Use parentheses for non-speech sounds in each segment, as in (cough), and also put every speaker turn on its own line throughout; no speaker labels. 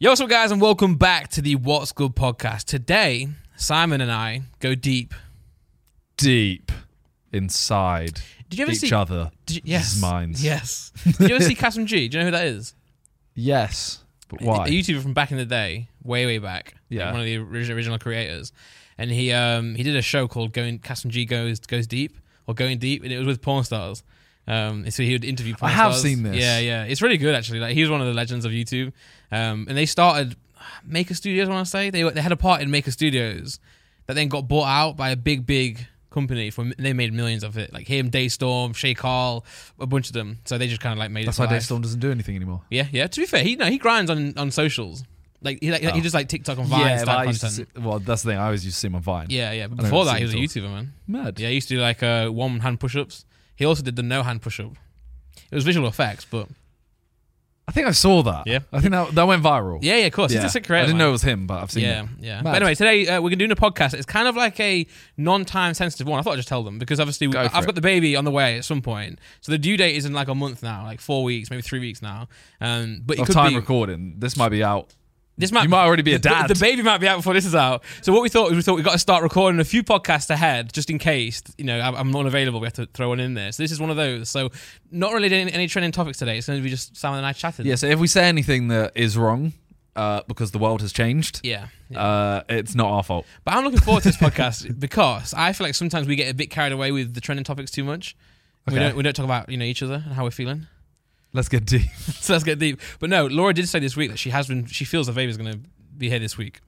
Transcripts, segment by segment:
Yo, what's up, guys, and welcome back to the What's Good podcast. Today, Simon and I go deep.
deep inside
Did you ever
each
see?
other.
Did you, yes,
minds.
Yes. Did you ever see Catherine G? Do you know who that is?
Yes, but why?
A YouTuber from back in the day, way way back.
Yeah.
One of the orig- original creators, and he um he did a show called Going Catherine G goes goes deep or Going Deep, and it was with porn stars. Um, so he would interview. Porn
I have
stars.
seen this.
Yeah, yeah, it's really good actually. Like he was one of the legends of YouTube, um, and they started Maker Studios. I want to say they they had a part in Maker Studios that then got bought out by a big big company for they made millions of it like him daystorm shay carl a bunch of them so they just kind of like made
That's
it for
why
life.
Daystorm doesn't do anything anymore.
Yeah, yeah. To be fair, he no, he grinds on on socials. Like he like, he
Oh.
just like TikTok and Vine
but I
type
used to
content.
see, well, that's the thing. I always used to see him on Vine.
yeah, yeah. But
I don't
before
know,
that, he was a
seen
YouTuber man.
mad.
Yeah, he used to do like uh, one hand push ups. He also did the no hand push up. It was visual effects, but
I think I saw that.
Yeah.
I think that that went viral.
yeah, yeah, of course. He's
Yeah.
a sick creator.
I didn't
man.
know it was him, but I've seen
Yeah,
it.
yeah.
Mad.
But anyway, today uh, we're gonna do a podcast. It's kind of like a non-time sensitive one. I thought I'd just tell them because obviously we,
Go for
I've
it.
got the baby on the way at some point, so the due date is in like a month now, like four weeks, maybe three weeks now. Um, but it
Of
could
time
be,
recording, this might be out.
This might
You might already be a
the-
dad.
The, baby might be out before this is out. So what we thought is we thought we got to start recording a few podcasts ahead, just in case you know I'm, I'm unavailable. We have to throw one in there. So this is one of those. So not really any, any trending topics today. It's going to be just Simon and I chatting.
Yeah. So if we say anything that is wrong, uh, because the world has changed,
Yeah. yeah.
uh, it's not our fault.
But I'm looking forward to this podcast (laughs) because I feel like sometimes we get a bit carried away with the trending topics too much. We
Okay.
don't we don't talk about you know each other and how we're feeling. (laughs)
Let's get deep. (laughs)
so let's get deep. But no, Laura did say this week that she has been she feels the baby's going to be here this week.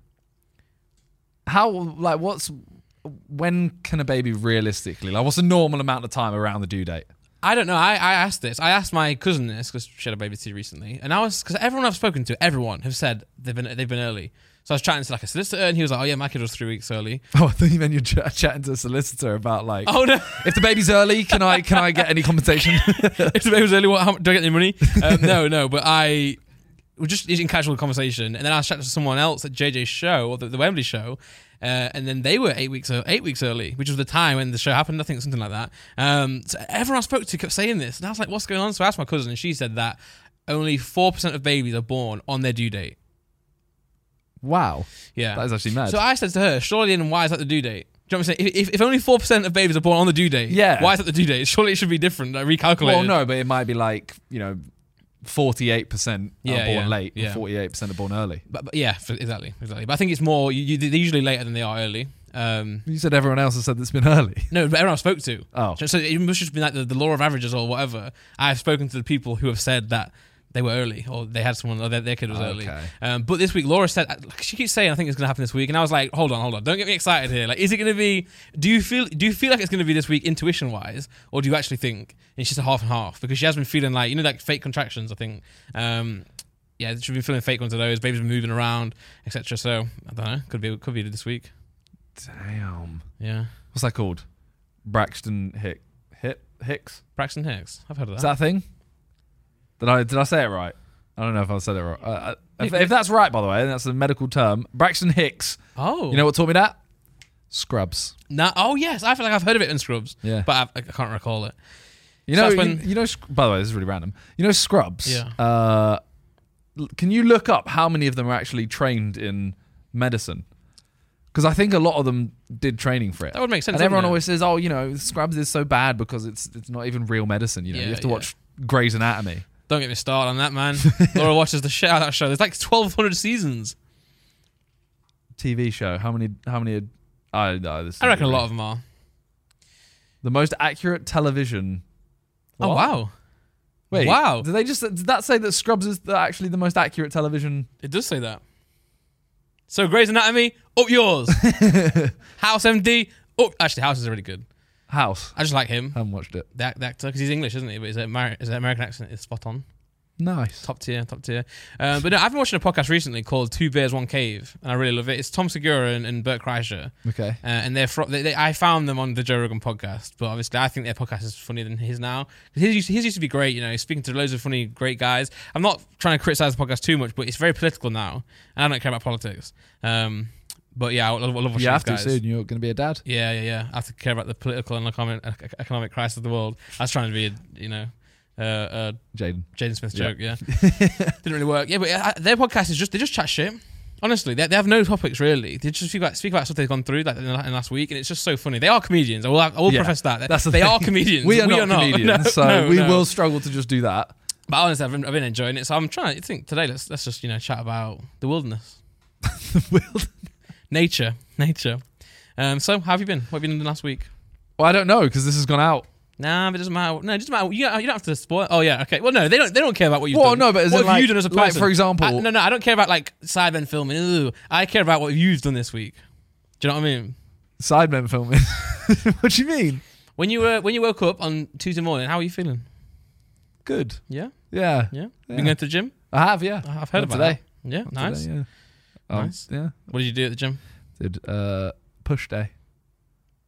How like what's when can a baby realistically like what's the normal amount of time around the due date?
I don't know. I, I asked this. I asked my cousin this because she had a baby too recently, and I was because everyone I've spoken to, everyone have said they've been they've been early. So I was chatting to like a solicitor, and he was like, "Oh yeah, my kid was three weeks early."
(laughs) Oh, I thought you meant you're ch- chatting to a solicitor about like,
Oh no,
if the baby's early, can I can I get
(laughs)
any compensation?
if the baby was early, what how, do I get any money? Um, (laughs) no, no. But I was just in casual conversation, and then I was chatting to someone else at JJ's show or the, the Wembley show, uh, and then they were eight weeks ear- eight weeks early, which was the time when the show happened. I think something like that. Um, so everyone I spoke to kept saying this, and I was like, "What's going on?" So I asked my cousin, and she said that only four percent of babies are born on their due date.
wow,
Yeah.
that is actually mad.
so I said to her, "Surely, then why is that the due date?" Do you know what I'm saying? If, if, if only four percent of babies are born on the due date,
Yeah.
why is that the due date? Surely it should be different, like recalculated.
well, no, but it might be like you know, forty eight percent are
Yeah,
born
yeah,
late,
yeah.
forty eight percent are born early.
But, but yeah, f- exactly, exactly. But I think it's more you, you, they're usually later than they are early. Um,
You said everyone else has said that's been (laughs) early.
no, but everyone I spoke to,
Oh,
so- so it must just be like the, the law of averages or whatever. I've spoken to the people who have said that they were early or they had someone or their, their kid was early.
Oh, Okay.
Um, but this week, Laura said she keeps saying I think it's going to happen this week, and I was like, hold on, hold on, don't get me excited here. Like, is it going to be? Do you feel? Do you feel like it's going to be this week, intuition wise, or do you actually think it's just a half and half? Because she has been feeling like you know, like fake contractions. I think. Um, yeah, she's been feeling fake ones of those. Baby's been moving around, etc. So I don't know. Could be. Could be this week.
damn.
Yeah.
What's that called? Braxton Hick Hip Hicks.
Braxton Hicks. I've heard of
Is
that.
that a thing? Did I did I say it right? I don't know if I said it right. Uh, uh, if, if that's right, by the way, then that's a medical term. Braxton Hicks.
oh.
You know what taught me that? Scrubs.
No, oh yes, I feel like I've heard of it in Scrubs,
Yeah.
but I've, I can't recall it.
You
So
know,
that's
you-
when-
you, know. Sc- By the way, this is really random. You know, Scrubs.
Yeah.
Uh, l- can you look up how many of them are actually trained in medicine? Because I think a lot of them did training for it.
That would make sense.
and
wouldn't
everyone
it?
always says, "Oh, you know, Scrubs is so bad because it's it's not even real medicine. You know,
Yeah,
you have to
yeah.
watch Grey's Anatomy.
don't get me started on that, (laughs) man. Laura watches the shit out of that show. There's like 1,200 seasons.
TV show. How many? How many? Are, I know this.
I reckon a lot of them are.
the most accurate television.
Oh
What?
wow,
Wait,
Wow.
Did they just did that say that Scrubs is the- actually the most accurate television?
it does say that. So Grey's Anatomy, up yours. House MD, up. Actually, House is really good.
House.
I just like him,
I haven't watched it.
the, act- the actor, because he's English, isn't he? But his, Amer- his American accent is spot on.
Nice.
top tier, top tier. Um, but no, I've been watching a podcast recently called Two Bears, One Cave, and I really love it. It's Tom Segura and, and Bert Kreischer,
Okay.
uh, and they're from. They, they, I found them on the Joe Rogan podcast, but obviously I think their podcast is funnier than his now. 'Cause His used, his used to be great, you know, speaking to loads of funny, great guys. I'm not trying to criticize the podcast too much, but it's very political now, and I don't care about politics. Um, but yeah, I love, I love watching
You have
these
to
guys.
soon. You're going to be a dad.
Yeah, yeah, yeah. I have to care about the political and economic, economic crisis of the world. I was trying to be, a, you know, uh, uh,
Jaden.
Jaden Smith's
Yeah.
joke.
(laughs)
Yeah, didn't really work. Yeah, but uh, their podcast is just they just chat shit. Honestly, they, they have no topics really. They just speak about, speak about stuff they've gone through like in the in the last week, and it's just so funny. They are comedians. I will have, I will
Yeah,
profess that
that's the
they
thing. (laughs)
are comedians.
We are not
(laughs) No,
comedians, so
no,
we
no.
will struggle to just do that.
But honestly, I've been, I've been enjoying it. So I'm trying to think today. Let's let's just you know chat about the
(laughs)
wilderness, nature, nature. Um, so how have you been? What have you been doing last week?
Well, I don't know because this has gone out.
Nah, but it doesn't matter. No, it doesn't matter. You, you don't have to spoil. Oh yeah, okay. Well, no, they don't. They don't care about what you've
Well,
done.
no, but as
what
in,
have you
like-
done as a person?
like, for example-
I- no, no, I don't care about like Cyben filming. Ooh, I care about what you've done this week. Do you know what I mean?
Sidemen filming. (laughs) what do you mean?
When you were when you woke up on Tuesday morning, how are you feeling?
Good.
Yeah,
Yeah.
yeah.
Yeah.
Been going to the gym?
I have, yeah.
I've heard
Not
about
today.
that. Yeah,
Not
nice.
today, yeah. Um,
Nice.
Yeah.
What did you do at the gym?
Did uh, push day.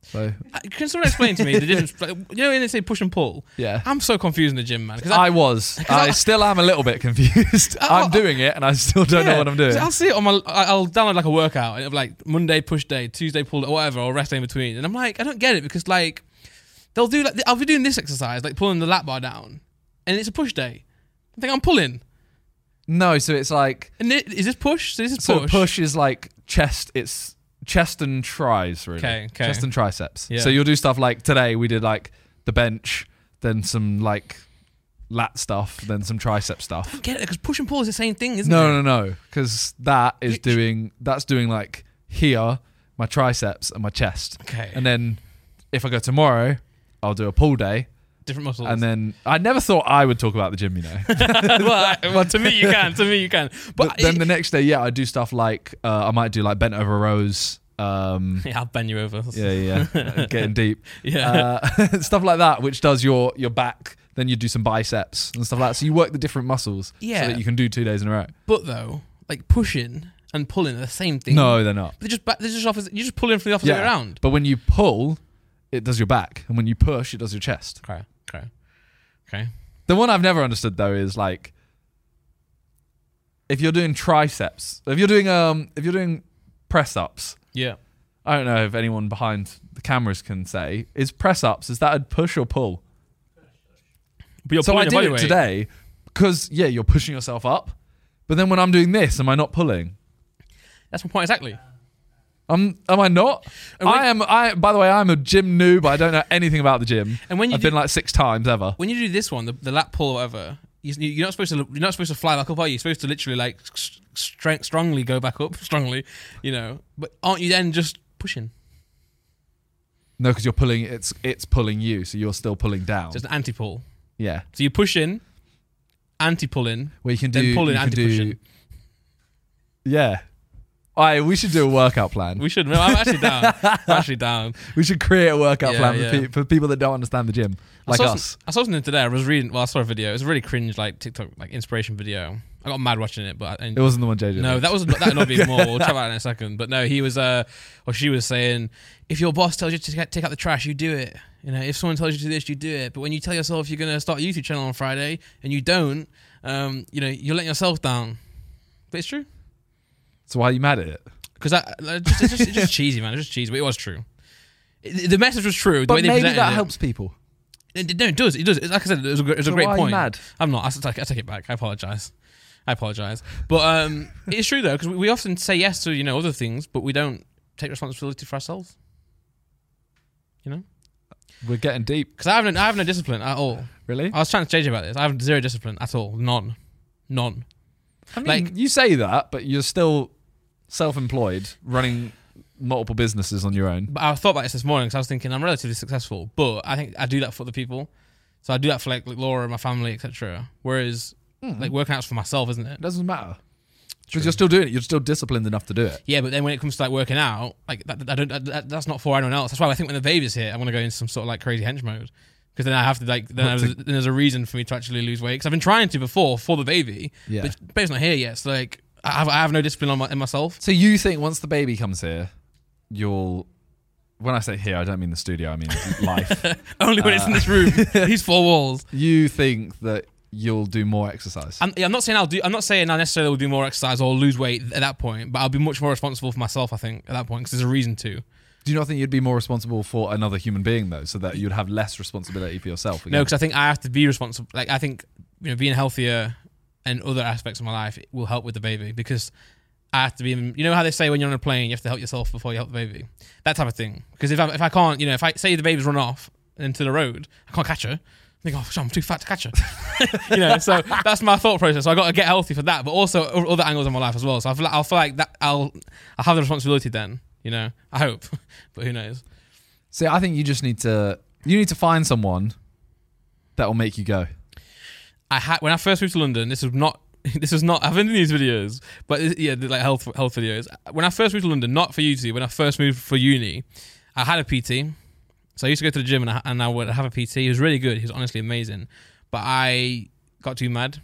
So,
Uh, Can someone explain to me the difference? (laughs) like, You know, when they say push and pull,
yeah.
I'm so confused in the gym, man. Because
I
(laughs)
was. I, still am a little bit confused.
I-
I'm doing it and I still don't know what I'm doing.
Oh, I'll see it on my. I- I'll download like a workout and it'll be like Monday push day, Tuesday pull or whatever, or rest day in between. And I'm like, I don't get it because like they'll do like I'll be doing this exercise, like pulling the lat bar down, and it's a push day. I think I'm pulling.
No, so it's like
And it, is this push? So this is
so
push.
push is like chest. It's chest and tries really.
Okay, okay.
Chest and triceps.
Yeah.
So you'll do stuff like today we did like the bench, then some like lat stuff, then some tricep
I
stuff.
don't get it because push and pull is the same thing, isn't it?
No, no, no, because that is
Which-
doing that's doing like here my triceps and my chest,
Okay.
and then if I go tomorrow, I'll do a pull day,
Different muscles.
and then I never thought I would talk about the gym, you know.
(laughs) well, I- well, to me you can. To me you
(laughs)
can. But
But then
it-
the next day, yeah, I do stuff like uh, I might do like bent over rows.
(laughs)
Um,
yeah, I'll bend you over.
yeah, yeah, yeah, getting deep.
(laughs) Yeah.
Uh, (laughs) stuff like that, which does your your back. Then you do some biceps and stuff like that. So you work the different muscles
Yeah.
so that you can do two days in a row.
But though, like pushing and pulling are the same thing.
No, they're not.
They just ba- they just off. You just pull in from the opposite way around.
But when you pull, it does your back, and when you push, it does your chest.
Okay. Okay. Okay.
The one I've never understood though is like if you're doing triceps, if you're doing um, if you're doing press ups,
Yeah.
I don't know if anyone behind the cameras can say is press ups. Is that a push or pull?
But you're
so I did it today because yeah, you're pushing yourself up. But then when I'm doing this, am I not pulling?
That's my point exactly.
Um, am I not?
And when-
I am. I by the way, I'm a gym noob. I don't know anything about the gym.
And when you
I've
do,
been like six times ever.
when you do this one, the, the lap pull or whatever, you, you're not supposed to you're not supposed to fly back up, are you? You're supposed to literally like s- strength, strongly go back up, (laughs) strongly, you know. But aren't you then just pushing?
No, because you're pulling. It's it's pulling you, so you're still pulling down.
So it's an anti pull.
yeah,
So you're pushing, anti pulling,
where you can do.
then pulling,
you can
anti
do.
pushing.
Yeah, I. We should do a workout plan.
We should. no, I'm actually down. I'm actually
(laughs)
down.
We should create a workout
Yeah,
plan
yeah.
For, pe- for people that don't understand the gym, like
I saw
us.
Some, I saw something today. I was reading. Well, I saw a video. It was a really cringe, like TikTok, like inspiration video. I got mad watching it, but I,
It wasn't the one JJ.
No,
did.
that was that would
(laughs)
not be more. We'll talk about that in a second. But no, he was uh or she was saying if your boss tells you to take- take out the trash, you do it. You know, if someone tells you to do this, you do it. But when you tell yourself you're gonna start a YouTube channel on Friday and you don't, um, you know, you're letting yourself down. But it's true
so why are you mad at it?
because that like, just, it's, just, it's
(laughs)
just cheesy, man. It's just cheesy, but it was true. It, the message was true. The way
But
they
maybe
presented
that
it.
helps people.
It, it- no, it does. It does. It's, like I said, it was a, gr- it was
So
a great
why are you
point.
mad?
I'm not. I s- I take, I take it back. I apologize. I apologize. But um, it's true though, because we, we often say yes to you know other things, but we don't take responsibility for ourselves. You know,
We're getting deep,
because I have no, I have no discipline at all.
really.
I was trying to change about this. I have zero discipline at all. None. None.
I mean,
like-
you say that, but you're still self-employed, running multiple businesses on your own.
But I thought about this this morning because I was thinking I'm relatively successful, but I think I do that for other people. So I do that for like, like Laura and my family, etc. Whereas like working out's for myself, isn't it?
It doesn't matter because you're still doing it. You're still disciplined enough to do it.
Yeah, but then when it comes to like working out, like that, that- I don't. That, that's not for anyone else. That's why I think when the baby's here, I'm gonna go into some sort of like crazy hench mode because then I have to like then, I
What
was, then there's a reason for me to actually lose weight because I've been trying to before for the baby.
Yeah.
but the baby's not here yet, so like I have, I have no discipline on my, in myself. (laughs)
So you think once the baby comes here, you'll. When I say here, I don't mean the studio. I mean (laughs) life.
Only when it's in this room, these four walls.
you think that you'll do more exercise.
I'm, yeah, I'm not saying I'll do. I'm not saying I necessarily will do more exercise or lose weight at that point, but I'll be much more responsible for myself. I think at that point because there's a reason to.
Do you not think you'd be more responsible for another human being though, so that you'd have less responsibility for yourself?
No, because I think I have to be responsible. Like I think you know, being healthier and other aspects of my life will help with the baby because I have to be. You know how they say when you're on a plane, you have to help yourself before you help the baby. That type of thing. Because if I if I can't, you know, if I say the baby's run off into the road, I can't catch her. I think, oh, shit, I'm too fat to catch her. (laughs) you know, so that's my thought process. So I got to get healthy for that, but also o- other angles of my life as well. So I feel like, I'll feel like that I'll I'll have the responsibility then. You know, I hope, (laughs) but who knows?
See, I think you just need to you need to find someone that will make you go.
I had when I first moved to London. This is not. (laughs) This is not. I've been in these videos, but this- yeah, like health health videos. When I first moved to London, not for YouTube. When I first moved for uni, I had a PT. So I used to go to the gym and I, and I would have a PT. He was really good. He was honestly amazing, but I got too mad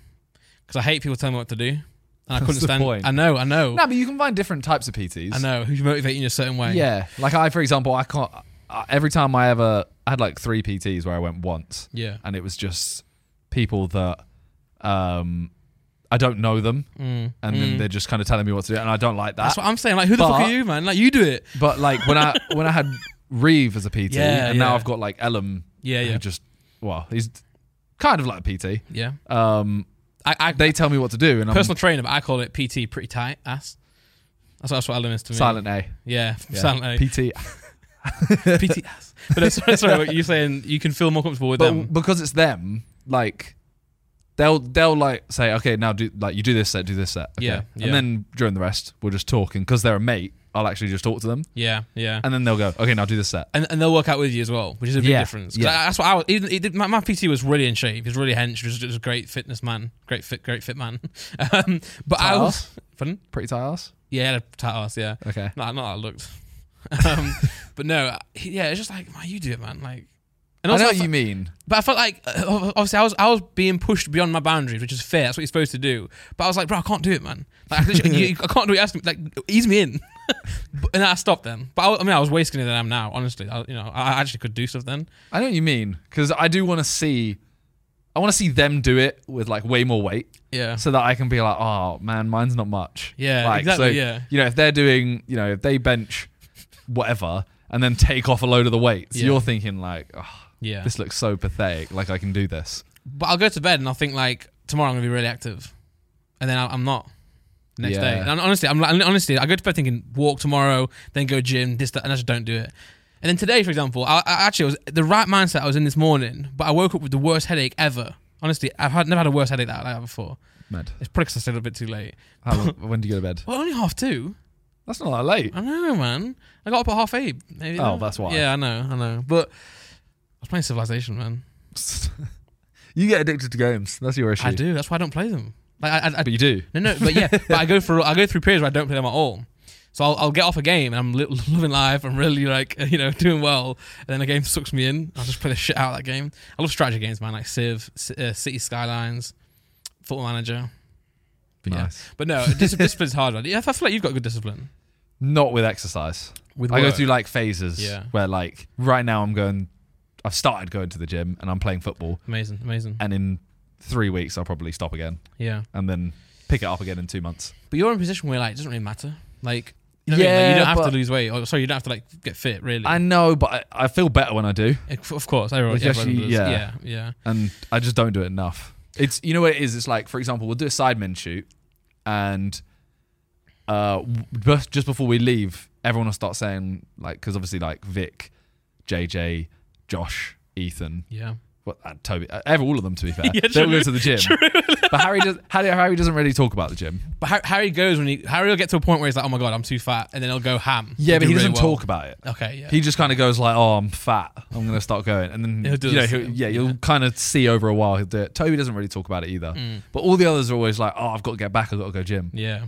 because I hate people telling me what to do, and I couldn't
the
stand.
point.
I know. I know.
No, but you can find different types of PTs.
I know. Who's motivating you a certain way?
Yeah, like I, for example, I can't. I, every time I ever, I had like three PTs where I went once,
Yeah.
and it was just people that um I don't know them,
Mm.
and
Mm.
then they're just kind of telling me what to do, and I don't like that.
That's what I'm saying. Like, who the fuck
But-
are you, man? Like, you do it.
(laughs) But like when I when I had Reeve as a PT,
Yeah,
and now
yeah.
I've got like Ellum,
Yeah,
who
yeah,
just well, he's kind of like a
yeah.
PT. Um,
I, I
they tell me what to do, and
personal trainer, but I call it PT, pretty tight ass. That's what, that's what I limit to
I'm
me.
silent A.
Yeah,
Yeah.
silent A.
PT.
PT ass. But uh, sorry, sorry, what you're saying you can feel more comfortable with
But
them.
because it's them, like they'll they'll like say, okay, now do like you do this set, do this set, okay.
Yeah, yeah.
and then during the rest we'll just talk, and because they're a mate, I'll actually just talk to them,
Yeah, yeah.
and then they'll go, okay, now do this set.
And, and they'll work out with you as well, which is a big
Yeah,
difference. 'Cause
yeah.
I- that's what I was. Even, it did- my, my PT was really in shape. He was really hench. He was just a great fitness man, great fit, great fit man. (laughs) um, but I
Tight
was pardon?
Pretty tight ass.
Yeah, he had a tight ass. Yeah,
Okay.
no, not how I looked. (laughs) um, but no, he- yeah, it's just like, man, you do it, man. Like, and
I
also
know
I
what
fe-
you mean.
But I felt like uh, obviously I was I was being pushed beyond my boundaries, which is fair. That's what you're supposed to do. But I was like, bro, I can't do it, man. Like, I, literally- you- I can't do it. Ask me, like, ease me in. (laughs) But- and I stopped then. But I, I mean, I was wasting it than I am now. Honestly, I, you know, I I actually could do stuff then.
I know what you mean because I do want to see, I want to see them do it with like way more weight,
Yeah,
so that I can be like, oh man, mine's not much.
Yeah,
like,
exactly,
So,
yeah.
you know, if they're doing, you know, if they bench, whatever, and then take off a load of the weights,
Yeah.
you're thinking like, oh,
yeah.
this looks so pathetic. Like I can do this.
But I'll go to bed and I'll think like tomorrow I'm gonna be really active, and then I, I'm not. the Next
Yeah.
day, and honestly, I'm like, honestly, I go to bed thinking walk tomorrow, then go gym, this, that, and I just don't do it. And then today, for example, I, I actually was the right mindset I was in this morning, but I woke up with the worst headache ever. Honestly, I've had, never had a worse headache that I had before.
Mad.
It's probably 'cause I stayed up a bit too late. (laughs)
How long, when do you go to bed?
Well, only half two.
That's not that late. (laughs)
I know, man. I got up at half eight. Maybe
Oh, that's why.
Yeah, I know, I know. But I was playing Civilization, man.
you get addicted to games. That's your issue.
I do. That's why I don't play them. Like I, I, I
But you do.
No, no, but yeah, but I go through I go through periods where I don't play them at all. So I'll, I'll get off a game and I'm li- (laughs) living life. I'm really like (laughs) you know doing well, and then a game sucks me in. I'll just play the shit out of that game. I love strategy games, man, like Civ, C- uh, City Skylines, Football Manager. yeah.
Nice.
But
(laughs)
no, dis- discipline's hard. Right? Yeah, I feel like you've got good discipline.
Not with exercise.
With
I go
work.
through like phases
Yeah.
where like right now I'm going I've started going to the gym and I'm playing football
amazing, amazing.
and in 3 weeks I'll probably stop again
Yeah,
and then pick it up again in 2 months.
but you're in a position where like it doesn't really matter. Like you know, what I mean? Like,
Yeah,
you don't have
but-
to lose weight. Or, sorry, you don't have to like get fit really.
I know but I, I feel better when I do
of of course, everyone,
It's
everyone
actually-
does.
yeah.
yeah, yeah.
and I just don't do it enough. It's you know what it is it's like for example we'll do a sidemen shoot and uh w- just just before we leave everyone will start saying like cuz obviously like Vic, JJ, Josh, Ethan
yeah.
Well, uh, Toby, uh, ever all of (laughs) them to be fair.
Yeah,
they all
true.
go to the (laughs) gym, but Harry, does, Harry, Harry doesn't really talk about the gym.
But Har- Harry goes when he Harry will get to a point where he's like, "Oh my god, I'm too fat," and then he'll go ham.
Yeah,
He'll
but
do
he doesn't
really well.
talk about it.
Okay, yeah,
He just kind of goes like, "Oh, I'm fat. I'm gonna start going," and then
He'll do
you know,
the
he'll,
same,
yeah, you'll kind of see over a while. He'll do it. Toby doesn't really talk about it either.
Mm.
But all the others are always like, "Oh, I've got to get back. I've got to go gym,"
yeah,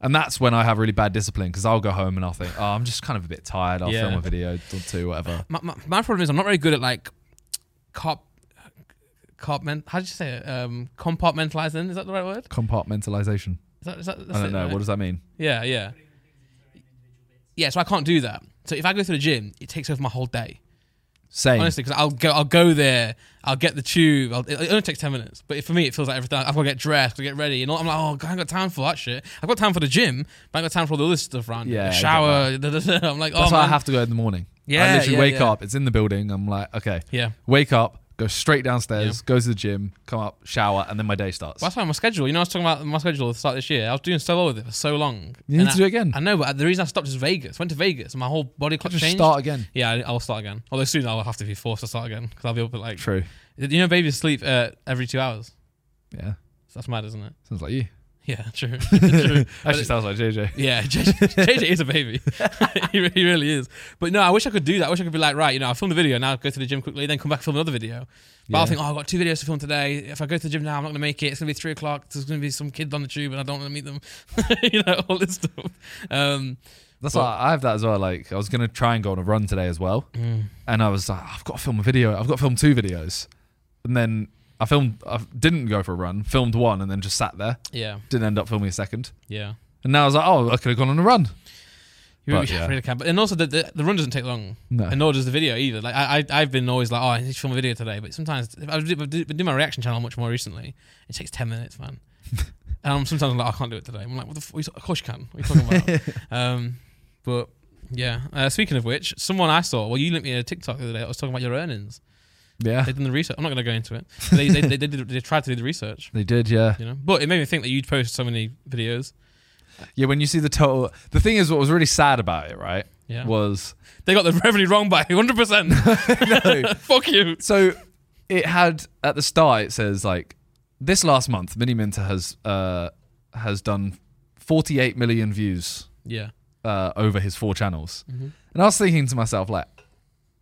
and that's when I have really bad discipline because I'll go home and I'll think, "Oh, I'm just kind of a bit tired. I'll
Yeah.
film a video or two, whatever."
My, my, my problem is I'm not very good at like cop compartment. How did you say it? Um, compartmentalizing. Is that the right word?
Compartmentalization.
Is that, is that that's
I don't
it,
know.
right?
What does that mean?
yeah, yeah, yeah. So I can't do that. So if I go to the gym, it takes over my whole day.
Same.
Honestly, because I'll go, I'll go there. I'll get the tube. I'll, it only takes ten minutes, but for me, it feels like every time I've got to get dressed, to get ready, and all, I'm like, oh, God, I ain't got time for that shit. I've got time for the gym, but I ain't got time for all the other stuff around.
Yeah, I
the
get
shower. da, da, da. (laughs) I'm like,
That's
oh,
why I
man.
have to go in the morning. I
Yeah,
literally
yeah,
wake
yeah.
up. It's in the building. I'm like, okay,
yeah.
wake up, go straight downstairs, go to the gym, come up, shower, and then my day starts.
Well, that's why my schedule. You know, I was talking about my schedule at the start of this year. I was doing so well with it for so long.
You need
And
to
I,
do it again.
I know, but the reason I stopped is Vegas. Went to Vegas, and my whole body clock
Just
changed.
start again.
Yeah, I- I'll start again. Although soon I'll have to be forced to start again because I'll be up at like.
True.
You know, babies sleep uh, every two hours.
Yeah.
So that's mad, isn't it?
Sounds like you.
Yeah, (laughs)
(laughs)
true. true. But
Actually,
it-
sounds like JJ.
yeah, (laughs) JJ, JJ is a baby. (laughs) he, re- he really is. But no, I wish I could do that. I wish I could be like, right, you know, I film the video now, go to the gym quickly, then come back and film another video. But I'll
Yeah.
think, oh, I've got two videos to film today. If I go to the gym now, I'm not going to make it. It's going to be three o'clock. There's going to be some kids on the tube, and I don't want to meet them. (laughs) you know, all this stuff. Um,
That's
But-
why I have that as well. Like, I was gonna try and go on a run today as well, and I was like, I've got to film a video. I've got to film two videos, and then I filmed. I didn't go for a run. Filmed one, and then just sat there.
yeah,
Didn't end up filming a second.
yeah.
And now I was like, oh, I could have gone on a run.
You
But,
really, (laughs)
yeah.
really can. But and also the, the the run doesn't take long,
No.
(laughs) and nor does the video either. Like I, I I've been always like, oh, I need to film a video today. But sometimes if I've do- do- been doing my reaction channel much more recently. It takes ten minutes, man. and I'm sometimes I'm like, I can't do it today. I'm like, what the? F-? what you- Of course you can. What are you talking about? um, but yeah. Uh, speaking of which, someone I saw. Well, you linked me a TikTok the other day. I was talking about your earnings.
Yeah,
They did the research. I'm not going to go into it. But they, they, they, they, did, they tried to do the research.
they did. Yeah.
You know, but it made me think that you'd posted so many videos.
Yeah, when you see the total, the thing is, what was really sad about it, right?
Yeah.
(laughs) Was
They got the (laughs) revenue wrong by 100. percent Fuck you.
so it had at the start it says like this last month, Mini Minter has uh has done forty eight million views
Yeah.
uh over his four channels,
Mhm.
and I was thinking to myself like,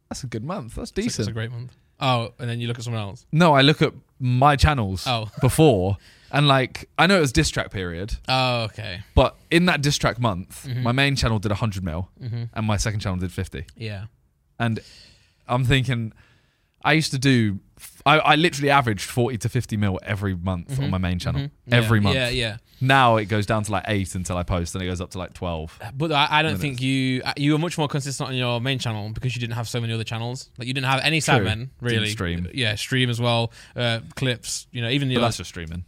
that's a good month, that's
It's a-
decent.
It's a great month. Oh, and then you look at someone else.
no, I look at my channels
Oh.
before, and like I know it was diss track period,
Oh, okay.
but in that diss track month, my main channel did hundred mil, and my second channel did fifty.
Mm-hmm. Yeah.
and I'm thinking, I used to do, I, I literally averaged 40 to 50 mil every month on my main channel, every
Mm-hmm. yeah.
month.
Yeah, yeah.
Now it goes down to like eight until I post, and it goes up to like 12.
But I, I don't think you uh, you were much more consistent on your main channel because you didn't have so many other channels. Like you didn't have any
True.
Sadmen really.
Didn't stream.
Yeah, stream as well. Uh, clips. You know, even the
But
other.
that's just streaming.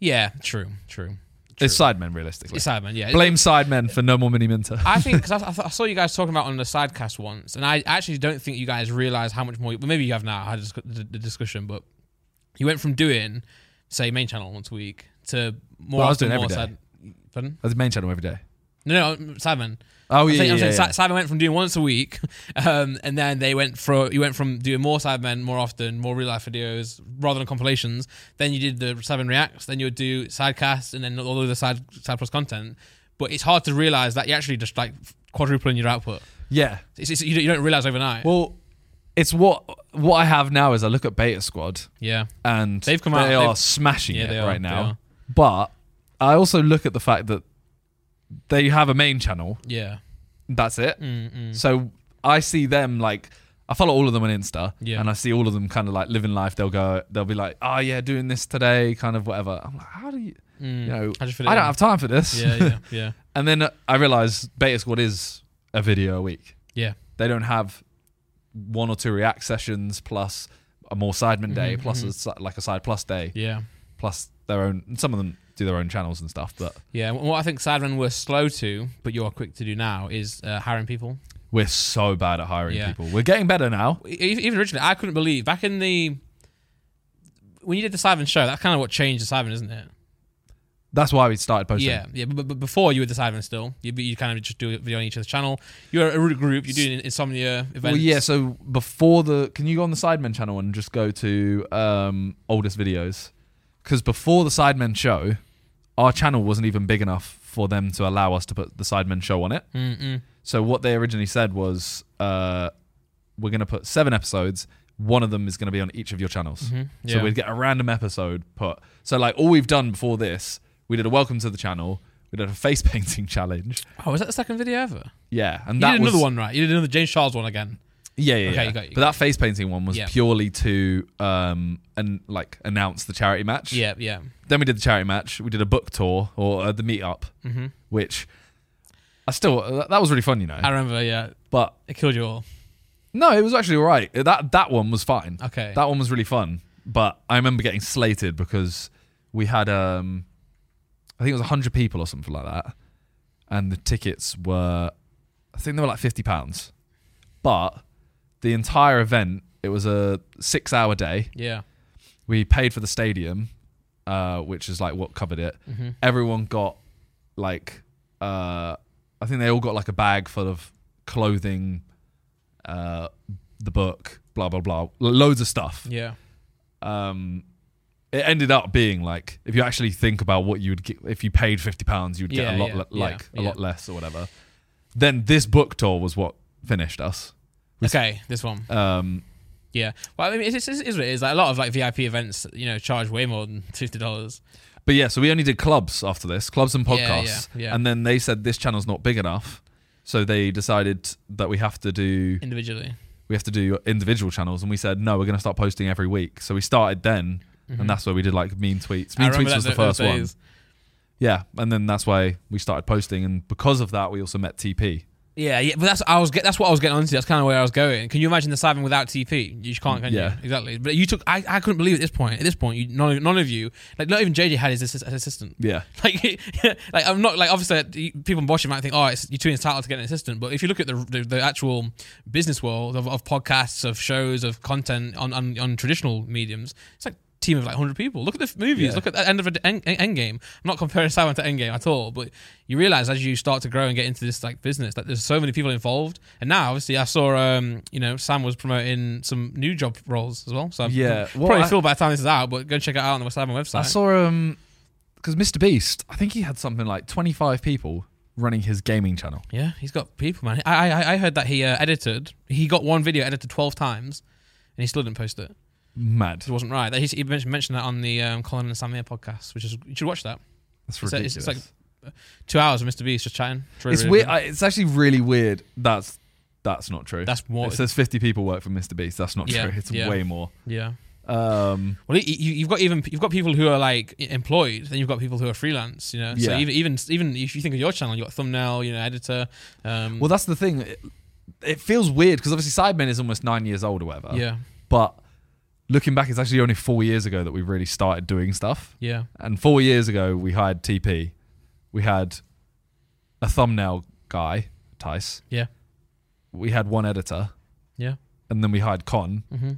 Yeah, true, true.
It's Sidemen, realistically.
It's Sadman. Yeah.
Blame Sidemen for no more Mini Minter.
I think because I, I, I saw you guys talking about on the sidecast once, and I actually don't think you guys realize how much more. Well, maybe you have now. I had a discu- the, the discussion, but you went from doing say main channel once a week to more.
Well, I was
often
doing
more
every day.
Side, pardon?
That's main channel every day.
No, no, Simon.
Oh,
I'm
yeah,
saying,
yeah,
I'm
yeah,
saying
yeah.
Si- Simon went from doing once a week, (laughs) um, and then they went for you went from doing more Sidemen more often, more real life videos rather than compilations. Then you did the Simon reacts, then you would do sidecasts, and then all the other side side plus content. But it's hard to realize that you're actually just like quadrupling your output.
Yeah.
It's, it's, you, don't, you don't realize overnight.
Well, it's what what I have now is I look at Beta Squad
yeah,
and
They've come out-
they are
they've-
smashing
Yeah,
it
they are,
right
they
now.
are.
But I also look at the fact that they have a main channel.
yeah, Mm,
That's it.
Mm-mm.
So I see them like I follow all of them on Insta,
Yeah.
and I see all of them kind of like living life. They'll go, they'll be like, "Oh yeah, doing this today," kind of whatever. I'm like, "How do you,
Mm.
you know?
How do you fit it
I don't
in?
have time for this."
(laughs) yeah, yeah, yeah,
(laughs) and then uh, I realize Beta Squad is a video a week.
yeah,
They don't have one or two react sessions plus a more sideman day plus a si- like a side plus day
Mm-hmm, yeah.
plus their own. Some of them do their own channels and stuff, but
Yeah, and what I think Sidemen were slow to, but you're quick to do now, is uh, hiring people.
we're so bad at hiring
Yeah.
people. We're getting better now.
E- even originally, I couldn't believe back in the when you did the Simon show. That's kind of what changed the Simon, isn't it?
That's why we started posting.
Yeah, yeah. But, but before you were the Simon still, you you kind of just do a video on each other's channel. You're a root group. You're doing insomnia events.
Well, yeah. So before the, can you go on the Sidemen channel and just go to um, oldest videos? Because before the Sidemen show, our channel wasn't even big enough for them to allow us to put the Sidemen show on it.
Mm-mm.
So what they originally said was, uh, we're going to put seven episodes. One of them is going to be on each of your channels.
Mm-hmm. Yeah.
So we'd get a random episode put. So like all we've done before this, we did a welcome to the channel. We did a face (laughs) painting challenge.
Oh, was that the second video ever?
Yeah, and
You
that
did
was
another one, right? You did another James Charles one again.
Yeah, yeah,
Okay,
yeah.
you got- you
but
got-
that face painting one was
Yeah.
purely to um and like announce the charity match.
Yeah, yeah.
Then we did the charity match. We did a book tour or uh, the meetup,
Mm-hmm.
which I still that- that was really fun, you know.
I remember. Yeah,
But
it killed you all.
No, it was actually all right. That that one was fine.
Okay.
That one was really fun. But I remember getting slated because we had um I think it was 100 people or something like that. And the tickets were I think they were like 50 pounds. But the entire event, it was a 6-hour day.
yeah.
We paid for the stadium, uh, which is like what covered it.
Mhm.
Everyone got like uh I think they all got like a bag full of clothing, uh the book, blah blah blah, lo- loads of stuff
Yeah.
um, it ended up being like if you actually think about what you would get if you paid fifty pounds, you'd get
Yeah,
a lot
yeah,
le-
yeah,
like a
yeah.
lot less or whatever. Then this book tour was what finished us. Was-
Okay, this one.
Um,
Yeah. Well, I mean, it's, it's, it's what it is. Like, a lot of like VIP events, you know, charge way more than fifty dollars.
but yeah, so we only did clubs after this, clubs and
Yeah,
podcasts,
yeah, yeah.
and then they said this channel's not big enough, so they decided that we have to do
individually.
we have to do individual channels, and we said no, we're going to start posting every week. So we started then, and that's where we did like mean tweets.
Mm-hmm. I
Mean
remember
tweets
that
was the
th- those
first one.
days.
Yeah, and then that's why we started posting, and because of that, we also met TP.
Yeah, yeah, but that's I was get, that's what I was getting onto. That's kind of where I was going. Can you imagine the Simon without TP? You just can't, can
Yeah.
you? Exactly. But you took I, I couldn't believe at this point. At this point, you, none of, none of you like not even JJ had his assist, assistant.
Yeah,
(laughs) Like, like I'm not like obviously you- people watching might think, oh, it's, you're too entitled to get an assistant. But if you look at the the, the actual business world of, of podcasts, of shows, of content on, on on traditional mediums, it's like a team of like 100 people look at the f- movies
Yeah.
look at the end of the end, end game i'm not comparing (laughs) simon to end game at all but you realize as you start to grow and get into this like business that there's so many people involved and now obviously i saw um you know sam was promoting some new job roles as well so i'm
Yeah.
(laughs)
Well,
Um, probably
I-
feel by the time this is out but go check it out on the west Simon website
I saw um because Mr Beast, I think he had something like twenty five people running his gaming channel.
Yeah, he's got people, man. I I, I heard that he uh, edited. He got one video edited twelve times, and he still didn't post it.
Mad,
It wasn't right. He, he mentioned mentioned that on the um, Colin and Samir podcast, which is you should watch that.
that's
It's like-
ridiculous.
it's
It's,
like- Two hours of Mr Beast just chatting. It's, really, really
weird.
good.
I, it's actually really weird. That's that's not true.
That's more.
it says fifty people work for Mr Beast. That's not
Yeah,
true. It's
yeah.
way more.
Yeah.
Um,
Well, you, you- you've got even you've got people who are like e, employed, then you've got people who are freelance. You know. So
Yeah.
even even even if you think of your channel, you have got thumbnail, you know, editor. Um,
well, that's the thing. It, it feels weird because obviously Sidemen is almost nine years old or whatever.
yeah,
But looking back, it's actually only four years ago that we really started doing stuff.
yeah,
And four years ago, we hired TP. We had a thumbnail guy, Tice.
Yeah.
We had one editor.
Yeah.
And then we hired Con,
hmm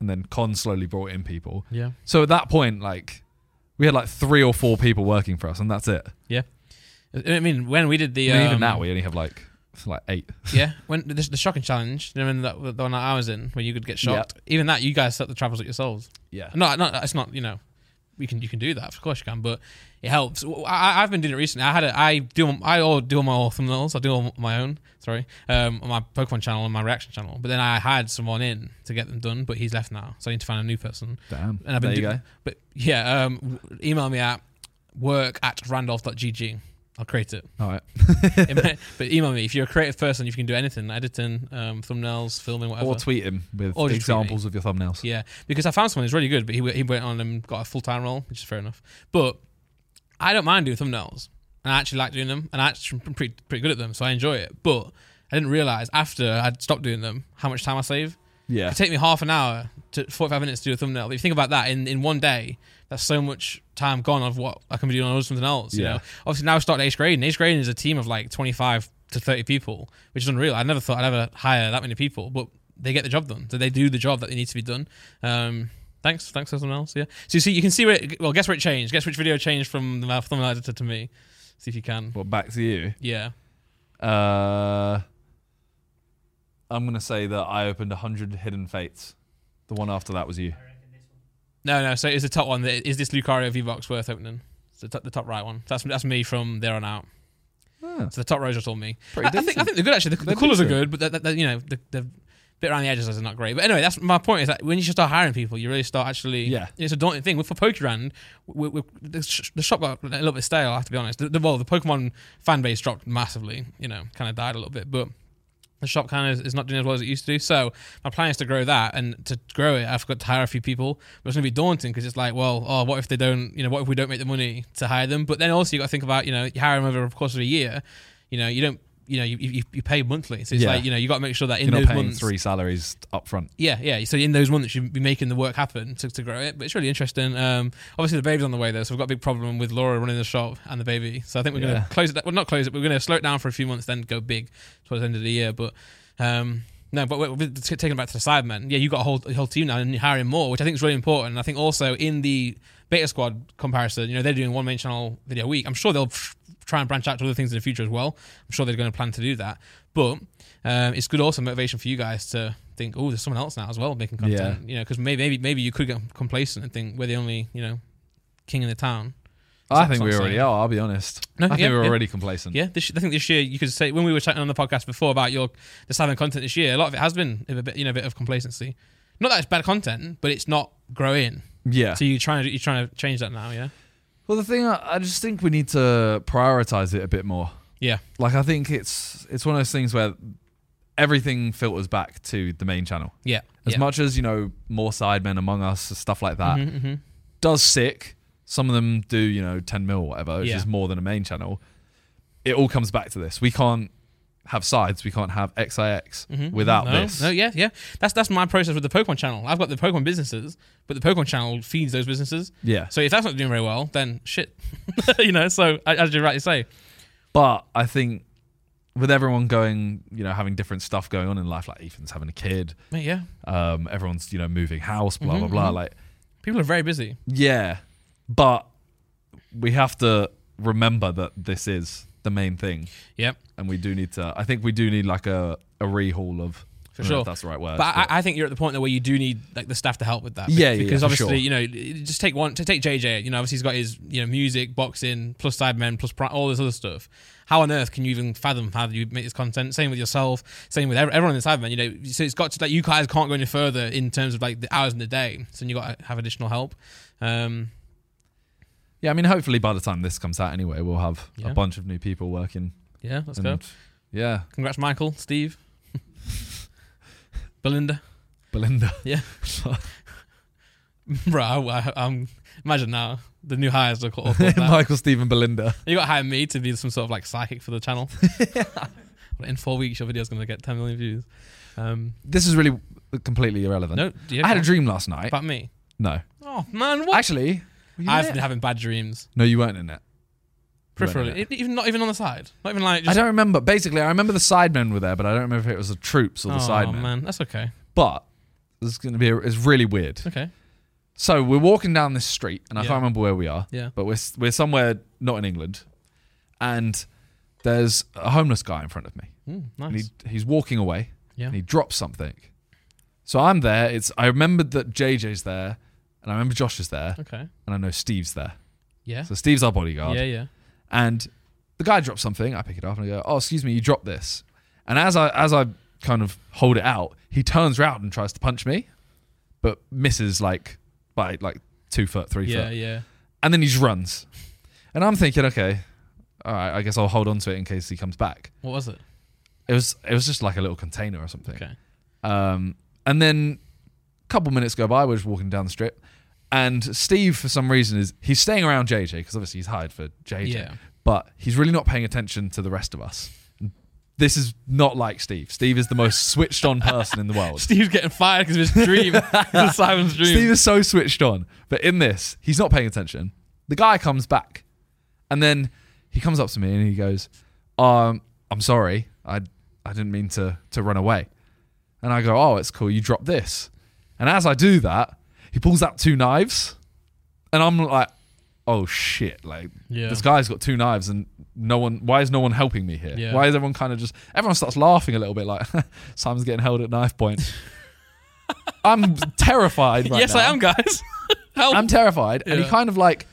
and then Con slowly brought in people.
yeah.
So at that point, like, we had like three or four people working for us, and that's it.
I mean, when we did the
I mean, even
um,
now, we only have like like eight.
Yeah, when the, the shocking challenge, you know, when that, the one that I was in, where you could get shocked. Even that, you guys set the travels at yourselves.
Yeah.
No, no, it's not. You know, we can you can do that. Of course you can, but it helps. I- I, I've been doing it recently. I had a, I do I all do all my own thumbnails. I do all my own. Sorry, um, on my Pokemon channel and my reaction channel. But then I had someone in to get them done, but he's left now, so I need to find a new person.
Damn.
And I've been
there you
doing,
go.
But yeah, um, w- email me at work at randolph.gg. I'll create it.
All right.
Em- but email me if you're a creative person if you can do anything editing um, thumbnails filming whatever
Or tweet him with
Or just tweet me.
examples of your thumbnails.
yeah because i found someone who's really good but he, w- he went on and got a full-time role which is fair enough but i don't mind doing thumbnails and i actually like doing them and i actually am pretty, pretty good at them so i enjoy it but i didn't realize after i'd stopped doing them how much time i save
Yeah.
it take me half an hour to 45 minutes to do a thumbnail. But if you think about that in, in one day, that's so much time gone of what I can be doing on something else. You
Yeah.
know? Obviously, now I start eighth grade, and eighth grade is a team of like 25 to 30 people, which is unreal. I never thought I'd ever hire that many people, but they get the job done. So they do the job that they need to be done. Um, thanks. Thanks for something else. Yeah. So you see, you can see where, it, well, guess where it changed? Guess which video changed from the mouth thumbnail editor to me? See if you can.
Well, back to you.
Yeah.
Uh, I'm gonna say that I opened hundred hidden fates. The one after that was you.
No, no. So it's the top one. that- Is this Lucario V-Box worth opening? It's the top, the top right one. That's, that's me from there on out. So the top rows are all me. I,
Ah, Pretty
I think I think they're good actually. The, the
They're
colours are
decent.
good, but the, the, the- you know the, the bit around the edges is not great. But anyway, that's my point. Is that when you start hiring people, you really start actually.
Yeah.
It's a daunting thing. With for Pokérand, we, we, the, sh- the shop got a little bit stale. I have to be honest. The, the well, the Pokemon fan base dropped massively. You know, kind of died a little bit, but. The shop kind of is not doing as well as it used to do. So my plan is to grow that, and to grow it, I've got to hire a few people. But it's going to be daunting because it's like, well, oh, what if they don't? You know, what if we don't make the money to hire them? But then also you got to think about, you know, you hire them over the course of a year. You know, you don't you know you, you, you pay monthly, so it's
Yeah.
like you know you got to make sure that in
You're not
those
paying
months,
three salaries up front.
yeah, yeah. So in those months you'd be making the work happen to, to grow it, but it's really interesting. Um, obviously the baby's on the way though, so we've got a big problem with Laura running the shop and the baby. So I think we're
Yeah.
gonna close it. Well, not close it, but we're gonna slow it down for a few months, then go big towards the end of the year. But um, no, but we're, we're t- taking it back to the side man. Yeah, you got a whole a whole team now, and you're hiring more, which I think is really important. And I think also in the beta squad comparison, you know, they're doing one main channel video a week. I'm sure they'll tr- try and branch out to other things in the future as well. I'm sure they're going to plan to do that. But um, it's good also motivation for you guys to think, oh, there's someone else now as well making content. You know, because maybe maybe maybe you could get complacent and think we're the only you know king in the town.
I
That's
think
what
we
I'm
already
saying.
are. I'll be honest.
No,
I think
yeah,
we're
yeah.
already complacent.
Yeah, this, I think this year you could say when we were chatting on the podcast before about your the Southern content this year, a lot of it has been a bit, you know, a bit of complacency. Not that it's bad content, but it's not growing.
Yeah.
So you're trying to you're trying to change that now, yeah.
Well, the thing I, I just think we need to prioritize it a bit more.
Yeah.
Like I think it's it's one of those things where everything filters back to the main channel.
Yeah.
As
yeah.
much as you know, more Sidemen Among Us stuff like that
Mhm, mhm.
does sick. Some of them do you know 10 mil or whatever, which
Yeah.
is more than a main channel. It all comes back to this. We can't have sides. We can't have XIX
Mhm.
without
no,
this.
No, yeah, yeah. That's that's my process with the Pokemon channel. I've got the Pokemon businesses, but the Pokemon channel feeds those businesses.
Yeah.
So if that's not doing very well, then shit, (laughs) you know. So a- as you rightly say,
But I think with everyone going, you know, having different stuff going on in life, like Ethan's having a kid,
mate, yeah,
um, everyone's you know moving house, blah blah
Mhm,
blah.
mhm.
Like
people are very busy.
yeah, but we have to remember that this is the main thing,
Yep.
and we do need to. I think we do need like a a rehaul of.
For
I don't know
sure.
if that's the right word.
But I, I think you're at the point though where you do need like the staff to help with that.
Yeah, yeah, yeah,
because
for
obviously
sure.
you know it- just take one to take JJ. You know, obviously he's got his you know music, boxing, plus Sidemen, plus pri- all this other stuff. How on earth can you even fathom how you make this content? Same with yourself. Same with ev- everyone in Sidemen. You know, so it's got to like you guys can't go any further in terms of like the hours in the day. So you got to have additional help. Um,
yeah, I mean, hopefully by the time this comes out, anyway, we'll have
Yeah.
a bunch of new people working.
yeah, let's go.
and- Yeah,
Congrats, Michael, Steve, (laughs) Belinda. (laughs)
Belinda. (laughs)
Yeah. Bro, I, I, am imagine now the new hires are
(laughs)
called.
Michael, Stephen, Belinda.
You got to hire me to be some sort of like psychic for the
(laughs)
channel. In four weeks, your video's going to get 10 million views. Um,
This is really completely irrelevant.
no, do you
I had a dream last night.
about me.
No,
Oh man, what?
actually, were you in
I've
it?
been having bad dreams
no, you weren't in it. You weren't in
peripherally,
it.
E- even not even on the side, not even like.
I
Just,
don't remember. Basically, I remember the sidemen were there, but I don't remember if it was the troops or the
oh
sidemen.
man, that's okay.
But this is going to be it's really weird.
It's okay.
So we're walking down this street, and I
Yeah.
can't remember where we are.
Yeah.
But we're s- we're somewhere not in England, and there's a homeless guy in front of me,
Mm,
and
nice.
he, he's walking away,
Yeah.
and he drops something. So I'm there. It's I remembered that JJ's there, and I remember Josh is there,
Okay.
and I know Steve's there.
Yeah.
So Steve's our bodyguard.
Yeah, yeah.
and the guy drops something. I pick it up and I go, "Oh, excuse me, you dropped this." And as I as I kind of hold it out, he turns round and tries to punch me, but misses like by like two foot, three
Yeah,
foot,
yeah.
and then he just runs. And I'm thinking, okay, all right, I guess I'll hold on to it in case he comes back.
What was it?
It was it was just like a little container or something.
Okay. (laughs)
Um, and then a couple minutes go by, we're just walking down the strip, and Steve, for some reason, is he's staying around JJ because obviously he's hired for JJ,
Yeah.
but he's really not paying attention to the rest of us. This is not like Steve. Steve is the most switched on person in the world.
Steve's getting fired because of his dream. This
(laughs)
is Simon's dream.
Steve is so switched on, but in this, he's not paying attention. The guy comes back, and then he comes up to me and he goes, "Um, I'm sorry, I I didn't mean to to run away." And I go, "Oh, it's cool. You dropped this." And as I do that, he pulls out two knives, and I'm like, "Oh shit! Like
Yeah.
this guy's got two knives, and no one. Why is no one helping me here?
Yeah.
Why is everyone kind of just? Everyone starts laughing a little bit, like (laughs) Simon's getting held at knife point." I'm (laughs) terrified. Right
yes, I
now.
am, guys. (laughs) Help.
I'm terrified. And he
Yeah.
kind of like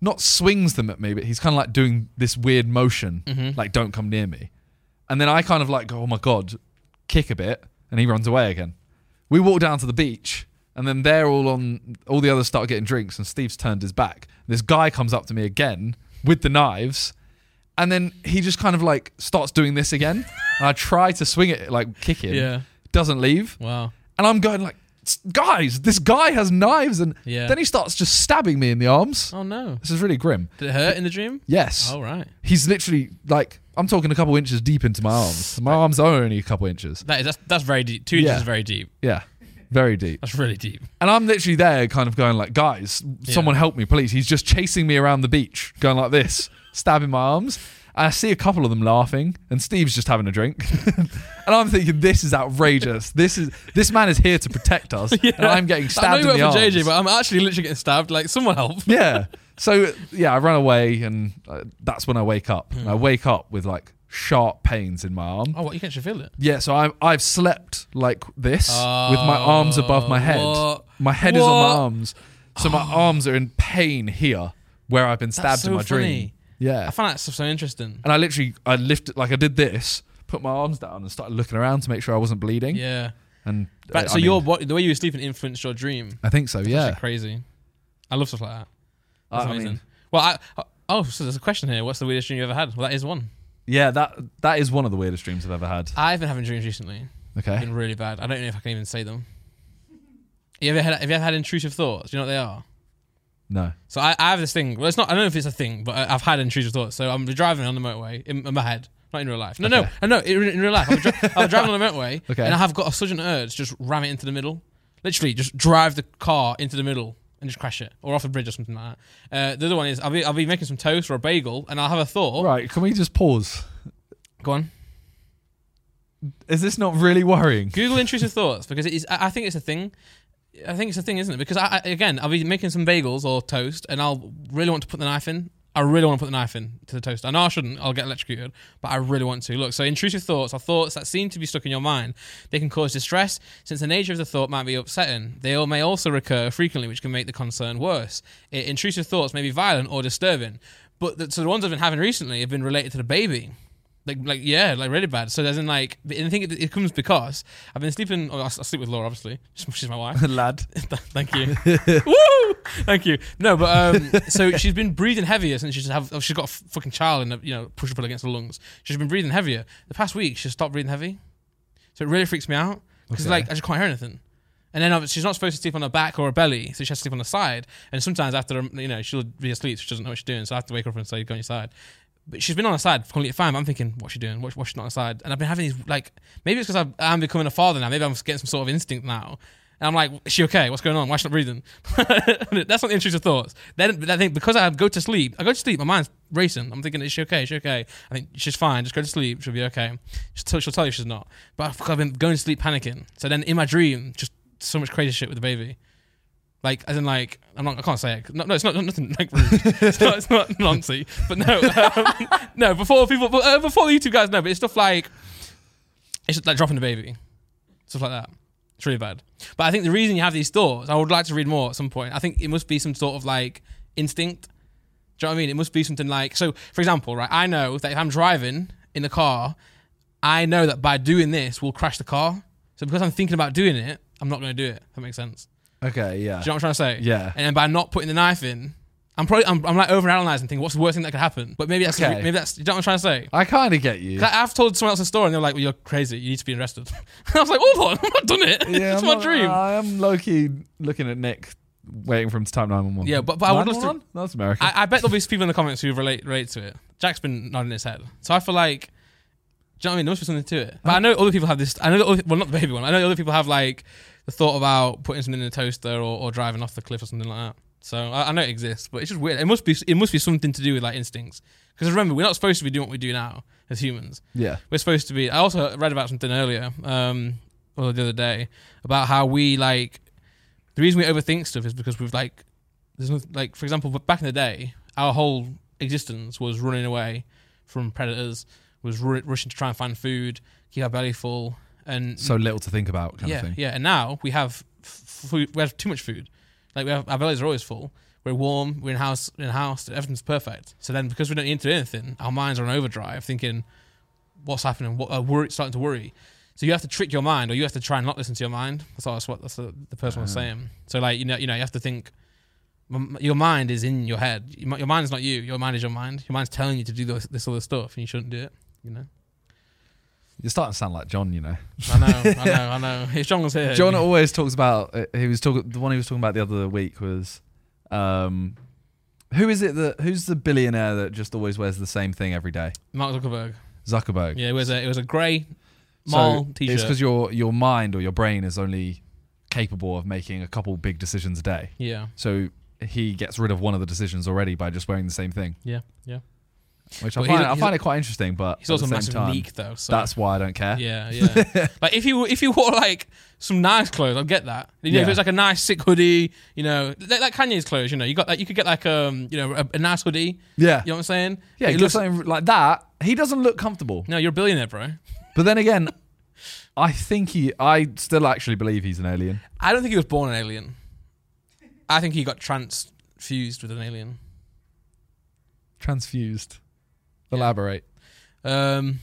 not swings them at me, but he's kind of like doing this weird motion,
Mm-hmm.
like don't come near me. And then I kind of like go, oh my god, kick a bit, and he runs away again. We walk down to the beach, and then they're all on. All the others start getting drinks, and Steve's turned his back. This guy comes up to me again with the knives, and then he just kind of like starts doing
(laughs)
this again. and I try to swing it, like kick him.
Yeah.
Doesn't leave.
wow.
And I'm going like, "S- guys, this guy has knives, and
Yeah.
then he starts just stabbing me in the arms.
Oh no.
This is really grim.
Did it hurt in the dream?
Yes,
All right.
he's literally like I'm talking a couple inches deep into my
(laughs)
arms. My arms are only a couple inches.
That is that's, that's very deep. Two inches
Yeah.
is very deep.
Yeah, very deep.
That's really
(laughs)
deep.
And I'm literally there, kind of going like, guys, someone help me, please. He's just chasing me around the beach, going like this, (laughs) stabbing my arms. And I see a couple of them laughing, and Steve's just having a drink. (laughs) and I'm thinking, this is outrageous. This is this man is here to
(laughs)
protect us, and I'm getting
I
stabbed
know
in
you
the
work
arms.
for JJ, but I'm actually literally getting stabbed. Like, someone help.
yeah. So yeah, I run away, and uh, that's when I wake up.
Hmm.
And I wake up with like sharp pains in my arm.
Oh, what? You can actually feel it.
Yeah, so I, I've slept like this with my arms above my head.
Oh, what?
My head is on
What?
my arms.
(gasps)
So my arms are in pain here where I've been stabbed
That's
in
so
my dream.
funny.
Yeah.
I find that stuff so interesting.
and I literally, I lifted, like I did this, put my arms down and started looking around to make sure I wasn't bleeding.
Yeah.
And
But,
uh,
so
I mean,
your bo- the way you were sleeping influenced your dream.
I think so,
That's
yeah.
actually crazy. I love stuff like that. That's
I- I mean-
amazing. well, I, oh, so there's a question here. What's the weirdest dream you ever had? Well, that is one.
Yeah, that that is one of the weirdest dreams I've ever had.
I've been having dreams recently.
Okay.
Been really bad. I don't know if I can even say them. You ever had? Have you ever had intrusive thoughts? Do you know what they are?
No.
So I, I have this thing. Well, it's not. I don't know if it's a thing, but I, I've had intrusive thoughts. So I'm driving on the motorway in, in my head, not in real life. No,
Okay.
no, no, in, in real life. I'm, dri-
(laughs)
I'm driving on the motorway,
Okay.
and I have got a sudden urge to just ram it into the middle. Literally, just drive the car into the middle and just crash it, or off a bridge or something like that. Uh, the other one is I'll be I'll be making some toast or a bagel, and I'll have a thought.
Right, can we just pause?
Go on.
Is this not really worrying? (laughs)
Google intrusive thoughts because it is. I I think it's a thing. I think it's a thing, isn't it? Because I, I again, I'll be making some bagels or toast, and I'll really want to put the knife in. I really want to put the knife in to the toast. I know I shouldn't. I'll get electrocuted, but I really want to. Look, so intrusive thoughts are thoughts that seem to be stuck in your mind. They can cause distress, since the nature of the thought might be upsetting. They all may also recur frequently, which can make the concern worse. I- intrusive thoughts may be violent or disturbing, but the, so the ones I've been having recently have been related to the baby like like yeah like really bad so as in like and i think it, it comes because i've been sleeping oh, I, s- I sleep with laura obviously she's my
(laughs)
wife
Lad.
thank you Woo! thank you no but um so she's been breathing heavier since she's have oh, she's got a f- fucking child and a, you know push pull against her lungs she's been breathing heavier the past week she's stopped breathing heavy so it really freaks me out because
Okay.
like i just can't hear anything and then obviously she's not supposed to sleep on her back or her belly, so she has to sleep on her side. And sometimes after um, you know she'll be asleep, so she doesn't know what she's doing, so I have to wake her up and say, "Go on your side." But she's been on her side for completely fine. But I'm thinking, what's she doing? What, what's she not on her side? And I've been having these like maybe it's because I'm, I'm becoming a father now. Maybe I'm getting some sort of instinct now. And I'm like, is she okay? What's going on? Why is she not breathing? (laughs) That's not the intrusive thoughts. Then but I think because I go to sleep, I go to sleep, my mind's racing. I'm thinking, is she okay? Is she okay? I think she's fine. Just go to sleep. She'll be okay. She'll, tell- she'll tell you she's not. But I've- I've been going to sleep panicking. So then in my dream, just so much crazy shit with the baby. Like, as in, like, I'm not, I can't say it. No, no it's not nothing like rude. (laughs) it's not, it's not (laughs) Nancy. But no, um, no, before people, but, uh, before the YouTube guys know, but it's stuff like, it's just like dropping the baby, stuff like that. It's really bad. But I think the reason you have these thoughts, I would like to read more at some point. I think it must be some sort of like instinct. Do you know what I mean? It must be something like, so for example, right, I know that if I'm driving in the car, I know that by doing this, we'll crash the car. So because I'm thinking about doing it, I'm not going to do it. If that makes sense. Do
Okay, yeah.
you know what I'm trying to say?
Yeah.
And then by not putting the knife in, I'm probably I'm, I'm like overanalyzing, thinking what's the worst thing that could happen. But maybe that's
Okay.
maybe that's you know what I'm trying to say.
I kind of get you. (laughs)
Like, I've told someone else a story and they're like, "Well, you're crazy. You need to be arrested." (laughs) I was like, "Hold on, (laughs) I've not done it. it's
I'm
my
not- uh,
dream."
I am low key looking at Nick, waiting for him to type 911.
Yeah, but- but I would love to-
911? That's American.
I, I bet there'll be people in the comments who relate relate to it. Jack's been nodding his head, so I feel like, do you know what I mean? There must be something to it. But I know other people have this. I know, that other, well, not the baby one. I know other people have like the thought about putting something in a toaster or, or driving off the cliff or something like that. So I, I know it exists, but it's just weird. It must be it must be something to do with like instincts. Because remember, we're not supposed to be doing what we do now as humans.
yeah.
We're supposed to be. I also read about something earlier, um, or the other day, about how we like the reason we overthink stuff is because we've like there's nothing, like for example back in the day our whole existence was running away from predators, was ru- rushing to try and find food, keep our belly full, and
So little to think about, kind
yeah,
of thing.
yeah. And now we have f- food. We have too much food. Like we have, our bellies are always full. We're warm. We're in house. In house. Everything's perfect. So then, because we don't eat anything, our minds are on overdrive, thinking, "What's happening? What uh, worry, starting to worry." So you have to trick your mind, or you have to try and not listen to your mind. That's what, that's what that's what the person was
Ah.
saying. So like you know, you know, you have to think. m- Your mind is in your head. Your mi- your mind is not you. Your mind is your mind. Your mind's telling you to do this, this other stuff, and you shouldn't do it. You know.
You're starting to sound like John, you know.
I know, I know, I know. (laughs) If John was here,
John always talks about. uh, He was talking. The one he was talking about the other week was, um, who is it that who's the billionaire that just always wears the same thing every day?
Mark Zuckerberg.
Zuckerberg.
Yeah, it was a it was a grey
So
mall
It's
t-shirt.
because your your mind or your brain is only capable of making a couple big decisions a day.
Yeah,
So he gets rid of one of the decisions already by just wearing the same thing,
yeah, yeah.
which I
But
find,
he's-
I
he's-
find it quite interesting. But
He's
at
also
the
a massive
same time,
leak though. So
That's why I don't care.
yeah, yeah. like if you if you wore like some nice clothes, I'd get that. You know, if
Yeah.
it's like a nice sick hoodie, you know, like, like Kanye's clothes. You know, you got like you could get like um you know a, a nice hoodie.
Yeah,
You know what I'm saying?
yeah.
It
He
looks-
looks something like that. He doesn't look comfortable.
no, you're a billionaire, bro.
But then again, I think he. I still actually believe he's an alien.
I don't think he was born an alien. I think he got transfused with an alien.
Transfused.
Yeah.
Elaborate.
Um,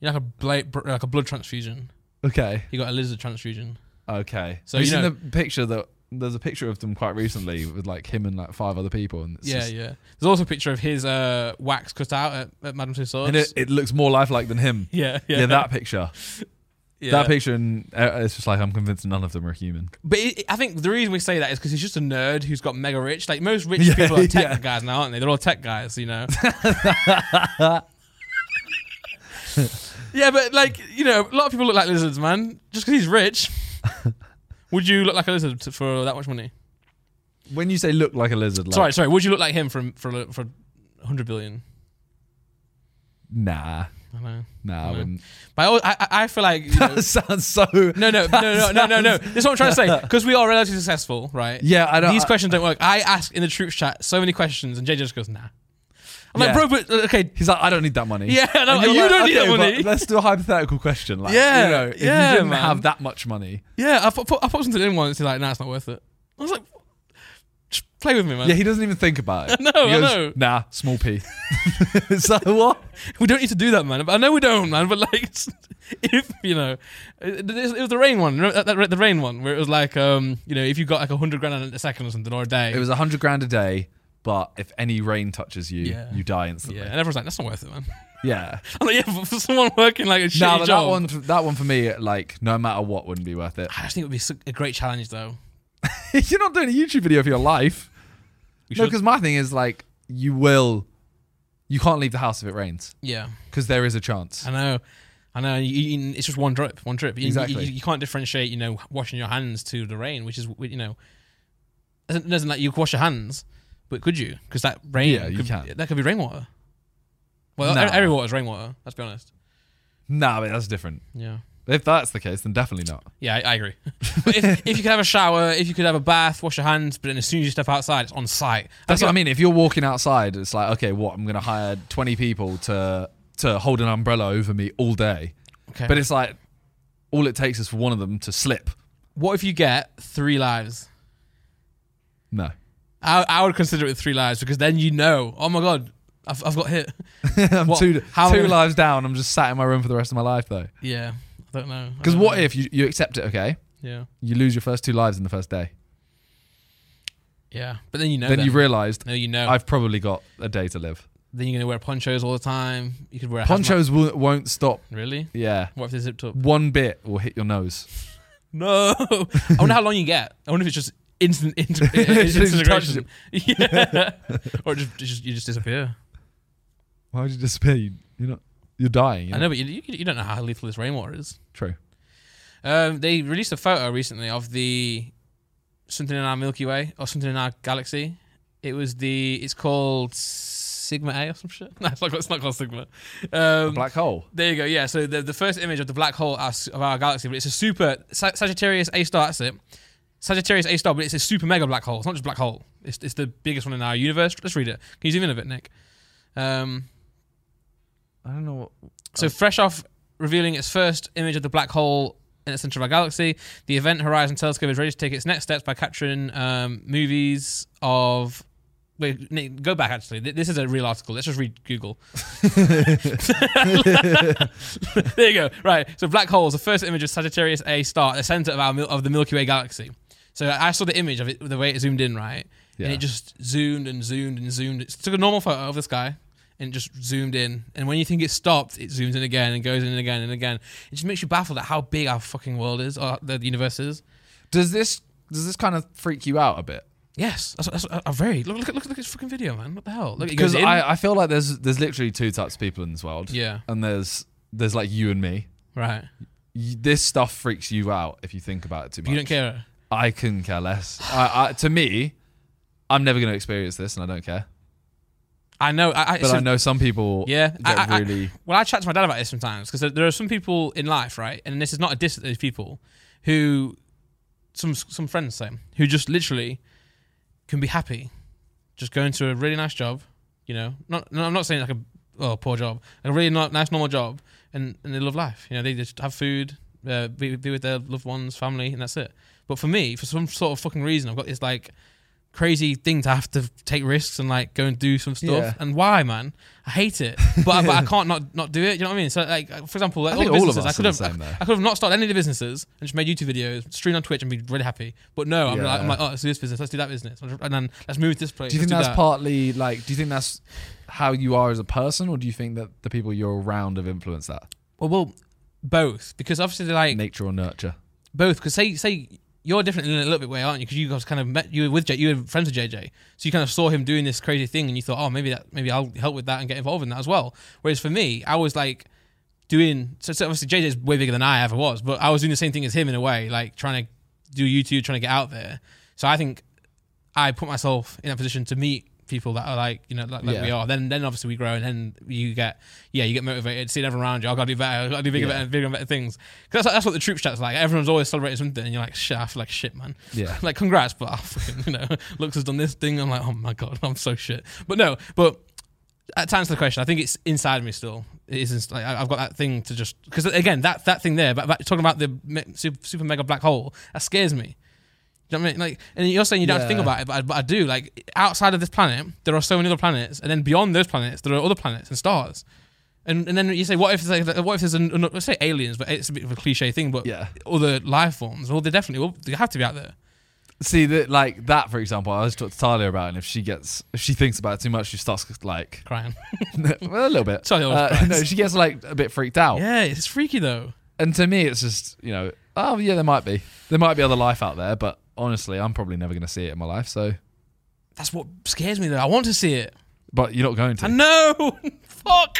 you know, like a bla- br- like a blood transfusion.
Okay.
He got a lizard transfusion.
Okay.
So
So you
you
seen
know-
the picture that there's a picture of them quite recently with like him and like five other people, and it's
yeah,
just,
yeah. There's also a picture of his uh, wax cut out at, at Madame Tussauds.
and it, it looks more lifelike than him.
yeah, yeah,
Yeah, that picture.
(laughs) yeah.
That picture, and uh, it's just like I'm convinced none of them are human.
But it, it- I think the reason we say that is because he's just a nerd who's got mega rich. Like most rich
Yeah,
(laughs) people are tech
yeah.
guys now, aren't they? They're all tech guys, you (laughs) know. yeah, but like you know, a lot of people look like lizards, man. Just because he's (laughs) rich, would you look like a lizard t- for that much money?
When you say look like a lizard, like,
sorry, sorry. Would you look like him for for for 100 billion?
nah,
I don't know.
nah,
No.
I wouldn't.
But I, always, I, I I feel like (laughs) you know,
(laughs) That sounds so.
Oh. No, no, no, no, no, no, no. This is what I'm trying to say. Because we are relatively successful, right?
(laughs) Yeah, I don't.
These
I-
questions don't work. I ask in the troops chat so many questions, and JJ just goes, nah. I'm
Yeah.
like, bro, but uh, okay.
He's like, I don't need that money.
Yeah, I don't,
And
you
you're like,
don't need
"Okay,
that
but
money.
Let's do a hypothetical question. Like,
Yeah,
you know, if
yeah,
you didn't
man.
have that much money,
yeah, I put, put, I put something in once. He's like, nah, it's not worth it. I was like, just play with me, man.
yeah, he doesn't even think
(laughs)
about it.
I know,
He
I
goes,
know.
Nah, small p. (laughs) it's like what?
We don't need to do that, man. I know we don't, man. But like, (laughs) it's- if you know, it, it was the rain one. Remember that, that, the rain one where it was like, um, you know, if you got like a hundred grand a second or something or a day,
It was a hundred grand a day, but if any rain touches you,
Yeah.
you die instantly.
yeah,
Yeah.
and everyone's like, that's not worth it, man. (laughs) I'm like, yeah, but for someone working like a shitty
Nah, but that
job,
one, that one for me, like no matter what, wouldn't be (laughs) worth it.
I just think it would be su- a great challenge, though.
You're not doing a YouTube video for your life.
We
No,
should-
because my thing is like you will, you can't leave the house if it rains
yeah,
because there is a chance.
I know, I know. You, you, it's just one drip, one drip. You,
Exactly.
You, you can't differentiate, you know, washing your hands to the rain, which is, you know, doesn't, doesn't like you could wash your hands, but could you? Because that rain,
Yeah, you
could,
can.
That could be rainwater. Well,
Nah.
e- every water is rainwater. Let's be honest.
Nah, but that's different.
Yeah.
If that's the case, then definitely not.
Yeah, I, I agree. (laughs) But if, if you could have a shower, if you could have a bath, wash your hands, but then as soon as you step outside, it's on site.
That's what I mean. If you're walking outside, it's like, okay, what? I'm going to hire 20 people to to hold an umbrella over me all day.
Okay.
But it's like, all it takes is for one of them to slip.
What if you get three lives?
No.
I, I would consider it with three lives because then you know, oh my god, I've, I've got hit.
(laughs) I'm
What-
two,
how
two
am I-
lives down. I'm just sat in my room for the rest of my life, though. Uh,
Yeah, I don't know.
Because what if you, you accept it, okay?
Yeah,
You lose your first two lives in the first day.
yeah. But then you know.
then, you realized,
no, you know.
I've probably got a day to live.
then you're gonna wear ponchos all the time. You could wear a hazmat-
Ponchos will, won't stop.
Really?
Yeah.
What if they zipped
(laughs)
up?
One bit will hit your nose.
No. I wonder how long you get. I wonder if it's just instant, (laughs)
(laughs)
inter-
Just
instant
touches
integration. (laughs) Yeah.
(laughs)
or just, just you just disappear.
Why would you disappear? You, you're not. You're dying. you
I know, but you, you, you don't know how lethal this rainwater is.
True.
Um, they released a photo recently of the something in our Milky Way or something in our galaxy. It was the it's called Sigma A or some shit. (laughs) No, it's not, it's not called Sigma. Um,
Black hole.
there you go. Yeah. So the, the first image of the black hole as- of our galaxy, but it's a super Sa- Sagittarius A star. That's it. Sagittarius A star, but it's a super mega black hole. It's not just black hole. It's, it's the biggest one in our universe. Let's read it. Can you zoom in a bit, Nick? Um,
I don't know what.
so fresh off revealing its first image of the black hole in the center of our galaxy, the Event Horizon Telescope is ready to take its next steps by capturing um, movies of. Wait, Nick, go back. Actually, Th- this is a real article. Let's just read Google. there you go. Right. So black holes, the first image of Sagittarius A star, at the center of our mil- of the Milky Way galaxy. So I saw the image of it, the way it zoomed in, right?
Yeah.
And it just zoomed and zoomed and zoomed. It took a normal photo of the sky, and and it just zoomed in. And when you think it stopped, it zooms in again and goes in and again and again. It just makes you baffled at how big our fucking world is, or the universe is.
Does this does this kind of freak you out a bit?
Yes, that's, that's a very look, look look look at this fucking video, man. What the hell? Look, it goes
Because
in.
I, I feel like there's there's literally two types of people in this world.
yeah,
And there's there's like you and me.
right.
You, this stuff freaks you out if you think about it too
But
much.
you don't care.
I couldn't care less. I, I, to me, I'm never going to experience this, and I don't care.
I know. I, I,
But
so-
I know some people
yeah,
get
I- I- I-
really.
Well, I chat to my dad about this sometimes because there, there are some people in life, right? And this is not a diss at those people who some some friends say who just literally can be happy just going to a really nice job, you know. Not, no, I'm not saying like a oh poor job, like a really not, nice normal job, and and they love life. You know, they just have food, uh, be be with their loved ones, family, and that's it. But for me, for some sort of fucking reason, I've got this like crazy thing to have to take risks and like go and do some stuff.
Yeah.
And why, man? I hate it, but, but
(laughs)
I can't not not do it. Do you know what I mean? So like, for example, like,
I
all the
think all of
businesses, I
us
could
are the
have
same, though.
I could have not started any of the businesses and just made YouTube videos, streamed on Twitch, and be really happy. But no, I'm,
Yeah.
like, I'm like, oh, let's do this business, let's do that business, and then let's move to this place.
Do you think
let's
that's
do that.
partly like? Do you think that's how you are as a person, or do you think that the people you're around have influenced that
Well, well, both because obviously they're like
nature or nurture?
both because say say you're different in a little bit way, aren't you? Because you guys kind of met you were with J, you were friends with JJ, so you kind of saw him doing this crazy thing, and you thought, oh, maybe that maybe I'll help with that and get involved in that as well. Whereas for me, I was like doing so, so obviously JJ's way bigger than I ever was, but I was doing the same thing as him in a way, like trying to do YouTube, trying to get out there. So I think I put myself in a position to meet people that are like you know like, like
Yeah.
we are. Then then obviously we grow, and then you get yeah you get motivated, see everyone around you. I gotta do better, I gotta do bigger,
Yeah.
better, bigger and better things. Because that's, that's what the troop chat's like. Everyone's always celebrating something, and you're like shit, I feel like shit, man.
Yeah.
(laughs) like congrats, but I fucking you know (laughs) Lux has done this thing. I'm like oh my god, I'm so shit. But no, but uh, to answer the question, I think it's inside me still. It isn't like I- I've got that thing to just because again that that thing there. But, but talking about the me, super, super mega black hole, that scares me. Do you know what I mean? Like, and you're saying you don't have to think about
Yeah.
it, but I, but I do. Like, outside of this planet, there are so many other planets, and then beyond those planets, there are other planets and stars. And and then you say, what if there's like, what if there's an, an- let's say aliens, but it's a bit of a cliche thing, but
Yeah.
other life forms. Well, they definitely will. They have to be out there.
See that, like that, for example. I was talking to Talia about, it, and if she gets, if she thinks about it too much, she starts like (laughs)
Crying.
well, a little bit.
Talia always
Uh,
cries.
no, she gets like a bit freaked out.
yeah, it's freaky though.
And to me, it's just you know, oh yeah, there might be, there might be other life out there, but honestly, I'm probably never going to see it in my life. So,
That's what scares me though. I want to see it.
but you're not going to.
I know. (laughs) Fuck.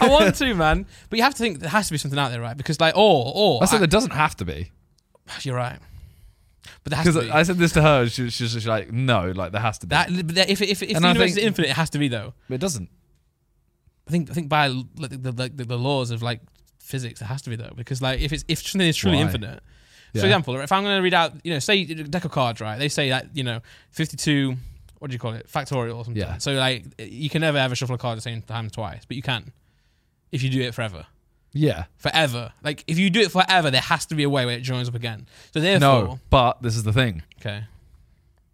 I
(laughs)
want to, man. But you have to think there has to be something out there, right? Because like, or or
I said
I-
there doesn't have to be
you're right. But there has
because
to be.
I said this to her. She, she's just like, no, like there has to be.
that but that- if if, if the
And I
universe is
think-
infinite, it has to be though.
But it doesn't.
I think I think by like, the, like the, the laws of like physics, it has to be though. Because like if it's if something is truly
Why?
infinite,
Yeah.
for example, if I'm going to read out, you know, say a deck of cards, right? They say that you know, fifty-two. What do you call it? Factorial or something.
Yeah.
So like, you can never ever shuffle a card the same time twice, but you can if you do it forever.
Yeah.
Forever. Like if you do it forever, there has to be a way where it joins up again. So therefore,
No, but this is the thing.
okay,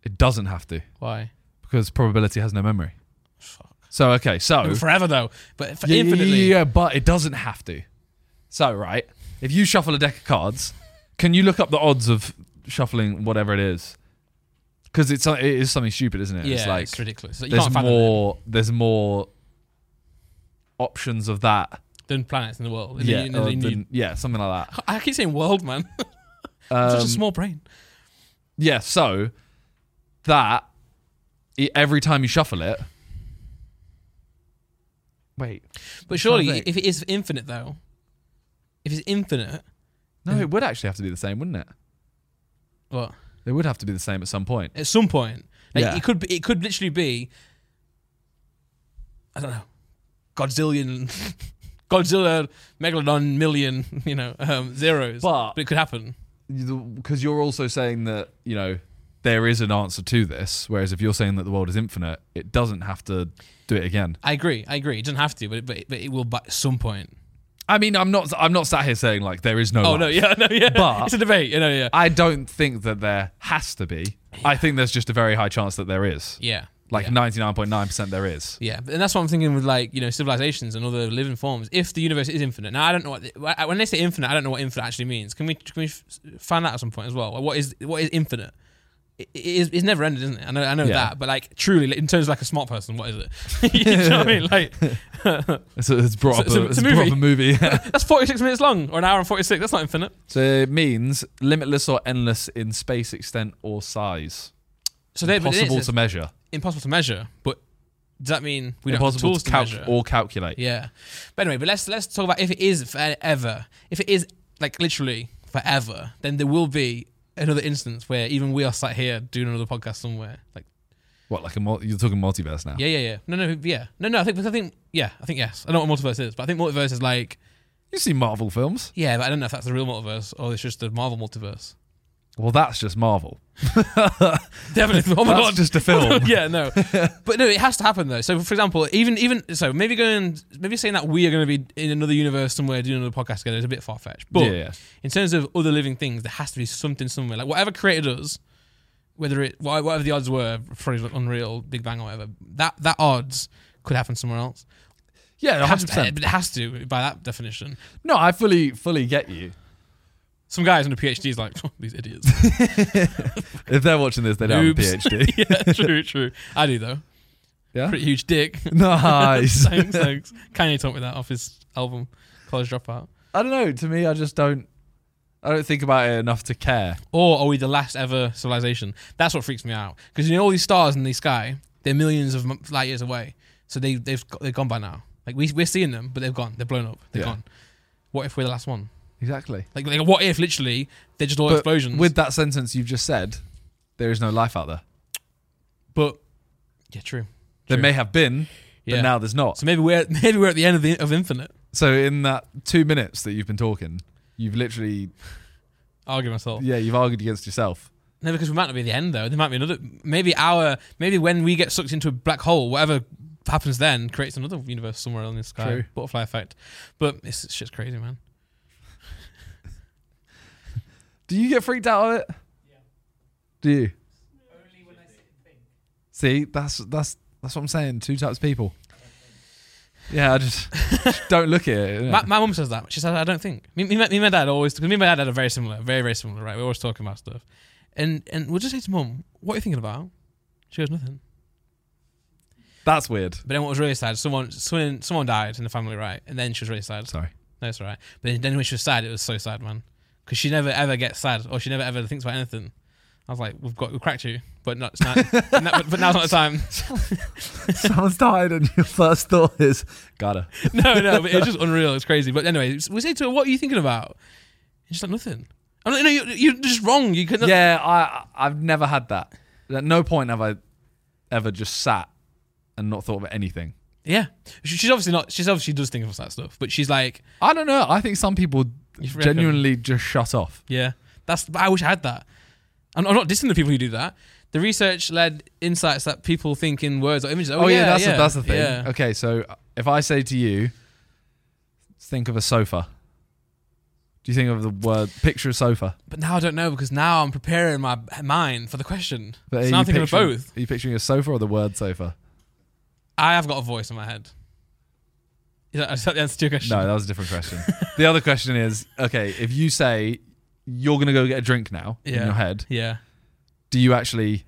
It doesn't have to
why?
because probability has no memory.
Fuck.
So okay, so
No, forever though, but for
yeah, yeah,
infinitely.
yeah, yeah, but it doesn't have to. So right, if you shuffle a deck of cards, can you look up the odds of shuffling whatever it is? Because it's it is something stupid, isn't it?
Yeah,
it's like
ridiculous. Like, you
there's
can't fathom it.
more there's more options of that.
than planets in the world. And
Yeah,
then you-
or
and then you-
than- yeah, something like that.
I keep saying world, man. (laughs)
Um,
Such a small brain.
yeah, so that i- every time you shuffle it. Wait,
But surely,
trying to think.
if it is infinite, though, if it's infinite,
no, it would actually have to be the same, wouldn't it?
what?
It would have to be the same at some point.
At some point, like,
Yeah.
it could be, it could literally be. I don't know, Godzillion, (laughs) Godzilla, Megalodon, million, (laughs) you know, um, zeros.
But
it could happen.
because you're also saying that you know there is an answer to this, whereas if you're saying that the world is infinite, it doesn't have to do it again.
I agree. I agree. It doesn't have to, but it, but, it, but it will by- at some point.
I mean, I'm not I'm not sat here saying like there is no.
Oh
life.
no, (laughs) yeah, no, yeah.
But-
it's a debate. You know, yeah,
I don't think that there has to be. I think there's just a very high chance that there is.
yeah.
Like
yeah.
99.9% there is.
Yeah, and that's what I'm thinking with like you know civilizations and other living forms. If the universe is infinite, now I don't know what the- uh, when they say infinite, I don't know what infinite actually means. Can we can we f- find that at some point as well? What is what is infinite? it, it is, it's never ended, isn't it? I know, I know
Yeah.
that, but like truly, like, in terms of like a smart person, what is it? (laughs) you know what I mean?
(laughs)
Like
So it's brought
So-
up.
so
a,
it's
it's
a
brought up a (laughs) movie.
that's forty six minutes long or an hour and forty six. That's not infinite.
so it means limitless or endless in space, extent, or size.
So they but it is,
impossible
it's
to measure.
impossible to measure. But does that mean we don't have the
impossible
tools to,
to calc-
measure?
or calculate.
Yeah. But anyway, but let's let's talk about if it is forever. If it is like literally forever, then there will be another instance where even we are sat here doing another podcast somewhere. Like
What like a mul- you're talking multiverse now?
yeah, yeah, yeah. No, no, yeah. No, no. I think because I think yeah. I think yes. I know what multiverse is, but I think multiverse is like
You've seen Marvel films.
yeah. But I don't know if that's the real multiverse or it's just the Marvel
(laughs)
multiverse.
Well, that's just Marvel.
Definitely. (laughs) Oh my
that's
god.
just a film.
(laughs) yeah,
(laughs)
no, but no, it has to happen though. So, for example, even even so, maybe going, maybe saying that we are going to be in another universe somewhere doing another podcast together is a bit far fetched. But
yeah, yeah.
in terms of other living things, there has to be something somewhere. Like whatever created us, whether it wha- whatever the odds were, for example, Unreal, Big Bang, or whatever, that that odds could happen somewhere else.
Yeah,
It has,
hundred
to,
percent.
it has to by that definition.
No, I fully, fully get you.
Some guys on a PhD is like (laughs) "Oh, these idiots.
If they're watching this, they don't
Noobs.
have a PhD.
yeah, true, true. I do though.
Yeah?
pretty huge dick. (laughs)
(laughs) nice.
thanks, thanks. Kanye taught me that off his album College Dropout.
I don't know. To me, I just don't. I don't think about it enough to care.
Or are we the last ever civilization? That's what freaks me out. Because you know all these stars in the sky, they're millions of m- light years away. So they they've g- they're gone by now. Like we we're seeing them, but they've gone. They're blown up. They're
Yeah.
gone. What if we're the last one?
Exactly.
Like, like what if literally they're just all
But
explosions?
With that sentence you've just said, there is no life out there.
but yeah, true.
There
True.
may have been, but
Yeah.
now there's not.
So maybe we're (laughs) maybe we're at the end of the of infinite.
So in that two minutes that you've been talking, you've literally,
Argue myself.
yeah, you've argued against yourself.
No, because we might not be the end though. There might be another. Maybe our maybe when we get sucked into a black hole, whatever happens then creates another universe somewhere in the sky.
True.
Butterfly effect. But it's, it's just crazy, man.
Do you get freaked out of it? Yeah. Do you? See, that's that's that's what I'm saying. Two types of people. Yeah, I (laughs) just, just don't look at it. innit?
My, my mum says that. She says, I don't think. Me, me, me and my dad always, because me and my dad had a very similar, very, very similar, right? We're always talking about stuff. And and we'll just say to mum, what are you thinking about? She goes, nothing.
that's weird.
But then what was really sad, someone someone, someone died in the family, right? And then she was really sad.
(laughs) Sorry.
No, it's all right. But then, then when she was sad, it was so sad, man. Because she never ever gets sad or she never ever thinks about anything. I was like, we've got, we've cracked you. But not, it's not, no, but, but now's not the time. (laughs)
Someone's died, and your first thought is, gotta.
No, no, but it's just unreal. It's crazy. But anyway, we say to her, what are you thinking about? And she's like, nothing. I'm like, no, you, you're just wrong. You couldn't.
Yeah, I I've never had that. At no point have I ever just sat and not thought of anything.
Yeah. She- She's obviously not, she's obviously does think of that stuff, but she's like,
I don't know. I think some people
You reckon?
genuinely just shut off.
yeah, that's, but I wish I had that. I'm, I'm not dissing the people who do that. The research led insights that people think in words or images. Oh,
Oh, yeah, that's
yeah,
The, that's the thing.
yeah.
Okay, so if I say to you, think of a sofa. Do you think of the word picture a sofa?
But now I don't know because now I'm preparing my mind for the question.
But are
so now
you
I'm thinking of
picturing-
both.
Are you picturing a sofa or the
(laughs)
word sofa?
I have got a voice in my head. Is that, is that the answer to your question?
No, that was a different question. the other question is, okay, if you say you're gonna go get a drink now
Yeah.
in your head,
Yeah.
do you actually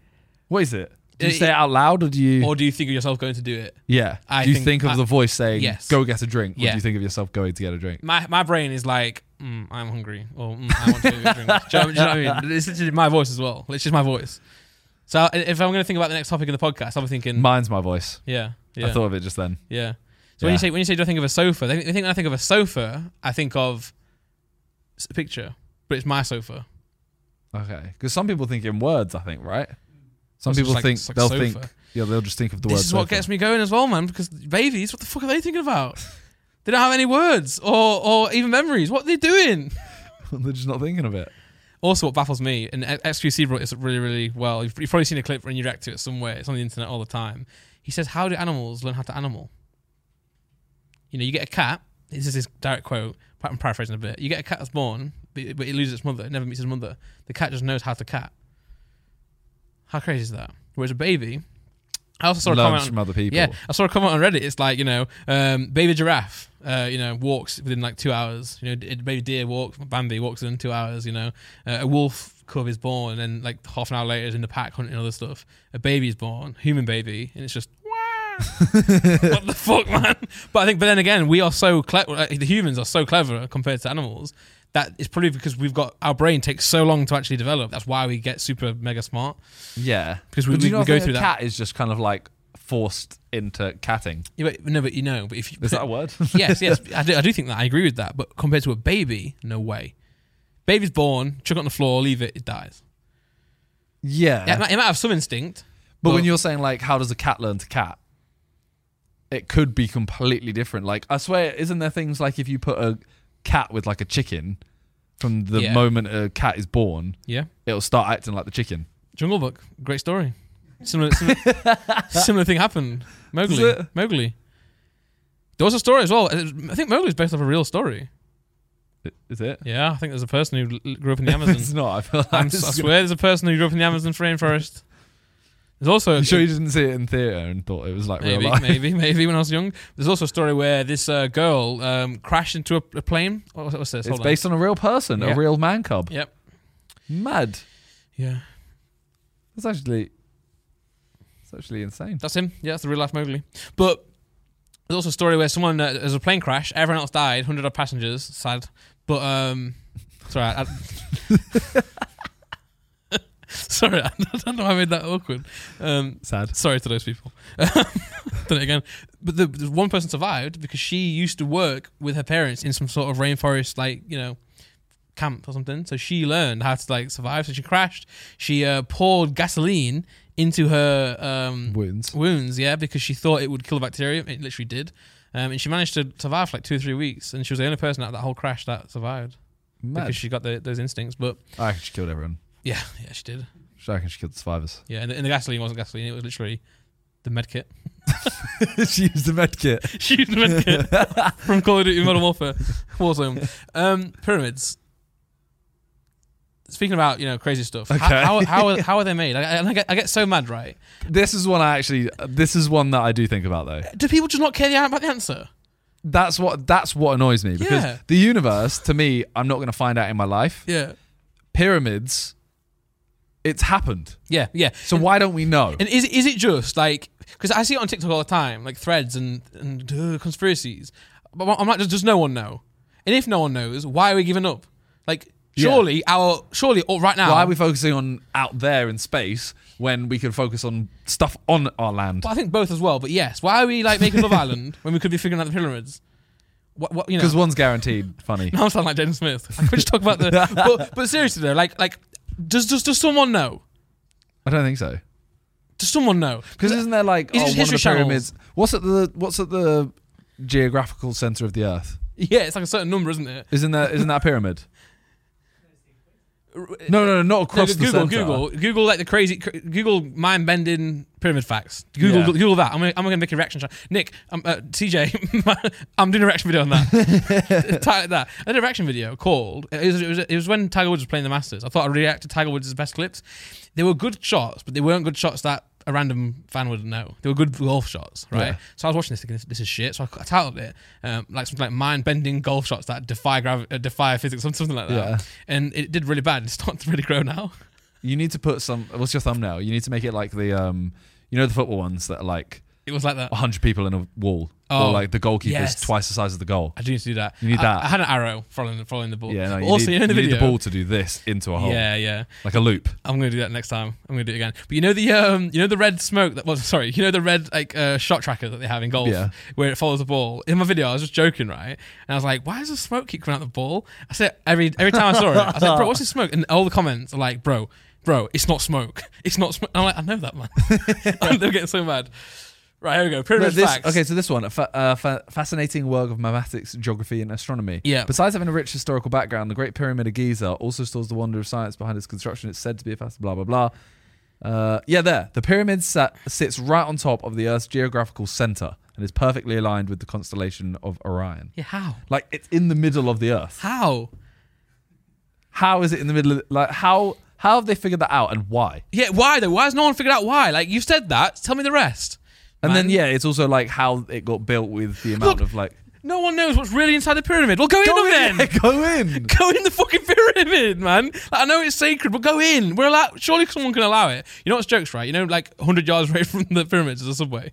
what is it? Do you
Uh,
say it out loud or do you
Or do you think of yourself going to do it?
Yeah.
I
do you
think-
think, of
I-
the voice saying
Yes.
go get a drink? Or
Yeah.
do you think of yourself going to get a drink?
My my brain is like, mm, I'm hungry, or mm, I want to drink. do, you know, do you know what I mean? It's literally my voice as well. It's just my voice. So I- if I'm going to think about the next topic in the podcast, I'm thinking,
Mine's my voice.
yeah, yeah,
I thought of it just then.
yeah. So when
Yeah.
you say when you say do I think of a sofa, they, they think when I think of a sofa, I think of s- a picture, but it's my sofa.
Okay. Because some people think in words, I think, right? Some
It's just
people
like-
think
it's like
they'll
sofa.
think yeah, they'll just think of the word
this is what
sofa.
gets me going as well, man. Because babies, what the fuck are they thinking about? they don't have any words or or even memories. What are they doing?
(laughs) They're just not thinking of it.
Also, what baffles me, and E- XQC brought this up really, really well. You've, you've probably seen a clip when you react to it somewhere. It's on the internet all the time. He says, "How do animals learn how to animal?" You know, you get a cat. This is his direct quote. but I'm paraphrasing a bit. You get a cat that's born, but it but it loses its mother. It never meets its mother. The cat just knows how to cat. How crazy is that? Whereas a baby I also saw a
learns
comment.
from
on-
other people.
yeah, I saw a comment on Reddit. It's like you know, um, baby giraffe, uh, you know, walks within like two hours. You know, d- baby deer walks, Bambi walks within two hours. You know, uh, a wolf cub is born, and like half an hour later is in the pack hunting other stuff. A baby is born, human baby, and it's just.
(laughs)
"Wah." what the fuck, man? But I think, but then again, we are so clever. Like, the humans are so clever compared to animals that it's probably because we've got our brain takes so long to actually develop. That's why we get super mega smart.
Yeah,
'Cause we-
But do you
we-
know
we
I
go
think
through
a
that.
Cat is just kind of like forced into catting.
Yeah, but, no, but you know, but if you
Is that a word? (laughs)
yes, yes, I do, I do think that. I agree with that. But compared to a baby, no way. Baby's born, chuck it on the floor, leave it, it dies.
yeah.
Yeah, it, might, it might have some instinct.
but when
but-
you're saying like, how does a cat learn to cat? It could be completely different. Like, I swear, isn't there things like if you put a cat with like a chicken, from the
Yeah.
moment a cat is born,
Yeah.
it'll start acting like the chicken.
Jungle Book, great story. Similar, (laughs) similar, similar thing happened.
Is
Mowgli.
it?
Mowgli. There was a story as well. I think Mowgli's based off a real story.
I- Is it?
Yeah, I think there's a person who l-
(laughs)
grew up in (laughs) the
it's
Amazon.
not. I feel like
I'm, I
it's
swear there's a person who grew up in the Amazon rainforest. There's also
You sure you didn't see it in theater and thought it was like
maybe,
real (laughs) life?
maybe, maybe when I was young. There's also a story where this uh, girl um, crashed into a, a plane. What was- What's this?
It's
Hold
based on a real person,
Yeah.
a real man cub.
on. Yep.
Mad.
Yeah.
That's actually, that's actually insane.
That's him. Yeah, that's the real life Mowgli. But there's also a story where someone uh, there's a plane crash. Everyone else died. Hundred odd passengers. Sad. But um, sorry. I, (laughs) sorry, (laughs) I don't know why I made that awkward. Um,
Sad.
Sorry to those people. (laughs) Done it again. But the, the one person survived because she used to work with her parents in some sort of rainforest, like you know, camp or something. So she learned how to like survive. So she crashed. She uh, poured gasoline into her um,
Wounds.
wounds, yeah, because she thought it would kill the bacteria. It literally did. Um, and she managed to survive for like two or three weeks. And she was the only person out of that whole crash that survived
Mad.
because she got the, those instincts. But
I reckon she killed everyone.
yeah, yeah, she did.
I reckon she killed the survivors.
Yeah, and the, and the gasoline wasn't gasoline. It was literally the med kit.
(laughs) she used the med kit.
She used the
(laughs)
med kit from Call of Duty Modern Warfare Warzone. Um, pyramids. Speaking about you know crazy stuff. h-
Okay.
How, how, how, are, how are they made? I, I, I get, I get so mad, right?
This is one I actually. This is one that I do think about though.
Do people just not care the- about the answer?
That's what. That's what annoys me because
Yeah.
the universe, to me, I'm not going to find out in my life.
Yeah,
Pyramids. It's happened.
yeah, yeah.
So why don't we know?
And is is it just like because I see it on TikTok all the time, like threads and and uh, conspiracies. But I'm like, does, does no one know? And if no one knows, why are we giving up? Like
Yeah.
surely our surely or right now
Why are we focusing on out there in space when we could focus on stuff on our land?
Well, I think both as well, but yes. Why are we like making Love Island when we could be figuring out the pyramids? What, what you know?
Because one's guaranteed funny.
Now I sound like Jaden Smith. Like, we just talk about the. But, but seriously though, like like, does does does someone know?
I don't think so.
Does someone know?
Because isn't there like
It's
oh,
just
one of the
history
pyramids? What's at the what's at the geographical center of the Earth?
yeah, it's like a certain number, isn't it?
Isn't that isn't that a pyramid?
No,
No, no, no, not across the
Google,
center.
Google, Google, like the crazy, cr- Google mind-bending pyramid facts. Google,
Yeah.
Google that. I'm gonna, I'm gonna make a reaction. Show. Nick, i uh, TJ, (laughs) I'm doing a reaction video on that.
(laughs)
Type that. I did a reaction video called. It was, it was, it was when Tiger Woods was playing the Masters. I thought I'd react to Tiger Woods' best clips. They were good shots, but they weren't good shots that a random fan would know. They were good golf shots, right?
Yeah.
So I was watching this thinking this, this is shit. So I, I titled it um, like something like mind-bending golf shots that defy gravi- uh, defy physics, (laughs) something, something like that.
Yeah.
And it did really bad. It's starting to really grow now. (laughs)
You need to put some. What's your thumbnail? You need to make it like the um, you know the football ones that are like
It was like that.
hundred people in a wall,
Oh,
or like the goalkeeper's
yes.
twice the size of the goal.
I do need to do that.
You need
I,
that.
I had an arrow following following the ball.
Yeah, no,
But
you,
also,
need,
you know in the
you need
video.
the ball Oh. to do this into a hole,
Yeah, yeah.
like a loop.
I'm gonna do that next time. I'm gonna do it again. But you know the um, you know the red smoke that was sorry. You know the red like uh, shot tracker that they have in golf,
Yeah.
where it follows the ball. In my video, I was just joking, right? And I was like, why does the smoke keep coming out the ball? I said every every time I saw it, I was like, bro, what's this smoke? And all the comments are like, bro, bro, it's not smoke. It's not smoke. I'm like, I know that man. (laughs) They're getting so mad. Right, here we go.
No,
Pyramid
this-
facts.
okay, so this one, a fa- uh, fa- fascinating work of mathematics, geography, and astronomy.
Yeah.
Besides having a rich historical background, the Great Pyramid of Giza also stores the wonder of science behind its construction. It's said to be a fast blah blah blah. Uh, yeah, there. The pyramid sat, sits right on top of the Earth's geographical center and is perfectly aligned with the constellation of Orion.
Yeah, how?
Like it's in the middle of the Earth.
How?
How is it in the middle? Of, like how How have they figured that out and why?
Yeah, why though? Why has no one figured out why? Like you've said that. Tell me the rest.
And then
Man.
yeah, it's also like how it got built with the
Look,
amount of like
No one knows what's really inside the pyramid. Well, go, in then.
yeah, (laughs) go
(laughs)
in.
Go in the fucking pyramid, man. Like, I know it's sacred, but go in. We're allowed. Surely someone can allow it. You know what's jokes, right? You know, like 100 yards away (laughs) from the pyramids is a (laughs) subway.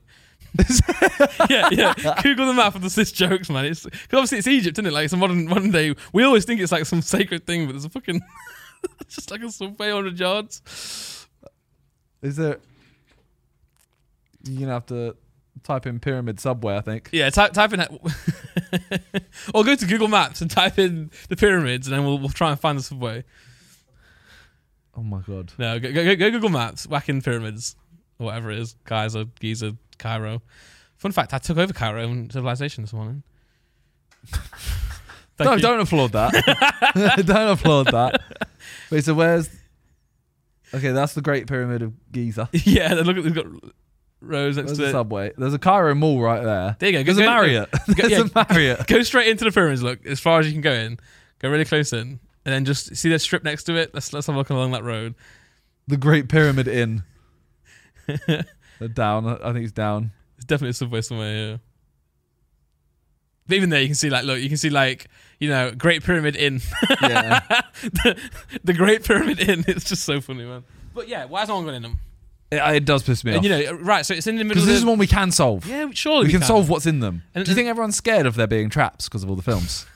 yeah, yeah. Google the map of the cis jokes, man. It's because obviously it's Egypt, isn't it? Like it's a modern modern day. We always think it's like some sacred thing, but there's a fucking (laughs) it's just like a subway 100 yards.
Is there? You're gonna have to type in pyramid subway. I think.
Yeah, type type in that. (laughs) or go to Google Maps and type in the pyramids, and then we'll, we'll try and find the subway.
Oh my god.
No, go, go, go, go Google Maps, whack in pyramids, or whatever it is, Giza, Giza, Cairo. Fun fact: I took over Cairo and civilization this
(laughs)
morning. Thank
no,
you.
don't applaud that. (laughs) don't applaud that. Wait, so where's? Okay, that's the Great Pyramid of Giza.
(laughs) Yeah, then look at we've got rows next
There's
to
a
it.
subway. There's a Cairo Mall right there.
There you go. go
There's a
go-
Marriott. (laughs)
Go,
There's
yeah,
a Marriott.
go straight into the pyramids. Look as far as you can go in. Go really close in, and then just see the strip next to it. Let's let's have a look along that road.
The Great
(laughs)
Pyramid Inn. They're down. I think it's down.
It's definitely a subway somewhere, yeah. But even there, you can see like, look, you can see like, you know, Great Pyramid Inn, (laughs)
Yeah.
the, the Great Pyramid Inn. (laughs) It's just so funny, man. But yeah, why is no one going in them?
it, it does piss me off.
And you know, right? So it's in the middle.
Because
Of
this is
the,
one we can solve.
yeah, surely
we,
we
can, solve what's in them.
And-
Do you
and-
think everyone's scared of there being traps because of all the films?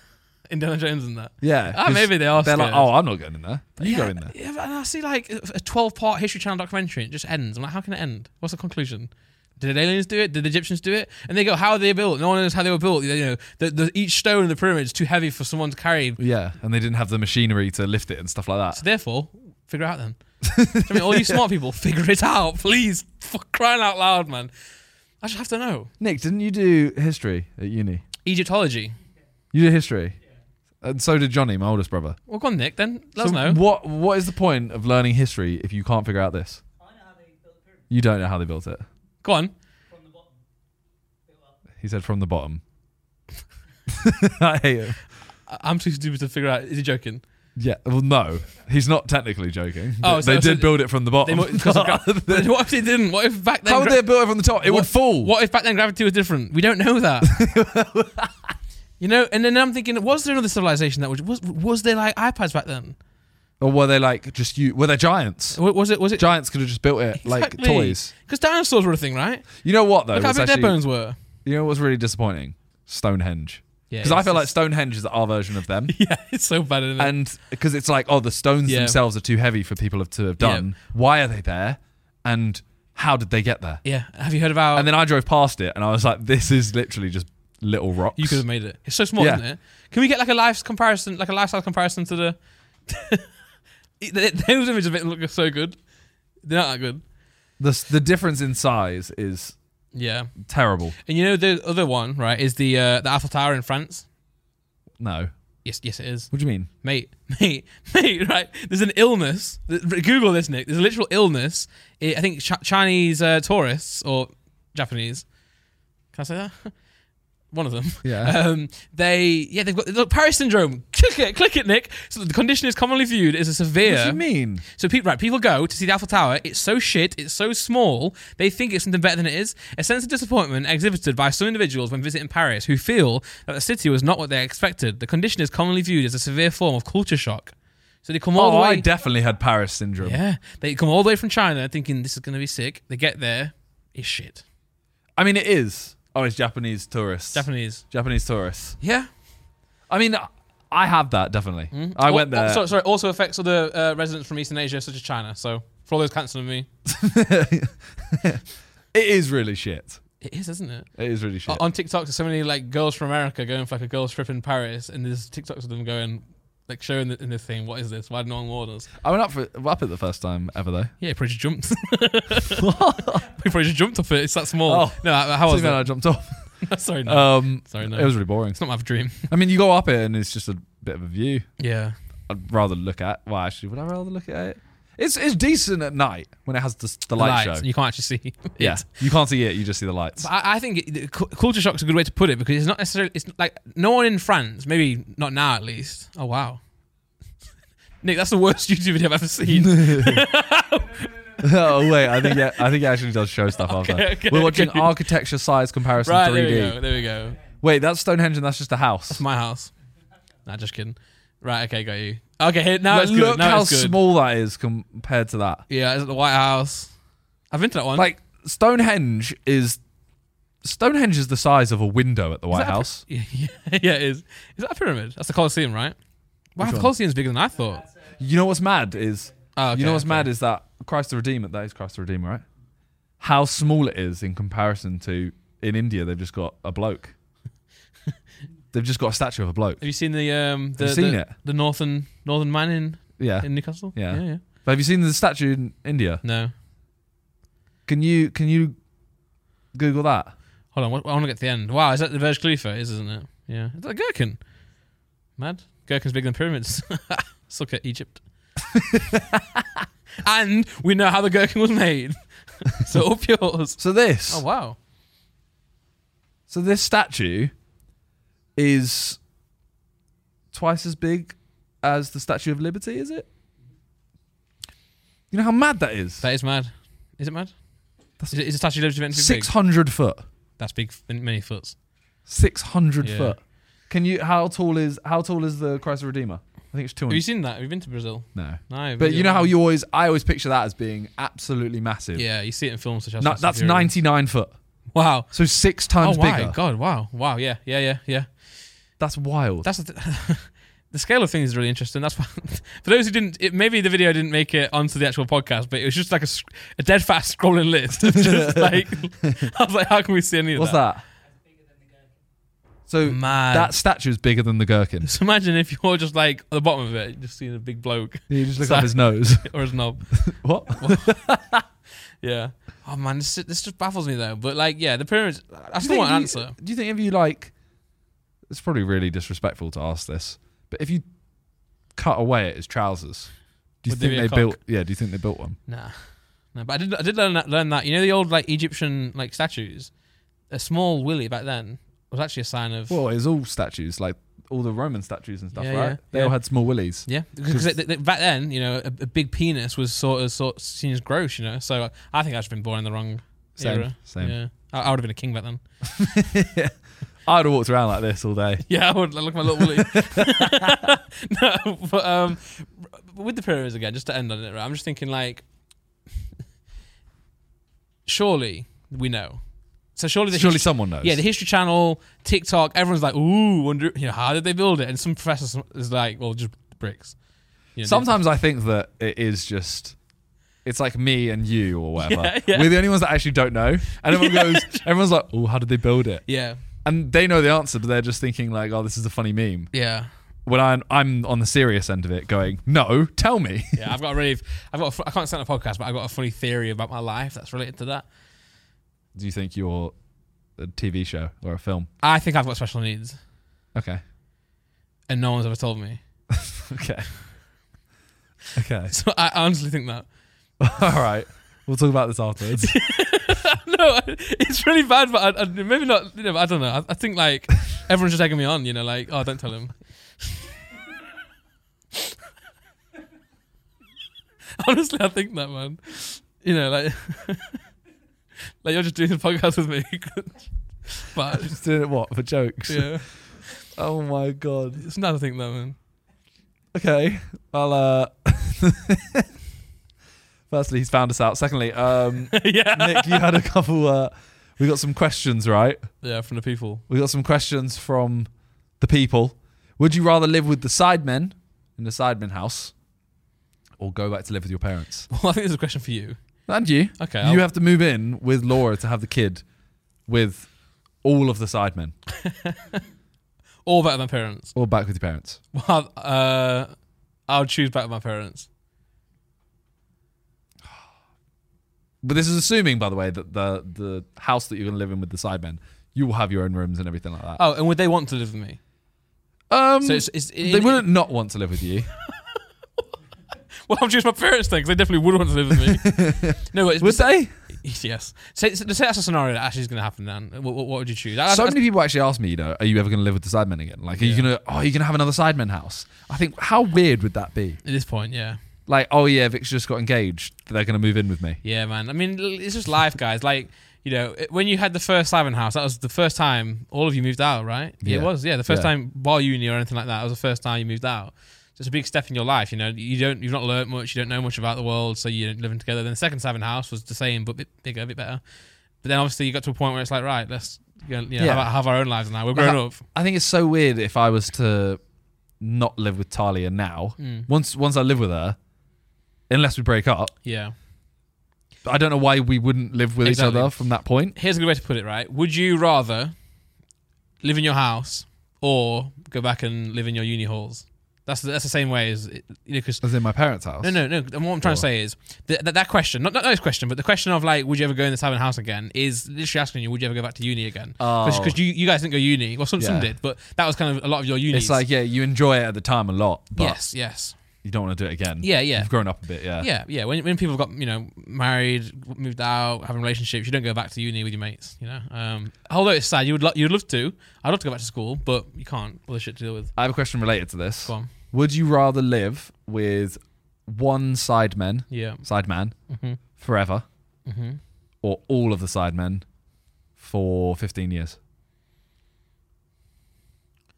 Indiana Jones and that.
Yeah.
Ah,
'cause
maybe they are
They're like,
scared.
oh, I'm not going in there. You
yeah,
go in there.
Yeah, but and I see like a twelve-part History Channel documentary, and it just ends. I'm like, how can it end? What's the conclusion? Did the aliens do it? Did the Egyptians do it? And they go, how are they built? No one knows how they were built. You know, the, the, each stone in the pyramid is too heavy for someone to carry.
Yeah, and they didn't have the machinery to lift it and stuff like that.
So therefore, figure it out then. I mean, all you smart people, (laughs) figure it out, please. For crying out loud, man. I just have to know.
Nick, didn't you do history at uni?
Egyptology.
You did history, and so did Johnny, my oldest brother.
Well, go on, Nick, then. Let
so
us know.
What What is the point of learning history if you can't figure out this? You don't know how they built it.
Go on.
He said from the bottom. (laughs) I hate him.
I- I'm too stupid to figure out. Is he
(laughs)
joking?
Yeah, well, no, he's not technically joking.
Oh,
They-
so-
they
so
did build it from the
They
bottom.
mo- because
(laughs)
of gra- But (laughs) what if they didn't? What if back then?
how would
gra-
they build it from the top? It would
What-
fall.
what if back then gravity was different? We don't know
(laughs)
that. you know, and then I'm thinking, was there another civilization that was was, was there like iPads back then?
Or were they like just you? Were they giants?
Wa- Was it was it
Giants could have just built it like
Exactly.
toys.
Because dinosaurs were a thing, right?
You know what though?
Look how
What's
big their
actually-
bones were.
You know what's really disappointing? Stonehenge.
Yeah,
Because I
it's-
feel like Stonehenge is our version of them.
(laughs) yeah, it's so bad. Isn't it?
and because it's like, oh, the stones
Yeah.
themselves are too heavy for people to have done. Why are they there? And how did they get there?
Yeah. Have you heard about?
And then I drove past it and I was like, this is literally just little rocks.
you could have made it. It's so small,
Yeah.
isn't it? Can we get like a life comparison, like a lifestyle comparison to the? (laughs) Th- th- Those images of it look so good. They're not that good.
the, s- the difference in size is
Yeah.
terrible.
And you know the other one, right? Is the uh, the Eiffel Tower in France?
No.
Yes, yes, it is.
What do you mean?
mate, (laughs) mate, mate, right? There's an illness. Google this, Nick. There's a literal illness. I I think Ch- Chinese uh, tourists or Japanese. Can I say that? (laughs) One of them. (laughs)
Yeah.
Um, they, yeah, they've got look, Paris syndrome. (laughs) Click it, click it, Nick. So the condition is commonly viewed as a severe.
What do you mean?
So people, right, people go to see the Eiffel Tower. It's so shit. It's so small. They think it's something better than it is. A sense of disappointment exhibited by some individuals when visiting Paris, who feel that the city was not what they expected. The condition is commonly viewed as a severe form of culture shock. So they come all the
Oh, I
way.
definitely had Paris syndrome.
yeah, they come all the way from China thinking this is going to be sick. They get there, it's shit.
I mean, it is. Oh, it's Japanese tourists.
Japanese.
Japanese tourists.
Yeah.
I mean, I have that definitely. I
Al-
went there.
al- so- sorry. Also affects other uh, residents from Eastern Asia, such as China. So for all those cancelling me,
It is really shit.
it is, isn't it?
It is really shit.
On TikTok, there's so many like girls from America going for like a girls trip in Paris, and there's TikToks of them going like showing the, in this thing. What is this? Why did no one warn us?
I went up for up it the first time ever though.
Yeah, he probably just jumped. (laughs) he probably just jumped off it. It's that small.
Oh.
no, how- how
So
was
then I
that?
jumped off.
(laughs) Sorry, no.
(laughs) Um,
Sorry, no.
It was really boring.
it's not my dream.
I mean, you go up it and it's just a bit of a view.
(laughs) Yeah,
I'd rather look at. Well, actually, would I rather look at it? It's it's decent at night when it has the, the light
Lights,
show.
and You can't actually see. it.
yeah, you can't see it. You just see the lights.
But I, I think it, the cu- culture shock's a good way to put it because it's not necessarily. It's like no one in France, maybe not now at least. Oh wow. (laughs) Nick, that's the worst (laughs) YouTube video I've ever seen.
(laughs) oh wait, I think yeah, I think he actually does show stuff
(laughs)
after.
Okay, okay,
We're watching
okay.
architecture size comparison
right,
3D.
there we go. There we go.
Wait, that's Stonehenge and that's just a house.
It's (laughs) my house. Nah, just kidding. Right, okay, got you. Okay, here, now
Like,
it's good.
look
now
how
it's good.
small that is compared to that.
Yeah, it's at the White House. I've been to that one.
Like Stonehenge is Stonehenge is the size of a window at the White
that a-
House.
(laughs) yeah, yeah, yeah, it is. Is that a pyramid? That's the Colosseum, right? Wow, the
one?
Colosseum's bigger than I thought.
You know what's mad is
Oh, okay,
you know what's
okay.
mad is that Christ the Redeemer. That is Christ the Redeemer, right? How small it is in comparison to in India, they've just got
(laughs)
a bloke. they've just got a statue of a bloke.
Have you seen the um the
you seen
the,
it?
the northern northern man in,
Yeah.
in Newcastle?
Yeah.
yeah, yeah.
But have you seen the statue in India?
No,
Can you can you Google that?
hold on. What, I want to get to the end. Wow, is that the Burj Khalifa? It Is isn't it? Yeah, is that a gherkin? Mad gherkins bigger than pyramids. (laughs) Suck at Egypt. (laughs) and we know how the gherkin was made. (laughs) so up yours.
So this
Oh wow.
so this statue is twice as big as the Statue of Liberty, is it? You know how mad that is?
That is mad. Is it mad?
That's-
is, it, is the Statue of Liberty meant to be
Six
big?
hundred foot.
That's big, f- many foots.
Six hundred
Yeah.
foot. Can you how tall is how tall is the Christ the Redeemer? I think it's two
Have you
hundred.
seen that? Have you been to Brazil?
No.
No.
But you know how you always I always picture that as being absolutely massive.
Yeah, you see it in films such as.
No,
Fast and
that's
Furious.
ninety nine foot.
Wow.
So six
Oh
times
my
bigger.
god! Wow, wow, yeah, yeah, yeah, yeah.
That's wild.
That's the, th- (laughs) the scale of things is really interesting. That's why (laughs) for those who didn't, it, maybe the video didn't make it onto the actual podcast, but it was just like a, sc- a dead fast scrolling list. Of
(laughs)
just like (laughs) I was like, how can we see any of
What's that? So
Man,
that statue is bigger than the gherkin.
Just imagine if you're just like at the bottom of it, just seeing a big bloke (laughs)
You just
look up
his
(laughs)
nose.
or his knob.
what?
Yeah. Oh man, this this just baffles me though. But like, yeah, the pyramids. I still want an answer.
Do you think if you like, it's probably really disrespectful to ask this, but if you cut away at his trousers, do you
Would there be
think
a
they
cock?
built? Yeah, do you think they built one?
Nah, no. But I did. I did learn that. Learn that. You know the old like Egyptian like statues. A small willy back then was actually a sign of.
Well, it was all statues, like all the Roman statues and stuff,
Yeah,
right?
yeah,
they
yeah.
all had small willies.
yeah, because they- they- back then, you know, a, a big penis was sort of sort of seen as gross, you know. So I think I've just been born in the wrong
Same,
era.
same.
Yeah, I, I would have been a king back then. (laughs)
I would have walked around like this all day.
Yeah, I would I look my little
(laughs)
willy. (laughs) no, but um, with the pyramids again, just to end on it, right? I'm just thinking like, surely we know. So surely (laughs) the
Surely
hist-
someone knows.
yeah, the History Channel, TikTok, everyone's like, ooh, wonder, you know, how did they build it? And some professor is like, well, just bricks. You know,
Sometimes I think that it is just it's like me and you or whatever.
(laughs) Yeah, yeah.
We're the only ones that actually don't know.
(laughs)
And everyone goes everyone's like, Oh, how did they build it?
yeah,
And they know the answer, but they're just thinking like, Oh, this is a funny meme.
yeah.
When I'm I'm on the serious end of it going, No, tell me. (laughs)
yeah, I've got a really, I've got, a, fu- I can't stand a podcast, but I've got a funny theory about my life that's related to that.
Do you think you're a TV show or a film?
I think I've got special needs,
Okay. (laughs)
and no one's ever told me. (laughs)
Okay. Okay. (laughs)
So I honestly think that.
All right. We'll talk about this afterwards.
(laughs) No, it's really bad, but I, I, maybe not. You know, I don't know. I, I think (laughs) like everyone's just egging me on. You know, like oh, don't tell him. (laughs) Honestly, I think that man. You know, like (laughs) like you're just doing the podcast with me, (laughs) but
just doing it what? For jokes.
yeah,
(laughs) Oh my god.
it's not. I think that man.
Okay. Well, uh, (laughs) firstly, he's found us out. Secondly, um,
(laughs) yeah,
Nick, you had a couple. Uh, we got some questions, right?
yeah, from the people.
We got some questions from the people. Would you rather live with the sidemen in the sidemen house, or go back to live with your parents?
Well, (laughs) I think there's a question for you.
And you,
Okay,
you
I'll-
have to move in with Laura to have the kid with all of the sidemen,
all better than parents. (laughs)
or back with your parents.
Well, uh, I'll choose better than my parents.
But this is assuming, by the way, that the the house that you're going to live in with the sidemen, you will have your own rooms and everything like that.
Oh, and would they want to live with me?
Um,
So it's, it's
they wouldn't not want to live with you.
Well, I'm choosing my parents then, because they definitely would want to live with me.
(laughs)
no, but it's,
Would they?
(laughs) yes. Say, say that's a scenario that actually is going to happen. Then, what, what, what would you choose? I,
so
I,
many people actually ask me, you know, are you ever going to live with the Sidemen again? Like, are you
Yeah.
going to, oh, are you going to have another Sidemen house? I think, how weird would that be?
at this point, yeah,
Like, oh yeah, Vic's just got engaged. They're going to move in with me.
yeah, man. I mean, l- it's just life, guys. Like. You know, it- when you had the first Simon house, that was the first time all of you moved out, right?
Yeah.
It was, yeah, the first
Yeah.
time while uni or anything like that. That was the first time you moved out. So it's a big step in your life. You know, you don't, you've not learnt much, you don't know much about the world, so you're living together. Then the second Simon house was the same, but bit bigger, a bit better. But then obviously you got to a point where it's like, right, let's you know,
Yeah.
have, our- have our own lives now. We're
Like,
grown up.
I think it's so weird if I was to not live with Talia now.
Mm.
Once, once I live with her, unless we break up,
Yeah.
I don't know why we wouldn't live with
Exactly.
each other from that point.
Here's a good way to put it, right? Would you rather live in your house or go back and live in your uni halls? That's the, that's the same way as you know, 'cause-
As in my parents' house.
no, no, no. and What I'm trying
Sure.
to say is th- that that question, not not this question, but the question of like, would you ever go in this having house again? Is literally asking you, would you ever go back to uni again? Because
Oh.
you, you guys didn't go uni. Well, some some
Yeah.
did, but that was kind of a lot of your uni.
It's like, yeah, you enjoy it at the time a lot, but
yes, yes,
you don't want to do it again.
yeah, yeah.
You've grown up a bit, yeah.
Yeah, yeah. When when people got you know married, moved out, having relationships, you don't go back to uni with your mates. You know, um, although it's sad, you would lo- you'd love to. I'd love to go back to school, but you can't. All the shit to deal with.
I have a question related to this.
Go on.
Would you rather live with one sideman,
Yeah.
sideman,
Mhm.
forever, Mm-hmm.
Mhm.
or all of the sidemen for 15 years?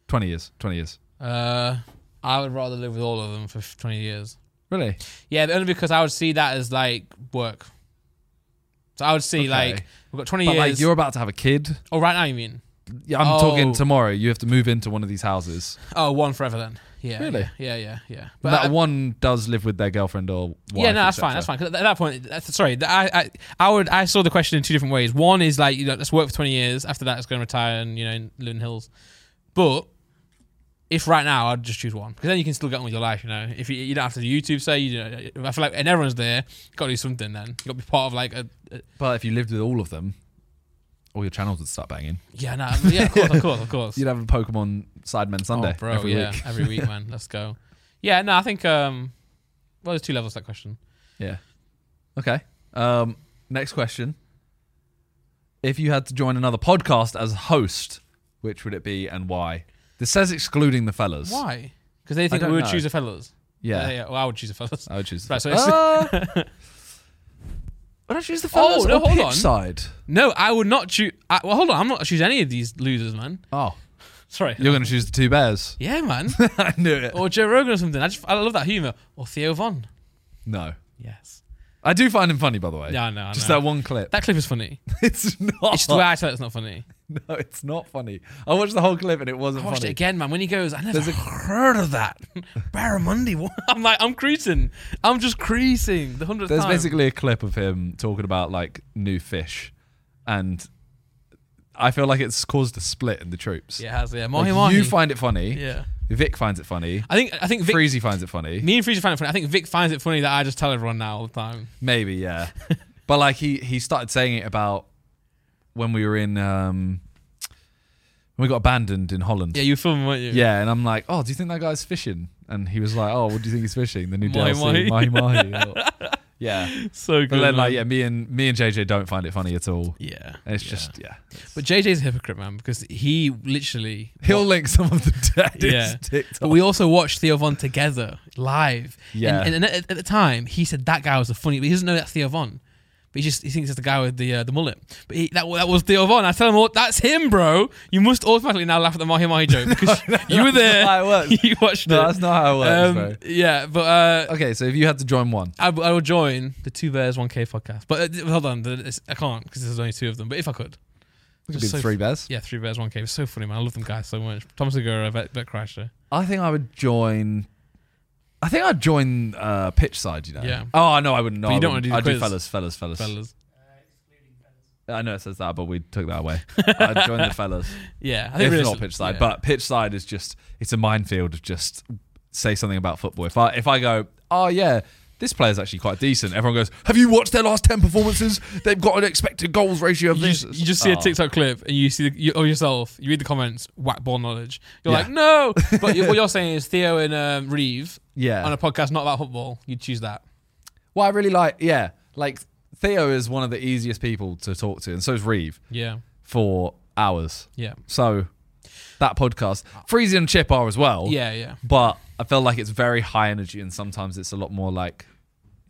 20 years. 20 years.
Uh, I would rather live with all of them for f- twenty years.
Really?
Yeah, but only because I would see that as like work. So I would see
Okay.
like we've got twenty
But like,
years.
you're about to have a kid.
oh, right now you mean?
Yeah, I'm talking
Oh.
tomorrow. You have to move into one of these houses.
Oh, one forever then. Yeah.
Really?
Yeah, yeah, yeah. yeah.
But
I-
that one does live with their girlfriend or wife.
yeah, no, that's
etc.
fine. That's fine. 'Cause at that point, that's, sorry, th- I, I, I would, I saw the question in two different ways. One is like, you know, let's work for twenty years. After that, it's going to retire and you know, live in hills. But if right now, I'd just choose one because then you can still get on with your life. You know, if you, you don't have to do YouTube, say you know, I feel like and everyone's there. Got to do something then. You got to be part of like a, a
But if you lived with all of them, all your channels would start banging.
yeah, no, yeah, of course, of course, of
(laughs)
course.
You'd have a Pokemon Sidemen Sunday
oh, bro,
every
yeah,
week.
every week, man. Let's go. Yeah, no, I think um, well, there's two levels to that question.
Yeah. Okay. Um, next question. If you had to join another podcast as host, which would it be and why? This says excluding the fellas.
Why? Because they think
don't
we would
know.
choose the fellas.
Yeah.
yeah. Well, I would choose the fellas.
I would choose the
Right, so
fellas.
it's- Oh,
Uh, would I choose the fellas
no,
or
hold
pitch
on.
side?
No, I would not choose. I, well, hold on, I'm not choose any of these losers, man.
Oh,
Sorry.
you're going to choose the two
(laughs)
bears.
yeah, man.
I knew it.
or Joe Rogan or something. I just, I love that humor. Or Theo Von.
(laughs) No.
Yes.
I do find him funny, by the way.
Yeah, I know. I
Just
know.
that one clip.
that clip is (laughs) funny.
(laughs) it's not.
It's just
(laughs)
the way I tell it's not funny.
no, it's not funny. I watched the whole clip and it
I (laughs)
wasn't
watched
funny.
it again, man. When he goes, I never heard of (laughs) that. Barramundi. What? (laughs) I'm like, I'm creasing. I'm just creasing. The hundredth
There's
time.
basically a clip of him talking about like new fish, and I feel like it's caused a split in the troops.
yeah, it has yeah.
Like,
Mahi Mahi.
you find it funny.
yeah.
Vic finds it funny.
I think I think Vic.
Freezy finds it funny.
me and Freezer find it funny. I think Vic finds it funny that I just tell everyone now all the time. (laughs)
Maybe yeah, but like he he started saying it about when we were in um when we got abandoned in Holland.
Yeah, you were filming, weren't you?
Yeah, and I'm like, oh, do you think that guy's fishing? And he was like, oh, what do you think he's fishing? The new
Mahi
DLC, Mahi Mahi.
(laughs)
yeah,
So good.
but then like
man.
yeah, me and me and JJ don't find it funny at all.
Yeah.
And it's
yeah.
just yeah.
But JJ's a hypocrite, man, because he
(laughs)
literally.
He'll link some of the dead
Yeah.
(laughs) TikTok.
But we also watched Theo Von together live.
Yeah.
And, and, at, at the time, he said that guy was a funny, but he doesn't know that's Theo Von. But he just he thinks it's the guy with the uh, the mullet. But he, that that was Theo Von. I tell him, all, that's him, bro. You must automatically now laugh at the Mahi Mahi
(laughs)
joke because you were (laughs)
That's not
there.
how it works.
You watched
no,
it.
that's not how it works,
Um,
bro.
yeah, but uh,
Okay, so if you had to join one,
I, I will join the Two Bears One K podcast. But uh, hold on, the- it's- I can't because there's only two of them. But if I could,
it could
Just
be the
so-
three bears.
yeah, Three Bears One K. It was so funny, man. I love them guys so much. Tom Segura, Bet, Bet Crasher.
I think I would join. I think I'd join uh, pitch side. You know.
Yeah.
Oh no, I wouldn't. No,
But you
I
don't
wouldn't.
wanna do the
I'd do
quiz.
fellas, fellas, fellas,
fellas.
I know it says that, but we took
(laughs)
that away. I'd join the fellas.
Yeah, I think
If it's
realistically-
not pitch side,
yeah.
but pitch side is just it's a minefield of just say something about football. If I if I go, oh yeah, this player's actually quite decent. Everyone goes, have you watched their last 10 performances? They've got an expected goals ratio of
You
this.
just, you just see a
Oh.
TikTok clip and you see the, you, or yourself. You read the comments, whack ball knowledge. You're
Yeah.
like, no.
(laughs)
But you, what you're saying is Theo and um, Reeve
Yeah.
on a podcast not about football. You'd choose that.
Well, I really like, yeah, like Theo is one of the easiest people to talk to, and so is Reeve
Yeah,
for hours.
yeah,
So that podcast, Freezy and Chip are as well.
yeah, yeah.
But I feel like it's very high energy, and sometimes it's a lot more like,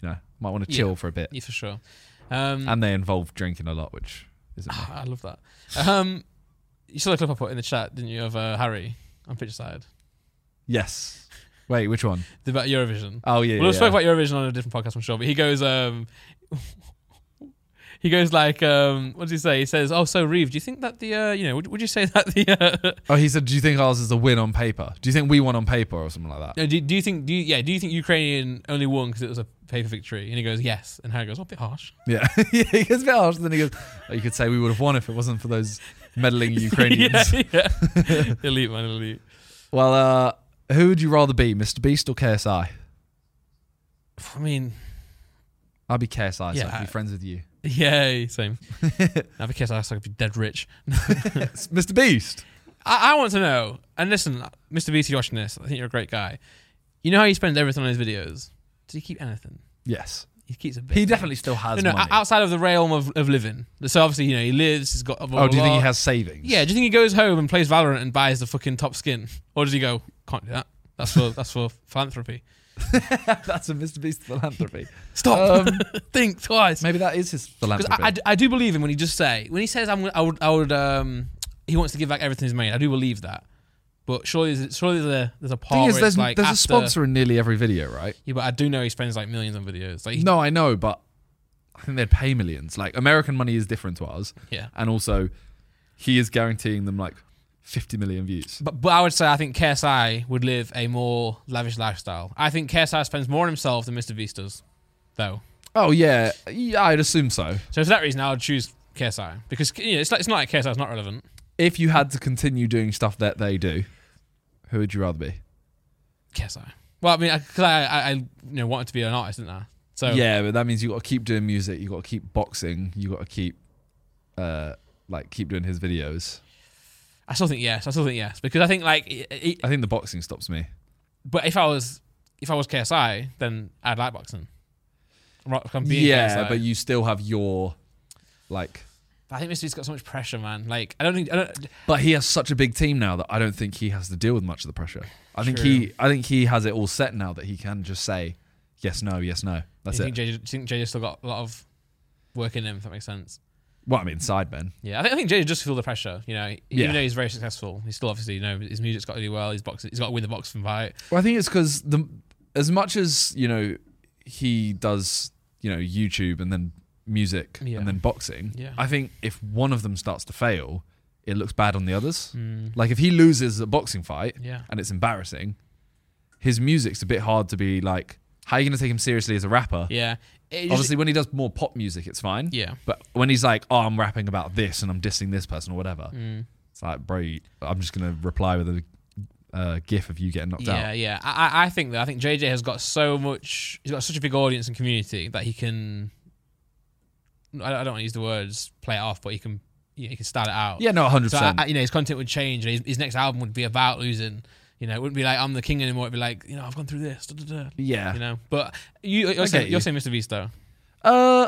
you know, might want to
Yeah.
chill for a bit.
Yeah, for sure. Um,
And they involve drinking a lot, which isn't. me.
(sighs) I love that. Um, you saw the clip I put in the chat, didn't you, of uh, Harry on pitch side
yes. Wait, which one?
The- about Eurovision.
Oh yeah.
Well, we
yeah.
spoke about Eurovision on a different podcast, I'm sure. But he goes, um, (laughs) he goes like, um, what does he say? He says, "Oh, so Reeve, do you think that the, uh, you know, would, would you say (laughs) that the, uh,
oh, he said, "Do you think ours is a win on paper? Do you think we won on paper or something like that?"
no, do, do you think, do you, yeah, do you think Ukrainian only won because it was a paper victory?" And he goes, "Yes." And Harry goes, "Oh, a bit harsh." (laughs)
Yeah, (laughs) yeah he gets a bit harsh. Then he goes, oh, "You could say we would have won if it wasn't for those
(laughs)
meddling Ukrainians."
yeah, yeah. (laughs) elite man, elite.
Well, uh, who would you rather be, Mr. Beast or KSI?
I mean,
I'd be KSI. so
Yeah,
I could
I-
be friends with you.
yay,
(laughs)
same. now, because I could be dead rich.
It's Mr. Beast.
I, I want to know, and listen, Mr. Beast, you're watching this. I think you're a great guy. You know how he spends everything on his videos? Does he keep anything?
Yes,
He keeps a bit.
he definitely still has
no, no,
money.
o- outside of the realm of, of living. So obviously, you know, he lives. He's got.
oh, do you think he has savings?
Yeah. Do you think he goes home and plays Valorant and buys the fucking top skin, or does he go? Can't do that. That's for that's for philanthropy.
(laughs) that's a Mr.
(laughs)
Beast philanthropy.
Stop.
um,
Think twice.
maybe that is his
Because
philanthropy.
I, I d- I do believe him when he just say when he says I'm gonna- I would I would um he wants to give back everything he's made. I do believe that. But surely there's, surely there's a there's a
Thing
part
is,
where
there's,
it's like
there's a
after-
sponsor in nearly every video, right?
Yeah, but I do know he spends like millions on videos. Like he,
No, I know, but I think they'd pay millions. Like American money is different to ours,
yeah.
and also he is guaranteeing them like 50 million views.
But, but I would say I think KSI would live a more lavish lifestyle. I think KSI spends more on himself than Mr. Beast does, though.
Oh yeah, yeah, I'd assume so.
So for that reason, I would choose KSI because you know, it's like, it's not like KSI is not relevant.
If you had to continue doing stuff that they do, who would you rather be?
KSI. Well, I mean, because I, I, I you know wanted to be an artist, didn't I? So
Yeah, but that means you got to keep doing music. You got to keep boxing. You got to keep, uh, like keep doing his videos.
I still think yes. I still think yes because I think like it, it,
I think the boxing stops me.
But if I was if I was KSI, then I'd like boxing. I'm not- I'm being
yeah,
KSI.
but you still have your, like.
I think Mr. Beast's got so much pressure, man. Like I don't think I don't.
But he has such a big team now that I don't think he has to deal with much of the pressure. I think he, I think he has it all set now that he can just say, yes, no, yes, no. That's
you Think
it.
JJ, do you think JJ's still got a lot of work in him? If that makes sense.
well, I mean, sidemen.
Yeah, I think, I think JJ just feel the pressure. You know,
Yeah.
even though he's very successful, he's still obviously you know his music's got to do well. His boxing, he's got to win the boxing fight.
Well, I think it's because the as much as you know he does you know YouTube and then music
Yeah.
and then boxing.
Yeah.
I think if one of them starts to fail, it looks bad on the others. Like if he loses a boxing fight
Mm, Yeah,
and it's embarrassing, his music's a bit hard to be like. How are you going to take him seriously as a rapper?
yeah. It just-
Obviously, when he does more pop music, it's fine.
yeah.
But when he's like, "Oh, I'm rapping about this and I'm dissing this person or whatever,"
Mm.
it's like, bro, you- I'm just going to reply with a uh, gif of you getting knocked
Yeah,
out.
yeah. I, I- I think that I think JJ has got so much. He's got such a big audience and community that he can. I don't, I don't want to use the words play it off, but he can. Yeah, he can style it out.
Yeah, no, 100%.
So I, I- you know, his content would change, and his, his next album would be about losing. You know, it wouldn't be like I'm the king anymore. It'd be like you know I've gone through this. Da, da, da,
yeah.
you know, but you you're, saying,
get
you're
you.
saying Mr. Beast though.
Uh,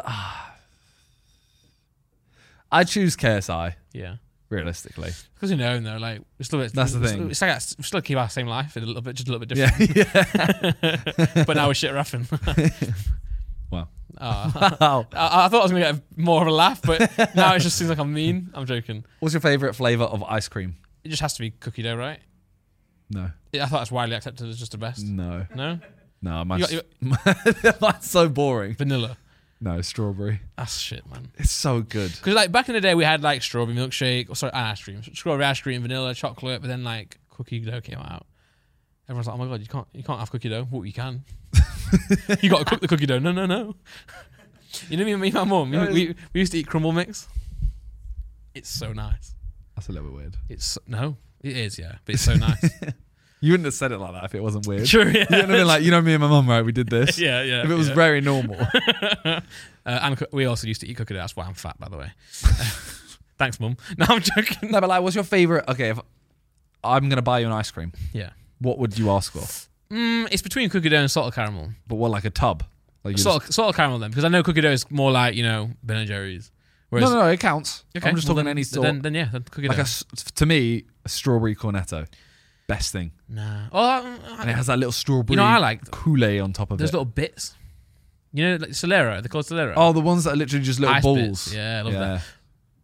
I choose KSI
Yeah.
realistically. (laughs)
Because we know him though, like we still
That's the
we
thing.
We still, got- we still keep our same life a little bit, just a little bit different.
Yeah, yeah.
but now we're shit (laughs)
(laughs)
rapping.
Wow.
Oh. I, I thought I was gonna get more of a laugh,
(laughs)
but now it just seems like I'm mean. I'm joking.
What's your favorite flavor of ice cream?
It just has to be cookie dough, right?
No,
I thought that's widely accepted as just the best.
no,
No,
no. Mine's,
You
(laughs) mine's so boring.
vanilla.
No, strawberry.
That's shit, man.
It's so good.
Because like back in the day, we had like strawberry milkshake, or sorry, ice cream, strawberry ice cream, vanilla, chocolate, but then like cookie dough came out. Everyone's like, "Oh my god, you can't, you can't have cookie dough." Well, you can. (laughs) you got to cook the cookie dough. No, no, no. you know me and me and my mum. We, we, we used to eat crumble mix. It's so nice.
That's a little bit weird. (laughs)
It's so, no, it is yeah, but it's so nice.
You wouldn't have said it like that if it wasn't weird.
True.
You
Yeah.
wouldn't have been like, you know, me and my mum, right? We did
(laughs)
this.
yeah, (laughs) yeah.
If it was
yeah.
very
(laughs)
normal.
uh, and co- we also used to eat crocodile. That's why I'm fat, by the way. (laughs) Thanks, mum. (laughs) No, I'm joking.
no, but like, what's your favorite? Okay, if I'm gonna buy you an ice cream,
Yeah.
what would you ask for?
Mm, it's between cookie dough and salted caramel.
But what, like a tub? Like you
Salted, salted caramel then, because I know cookie dough is more like you know Ben and Jerry's.
just-
Whereas,
no, no, no, it counts.
Okay,
I'm just
well,
talking
then,
any sort.
Then, then yeah, then cookie
like a
dough.
s to me, a strawberry cornetto, best thing,
nah. Oh, I-
and it has that little strawberry.
you know what I like
Kool-Aid on top of
those
it.
little bits. You know, like Solero. They're called Solero.
oh, the ones that are literally just little
Ice
balls.
bits. Yeah, I love that.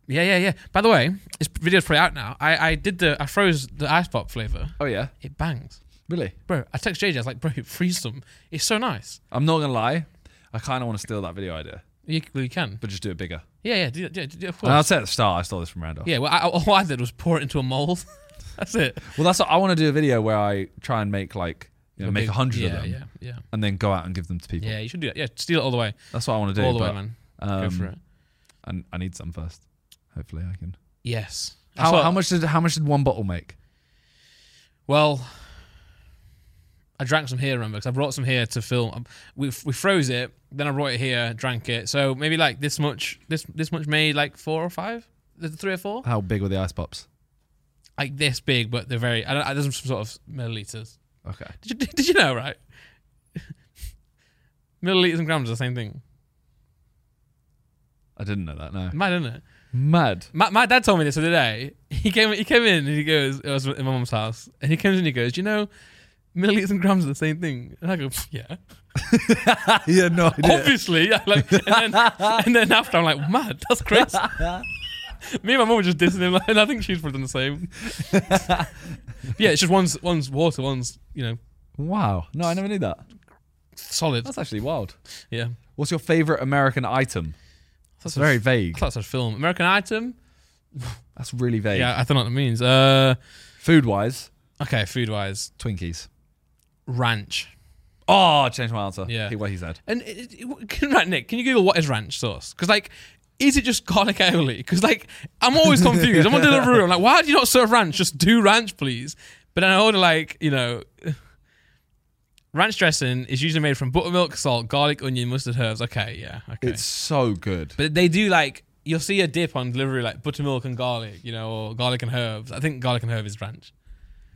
Yeah, yeah, yeah. By the way, this video's probably out now. I, I did the I froze the ice pop flavor.
Oh yeah,
It bangs,
really?
bro. I text JJ. I was like, bro, (laughs) freeze some. It's so nice.
I'm not gonna lie. I kind of want to steal that video idea,
You, well, you can.
but just do it bigger.
Yeah, yeah, do, do, do, of
And I'll
course.
say at the start, I stole this from Randolph.
Yeah, well, I, all I did was pour it into a mold. (laughs) That's it.
Well, that's what I want to do a video where I try and make like you know, make a hundred
yeah,
of them,
Yeah, yeah,
and then go out and give them to people.
yeah. You should do that. Yeah, steal it all the way,
That's what I want to do.
all the way,
but,
man.
um,
Go for it.
And I need some first. Hopefully, I can.
Yes. That's
How,
what-
how much did how much did one bottle make?
Well, I drank some here, remember? Because I brought some here to film. Um, We we froze it, then I brought it here, drank it. So maybe like this much, this this much made like four or five, Th- three or four,
How big were the ice pops?
like this big, but they're very. I don't. I- There's some sort of milliliters.
Okay.
Did you (laughs) did you know right? milliliters and grams are the same thing.
I didn't know that. No.
Mad, isn't it? (laughs)
Mad.
My, my dad told me this the other day. He came he came in and he goes, it was in my mum's house, and he comes in and he goes, do you know, milliliters and grams are the same thing. And I go, yeah.
yeah, no
Obviously, (laughs) yeah, like, and, then, and then after I'm like, mad, that's crazy. Me and my mum were just dissing him, (laughs) like, and I think she's probably done the same. But yeah, it's just one's one's water, one's you know
Wow. No, I never knew that.
solid.
That's actually wild.
Yeah,
What's your favorite American item?
that's
It's very vague.
That's a film, American item.
That's really vague.
Yeah, I don't know what it means. Uh,
Food wise,
okay, food wise,
Twinkies.
ranch.
Oh, I changed my answer.
Yeah.
He- What he said.
And it, it, (laughs) can, right, Nick, can you Google what is ranch sauce? Because like, is it just garlic aioli? Because like, I'm always confused. I'm under the room. I'm like, why do you not serve ranch? Just do ranch, please. But then I order like, you know, (sighs) ranch dressing is usually made from buttermilk, salt, garlic, onion, mustard, herbs. Okay, yeah, okay.
It's so good.
but they do like. You'll see a dip on delivery like buttermilk and garlic, you know, or garlic and herbs. I think garlic and herb is ranch.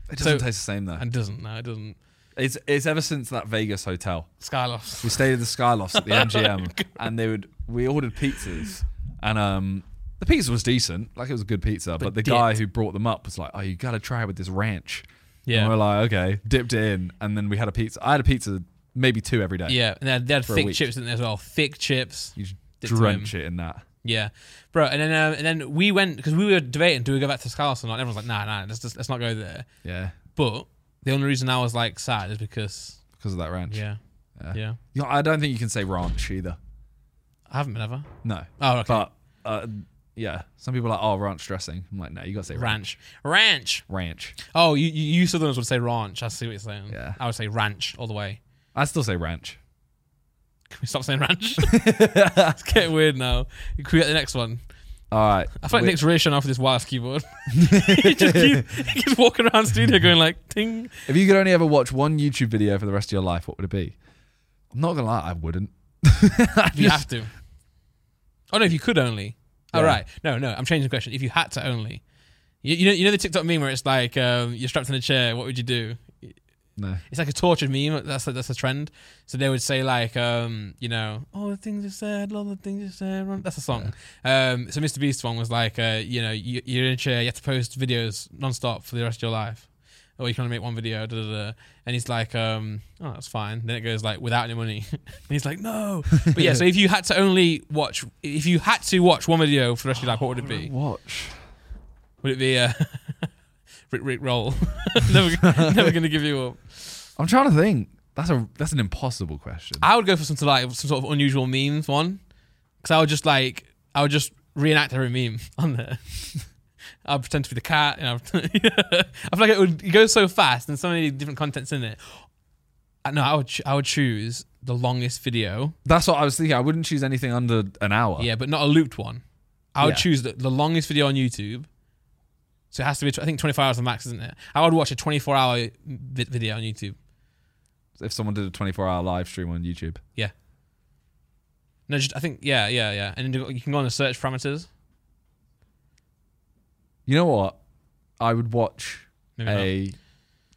It doesn't
so-
taste the same though.
And it doesn't, no, it doesn't.
It's it's ever since that Vegas hotel.
Skylos.
We stayed at the
(laughs)
Skylofts at the
Oh
MGM, and they would we ordered pizzas, and um, the pizza was decent, like it was a good pizza. But, the
dipped.
guy who brought them up was like, "Oh, you got to try it with this ranch." And
Yeah.
we're like, "Okay," dipped it in, and then we had a pizza. I had a pizza, maybe two every day.
Yeah. And they had, they had
a
thick
week.
chips in there as well. Thick chips.
you just
Stick to
drench it in that.
Yeah, bro. And then um, and then we went because we were debating do we go back to Scarlet or not. And everyone's like, nah, nah, let's just, let's not go there.
Yeah,
But the only reason I was like sad is because
because of that ranch.
yeah,
Yeah.
yeah.
You know, I don't think you can say ranch either.
I haven't been ever.
No,
Oh, okay.
but uh, yeah, some people are like, "Oh, ranch dressing." I'm like, "No, you got to say ranch."
ranch, ranch.
Ranch.
Oh, you you, you Southerners would say ranch. I see what you're saying.
Yeah.
I would say ranch all the way.
I still say ranch.
Can we stop saying ranch? it's getting weird now. Can we get the next one?
All right.
I feel like
Wait.
Nick's really showing off with his wireless keyboard. (laughs) he just keeps, he keeps walking around the studio going like, ting.
If you could only ever watch one YouTube video for the rest of your life, what would it be? I'm not gonna lie, I wouldn't. (laughs) I
(laughs) You
just-
have to. Oh no, if you could only. All
Yeah.
right. No, no, I'm changing the question. If you had to only, you, you know, you know the TikTok meme where it's like um, you're strapped in a chair. What would you do?
no.
It's like a tortured meme. That's the, that's a trend. So they would say like, um, you know, all the things you said, all the things you said. Run. That's a song. Um, so Mr Beast one was like, uh, you know, you, you're in a chair. You have to post videos nonstop for the rest of your life, or you can only make one video. Da, da, da. And he's like, um, oh, that's fine. Then it goes like without any money. (laughs) and he's like, no. But yeah. so if you had to only watch, if you had to watch one video for the rest of your life, what would it be?
Watch.
Would it be uh, (laughs) Rick Rick Roll? (laughs) never, never gonna give you up.
I'm trying to think. That's a that's an impossible question.
I would go for some sort of, like some sort of unusual memes one, because I would just like I would just reenact every meme (laughs) on there. I'll pretend to be the cat, and I'd, (laughs) I feel like it would go so fast, and so many different contents in it. I, no, I would ch- I would choose the longest video,
That's what I was thinking. I wouldn't choose anything under an hour.
yeah, but not a looped one. I would
Yeah.
choose the, the longest video on YouTube. So it has to be, tw- I think, 24 hours the max, isn't it? I would watch a 24 hour vi- video on YouTube.
If someone did a 24 hour live stream on YouTube,
No, just, I think, yeah, yeah, yeah. And then you can go on the search parameters.
you know what? I would watch
Maybe not.
a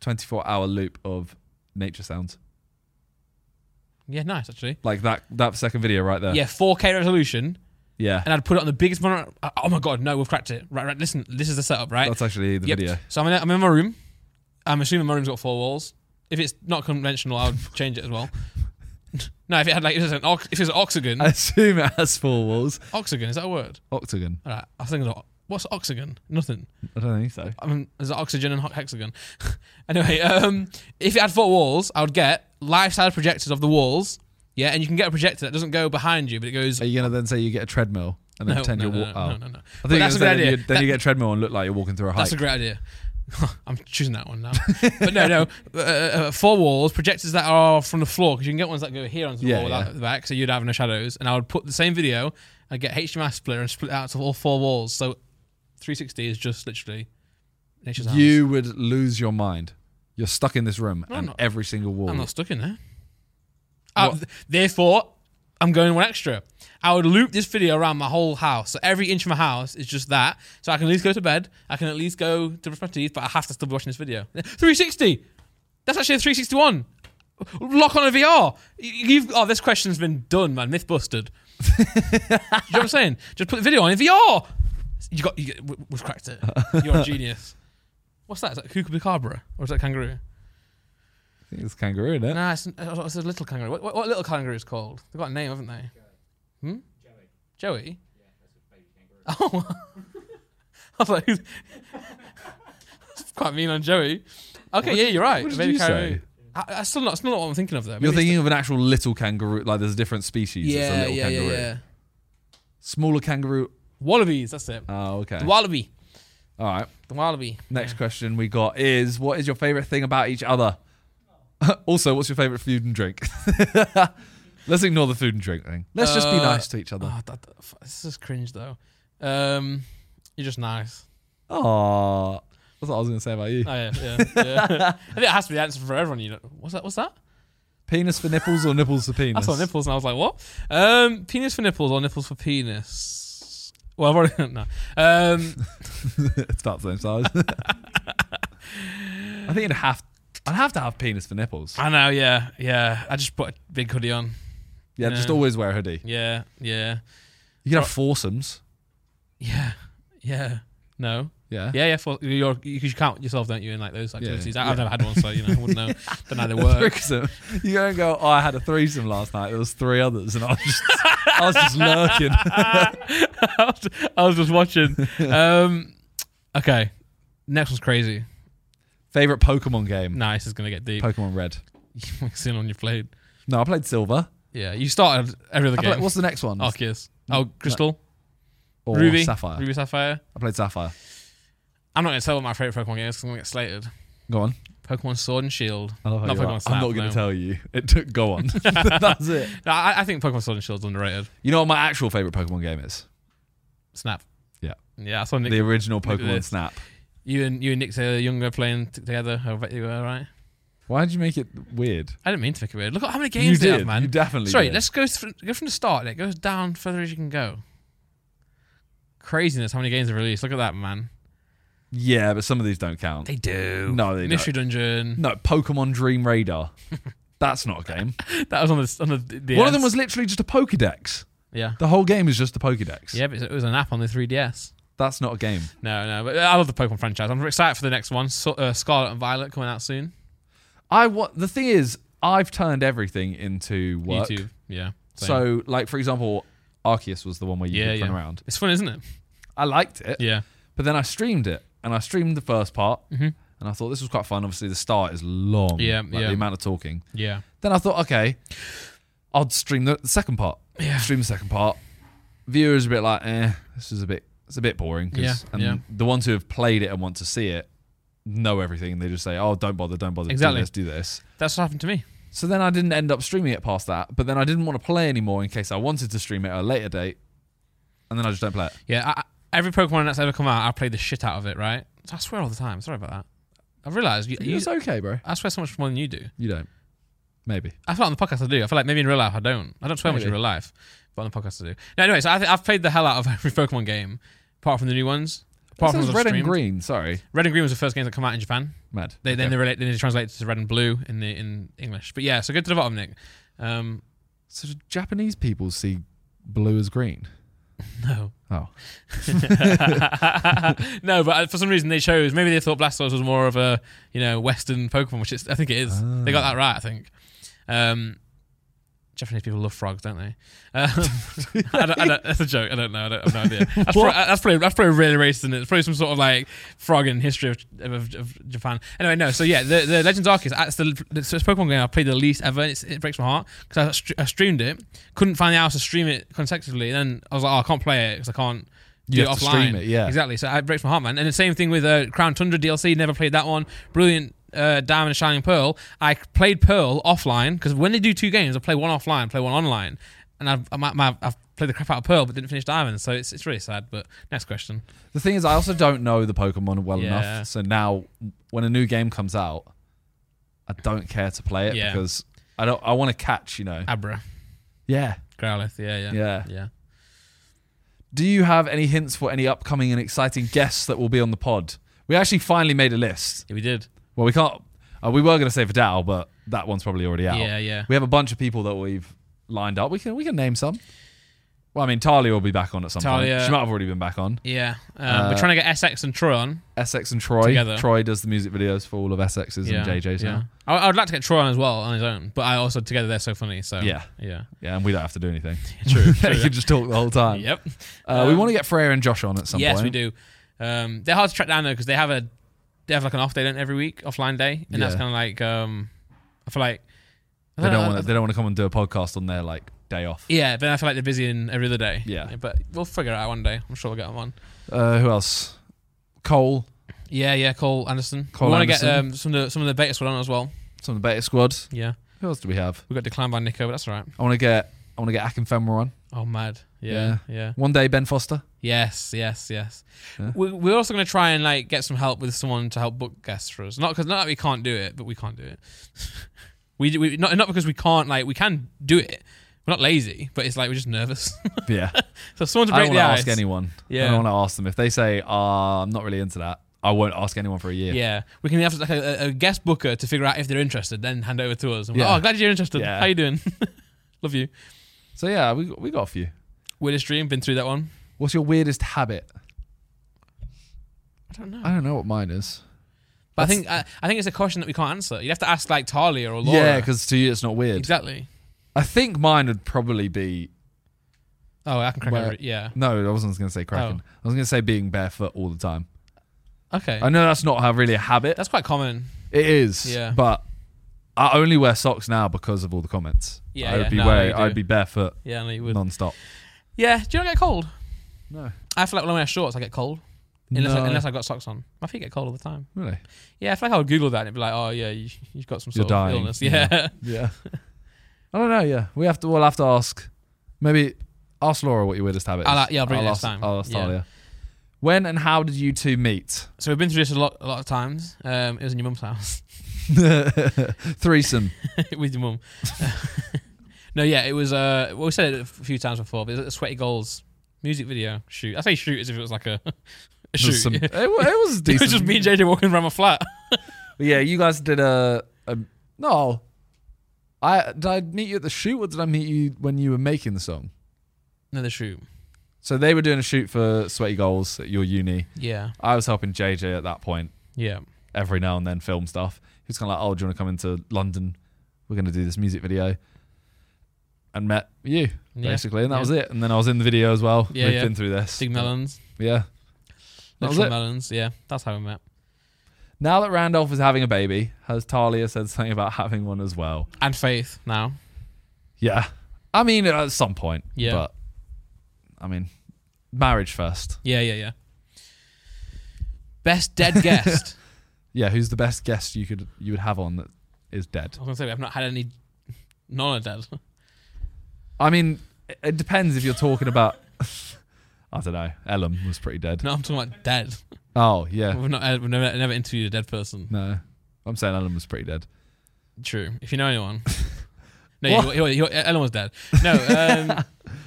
24 hour loop of nature sounds.
Yeah, nice, actually.
Like that that second video right there.
Yeah, 4K resolution.
Yeah.
And I'd put it on the biggest monitor. Oh my God, no, we've cracked it. Right, right. Listen, this is the setup, right?
That's actually the
Yep.
video.
So I'm in, I'm in my room. I'm assuming my room's got four walls. If it's not conventional, I would (laughs) change it as well. no, if it had like if it was an ox- if it was oxygen,
I (laughs) assume it has four walls.
oxygen is that a word?
Octagon.
All right, I was thinking of what's oxygen? Nothing.
I don't think so.
I mean, there's oxygen and ho- hexagon. (laughs) anyway, um, if it had four walls, I would get life-size projectors of the walls. Yeah, and you can get a projector that doesn't go behind you, but it goes.
Are you gonna then say you get a treadmill and then
No, no,
pretend
no,
you're
no,
walking?
no, no, no.
oh. I
But
think
that's
that's
a
a
good idea.
You, then you get a treadmill and look like you're walking through a hike.
That's a great idea. (laughs) I'm choosing that one now. but no,
(laughs)
no. Uh, uh, four walls, projectors that are from the floor, because you can get ones that go here onto the
Yeah,
wall without
yeah.
the back, so you'd have no shadows. And I would put the same video, I'd get HDMI splitter and split it out to all four walls. So 360 is just literally nature's house.
you would lose your mind. You're stuck in this room
No, I'm
and
not.
every single wall.
I'm not stuck in there. Uh, th- therefore, I'm going one extra. I would loop this video around my whole house. So every inch of my house is just that. So I can at least go to bed. I can at least go to brush my teeth, but I have to still be watching this video. 360. That's actually a 361. Lock on a VR. You- You've, oh, this question's been done, man. Myth busted. (laughs) you know what I'm saying? Just put the video on in VR. You got, you get, we- we've cracked it. You're a genius. What's that? Is that Kookaburra or is that kangaroo?
I think it's kangaroo, isn't it?
No, it's, oh, it's a little kangaroo. What, what, what little kangaroo is called? They've got a name, haven't they? Hmm? Joey. (laughs) Oh. (laughs) I was like, who's- that's quite mean on Joey. Okay, yeah, you're right.
what did
Baby
you
kangaroo.
say?
I, I still not, still not what I'm thinking of though.
You're
Maybe
thinking of an actual little kangaroo, like there's a different species.
it's the-
it's a
yeah,
little
yeah, yeah,
kangaroo.
yeah.
Smaller kangaroo.
Wallabies. That's it.
Oh, okay.
The wallaby.
All right.
The wallaby.
Next question we got is what is your favorite thing about each other? (laughs) also, what's your favorite food and drink? (laughs) Let's ignore the food and drink thing. Let's just be
Uh,
nice to each other.
Oh, that, that- f- this is cringe though. Um, you're just nice.
Oh, that's what I was going to say about you.
Oh yeah,
(laughs)
yeah. yeah. I think it has to be the answer for everyone. You know, what's that? What's that?
Penis for nipples or nipples for penis?
I saw nipples and I was like, what? Um, penis for nipples or nipples for penis? Well, I've already (laughs) no. Um,
it's about the
(laughs)
same size. I think it'd have. I'd have to have penis for nipples.
I know, yeah, yeah. I just put a big hoodie on.
Yeah, just
Yeah.
always wear a hoodie.
Yeah, yeah,
You can have foursomes.
yeah, yeah. No,
Yeah. (laughs)
yeah, yeah. For, you're, you, 'cause you count yourself, don't you, in like those activities? I, I've
yeah.
never had one, so you know, I wouldn't (laughs) know. Don't know they work.
Threesome. (laughs) You go and go. Oh, I had a threesome last night. There was three others, and I was just, I was just
(laughs) (laughs)
lurking.
I was- I was just watching. (laughs) Um, okay, next one's crazy.
Favorite Pokemon game?
Nah, this is gonna get deep.
Pokemon Red.
(laughs) You've seen on you played.
No, I played Silver.
Yeah, you started every other
I played,
game.
what's the next one?
Arceus. Oh, Crystal.
or
Ruby.
Sapphire.
Ruby Sapphire.
I played Sapphire.
I'm not going to tell what my favourite Pokemon game is because I'm going to get slated.
Go on.
Pokemon Sword and Shield.
I love how
Not
you're
Pokemon
like,
Snap,
I'm not going
no.
to tell you. It took. Go on. (laughs) That's it.
No, I, I think Pokemon Sword and Shield's underrated.
You know what my actual favorite Pokemon game is?
Snap.
Yeah.
Yeah, I saw Nick.
The original
look at
Pokemon
this.
Snap. you
you and you and Nick Taylor Younger playing t- together. I bet you were right.
Why did you make it weird?
I didn't mean to make it weird. Look at how many
you
games they
did,
have, man.
You definitely.
Sorry,
did.
let's go through, go from the start. It goes down further as you can go. Craziness! How many games they released? Look at that, man.
Yeah, but some of these don't count.
They do.
no, they
Mystery Dungeon. (laughs)
don't. No, Pokemon Dream Radar. That's not a game.
That was on the on the. the
One of them
DS.
was literally just a Pokédex.
Yeah.
The whole game is just a Pokédex.
Yeah, but it was an app on the 3DS.
That's not a game.
No, no, but I love the Pokemon franchise. I'm excited for the next one, so, uh, Scarlet and Violet coming out soon.
I what the thing is, I've turned everything into work.
YouTube, yeah. same.
So, like for example, Arceus was the one where you
yeah,
could run
yeah.
around.
It's fun, isn't it?
I liked it,
Yeah,
but then I streamed it, and I streamed the first part,
Mhm.
and I thought this was quite fun. Obviously, the start is long.
Yeah,
like,
yeah.
The amount of talking.
yeah,
Then I thought, okay, I'll stream the, the second part.
Yeah.
Stream the second part. Viewers are a bit like, eh, this is a bit, it's a bit boring. 'cause-
Yeah,
And
yeah.
the ones who have played it and want to see it know everything. They just say, oh, don't bother, don't bother.
Exactly.
Do this, do this.
that's what happened to me.
So then I didn't end up streaming it past that. But then I didn't want to play anymore in case I wanted to stream it at a later date. And then I just don't play it.
Yeah, I, I- every Pokemon that's ever come out, I played the shit out of it. Right, I swear all the time. Sorry about that. I realised you, you,
It's okay, bro.
I swear so much more than you do.
You don't. Maybe.
I feel like on the podcast I do. I feel like maybe in real life I don't. I don't swear much in
Maybe.
real life, but on the podcast I do. No, anyway, so I th- I've played the hell out of (laughs) every Pokemon game, apart from the new ones. Apart
That
from
says
the
red and green. Sorry,
Red and green was the first game that come out in Japan.
mad.
They then
Okay.
they relate then they translate it to red and blue in the in English. But yeah, so go to the bottom, Nick. Um, (laughs)
so do Japanese people see blue as green.
no.
Oh,
(laughs) no, but uh, for some reason they chose. Maybe they thought Blastoise was more of a you know Western Pokemon, which it's, I think it is. They got that right, I think. Um, Japanese people love frogs, don't they? Um, (laughs) I don't, I don't, that's a joke. I don't know. I don't I have no idea. That's, pro- that's probably that's probably really racist. Isn't it? It's probably some sort of like frog in history of, of, of Japan. Anyway, no. So yeah, the, the Legends Arceus. That's the it's a Pokemon game I've played the least ever. and It's, it breaks my heart because I, str- I streamed it, couldn't find the hours to stream it consecutively. And then I was like, oh, I can't play it because I can't. Do
You
it
have to
offline.
stream it, yeah.
Exactly. So it breaks my heart, man. And the same thing with uh, Crown Tundra DLC. Never played that one. Brilliant. Uh, Diamond and Shining Pearl. I played Pearl offline because when they do two games, I play one offline, play one online, and I've, I'm, I'm, I've played the crap out of Pearl, but didn't finish Diamond. So it's it's really sad. But next question.
the thing is, I also don't know the Pokemon well
Yeah.
enough. So now, when a new game comes out, I don't care to play it
Yeah.
because I don't. I want to catch. You know.
Abra,
Yeah.
Growlithe. Yeah, yeah,
Yeah.
yeah.
Do you have any hints for any upcoming and exciting guests that will be on the pod? We actually finally made a list.
Yeah, we did.
Well, we can't. Uh, we were going to say Vidal, but that one's probably already out.
Yeah, yeah.
We have a bunch of people that we've lined up. We can we can name some. Well, I mean, Talia will be back on at some
Talia-
point. She might have already been back on.
Yeah, um,
Uh,
we're trying to get SX and Troy on.
Essex and Troy.
Together.
Troy does the music videos for all of Essex's
Yeah,
and JJ's
yeah.
now.
I, I would like to get Troy on as well on his own, but I also together they're so funny. So
Yeah.
yeah,
Yeah, and we don't have to do anything.
(laughs) true. true.
(laughs) they can just talk the whole time.
Yep.
Uh, we
Um,
want to get Freya and Josh on at some
yes,
point.
we do. Um, they're hard to track down though because they have a they have like an off day don't they, every week, offline day, and that's
Yeah.
kind of like um, I feel like I
They don't
know,
want to. They don't want to come and do a podcast on their like day off.
Yeah, but I feel like they're busy in every other day.
Yeah.
but we'll figure it out one day. I'm sure we'll get them on.
Uh, who else? Cole.
Yeah, yeah. Cole Anderson.
Cole
we want to get
Anderson.
um, some of the some of the beta squad on as well.
Some of the Beta Squad.
Yeah,
Who else do we have?
we got declined by Nico, but that's all right.
I want to get. I want to get Akinfenwa on.
Oh, mad. Yeah, yeah.
One day, Ben
(laughs)
Foster.
Yes, yes, yes.
Yeah.
We, we're also going to try and like get some help with someone to help book guests for us. Not because not that we can't do it, but we can't do it. (laughs) we, we not not because we can't like we can do it. We're not lazy, but it's like we're just nervous. (laughs)
Yeah.
so someone to
I don't
break
want
the
to
ice.
ask anyone. I
Yeah.
don't want to ask them if they say, uh, "I'm not really into that." I won't ask anyone for a year.
Yeah, we can have like a, a guest booker to figure out if they're interested, then hand over to us. And we're
Yeah.
like, oh, glad you're interested.
Yeah.
How you doing? (laughs) Love you.
So yeah, we we got a few.
Weirdest dream. Been through that one.
What's your weirdest habit?
I don't know.
I don't know what mine is.
but I think I, I think it's a question that we can't answer. You'd have to ask like Talia or Laura.
Yeah, because to you it's not weird.
exactly.
I think mine would probably be
Oh, I can crack
Where-
over it. Yeah.
no. I wasn't going to say cracking.
Oh.
I was going to say being barefoot all the time.
Okay.
I know that's not how really a habit.
That's quite common.
It is.
Yeah.
But I only wear socks now because of all the comments.
Yeah,
I'd
yeah.
be
No,
wearing,
you do.
I'd be barefoot
Yeah, I know you would.
non-stop.
Yeah, do you not get cold?
No.
I feel like when I wear shorts, I get cold. Unless,
No.
I, unless I've got socks on. My feet get cold all the time.
Really?
Yeah, I feel like I would Google that and it'd be like, oh, yeah, you, you've got some
You're
sort
dying.
of illness. Yeah. (laughs)
Yeah. (laughs) I don't know. Yeah, we have to. We'll have to ask. Maybe ask Laura what your weirdest habit is.
I'll- yeah, I'll bring it next
ask,
time.
I'll ask
Yeah.
Talia. When and how did you two meet? (laughs)
so we've been through this a lot a lot of times. Um, it was in your mum's house (laughs)
Threesome.
with your mum. (laughs) no, yeah, it was, uh, well, we said it a few times before, but it was a Sweaty Goals music video shoot. I say shoot as if it was like a, (laughs) a shoot.
Some-
(laughs)
it,
it
wa- it was decent.
was just me and JJ walking around my flat.
But yeah, you guys did a, a no. I did I meet you at the shoot, or did I meet you when you were making the song?
Another shoot.
So they were doing a shoot for Sweaty Goals at your uni.
Yeah.
I was helping JJ at that point.
Yeah.
every now and then film stuff. He was kind of like, "Oh, do you want to come into London? We're going to do this music video," and met you
Yeah.
basically, and that
Yeah.
was it. And then I was in the video as well.
Yeah,
We've
yeah.
been through this.
Big melons.
Yeah. That was
Literal
it.
melons. Yeah. That's how we met.
Now that Randolph is having a baby, has Talia said something about having one as well?
And Faith now.
Yeah. I mean, at some point.
Yeah.
But I mean, marriage first.
Yeah, yeah, yeah. Best dead guest.
Yeah. Who's the best guest you could you would have on that is dead?
(laughs) I was gonna say I've not had any none are dead. (laughs)
I mean, it- it (laughs) depends if you're talking about. I don't know. Ellum was pretty dead.
No, I'm talking about dead.
Oh yeah,
We've not uh, we've never, never interviewed a dead person.
no. I'm saying Alan was pretty dead.
True. If you know (laughs) anyone. No, he, he, he, Ellen was dead. No. Um,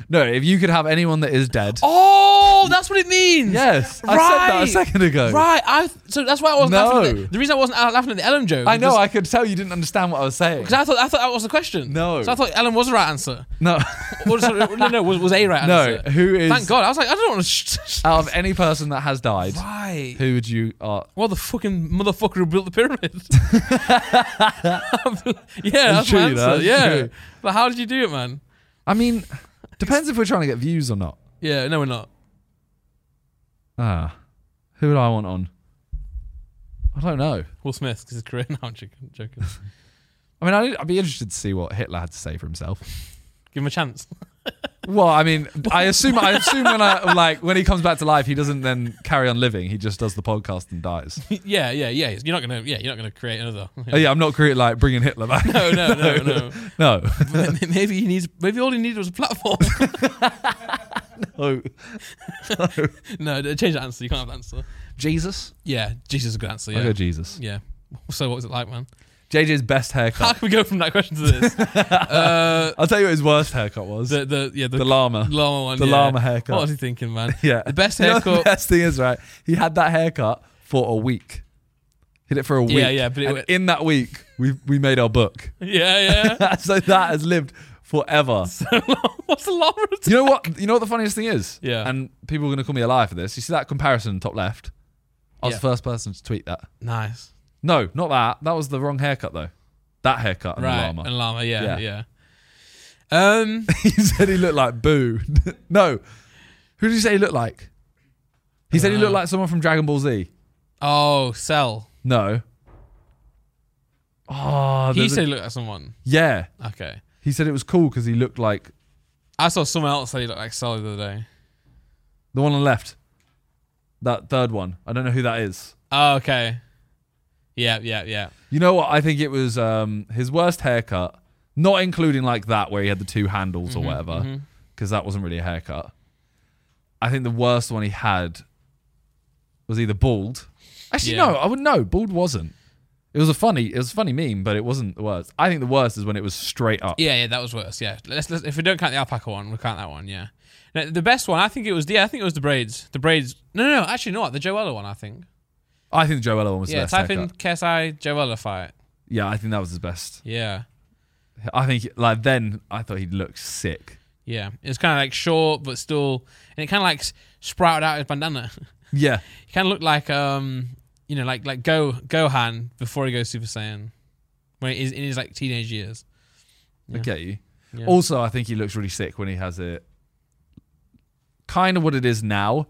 No, if you could have anyone that is dead.
(laughs) oh, that's what it means.
yes, I said that a
right.
second ago.
Right. I so that's why I wasn't laughing. At
No.
the, the reason I wasn't laughing at the Ellen joke.
I know. I could tell you didn't understand what I was saying.
Because I thought I thought that was the question.
No.
So I thought Ellen was the right answer.
No, (laughs)
Or was- no, (laughs) no, was, was a right
no.
answer.
Who is
Thank God. I was like, I don't want to. Sh- sh- (laughs)
out of any person that has died?
right.
Who would you? Uh,
Well, the fucking motherfucker who built the pyramid.
(laughs)
(laughs) yeah, that's
true,
my answer.
that's
yeah.
true.
But how did you do it, man?
I mean, depends if we're trying to get views or not.
Yeah, no, we're not.
Ah, who would I want on? I don't know.
Will Smith, because his career. (laughs) No, I'm joking. I'm joking.
I mean, I'd, I'd be interested to see what Hitler had to say for himself.
Give him a chance. (laughs)
Well, I mean, I assume I assume when I like when he comes back to life, he doesn't then carry on living. He just does the podcast and dies.
yeah, yeah, yeah. You're not gonna. Yeah, you're not gonna create another. (laughs)
Oh, yeah, I'm not creating like bringing Hitler back.
No, no, no, no.
(laughs) no,
But m- maybe he needs. Maybe all he needed was a platform. (laughs) Oh,
no.
no, d- change that answer. You can't have that answer.
Jesus.
Yeah, Jesus is a good answer.
I go
Yeah.
Jesus.
Yeah. So what was it like, man?
JJ's best
How
haircut.
(laughs) can we go from that question to
(laughs)
this? uh,
I'll tell you what his worst haircut was. The,
the the yeah the,
llama.
llama one.
The
yeah.
llama haircut.
What was he thinking, man?
yeah.
The best
(laughs) You know what
haircut.
the best thing is right. He had that haircut for a week. Hit it for a week.
Yeah, yeah, but it
and
went- (laughs)
in that week, we we made our book. (laughs)
Yeah, yeah.
so that has lived forever.
(laughs) What's the llama?
Do you know what? You know what the funniest thing is?
Yeah.
And people are going to call me a liar for this. You see that comparison top left? I was
Yeah.
the first person to tweet that.
Nice.
No, not that. That was the wrong haircut though. That haircut and the
Right.
llama.
And llama. Yeah, yeah. Um.
(laughs) he said he looked like Boo. (laughs) no, who did he say he looked like? He said he
Uh.
looked like someone from Dragon Ball Z.
Oh, (laughs) Cell.
No. Oh,
He
there's a-
said he looked like someone.
yeah.
Okay.
He said it was cool because he looked like
I saw someone else say he looked like Cell the other day.
the one on the left. That third one. I don't know who that is.
Oh, okay. Yeah, yeah, yeah.
You know what? I think it was um, his worst haircut, not including like that where he had the two handles
Mm-hmm,
or whatever, because that wasn't really a haircut. I think the worst one he had was either bald. Actually,
Yeah.
no, I wouldn't know. Bald wasn't. It was a funny, it was a funny meme, but it wasn't the worst. I think the worst is when it was straight up.
Yeah, yeah, that was worse. Yeah, let's, let's if we don't count the alpaca one, we count that one. Yeah, Now, the best one, I think it was. Yeah, I think it was the braids. The braids. No, no, no actually not the Joella one. I think.
I think the Joella one was the
Yeah,
best
type in
haircut.
KSI Joella fight.
Yeah, I think that was his best.
Yeah,
I think like then I thought he looked sick.
yeah. It's kind of like short, but still, and it kind of like s- sprouted out his bandana. (laughs)
Yeah,
he kind of looked like um, you know, like like Go Gohan before he goes Super Saiyan, when he is in his like teenage years.
I
Yeah.
get you.
Yeah.
Also, I think he looks really sick when he has it. Kind of what it is now,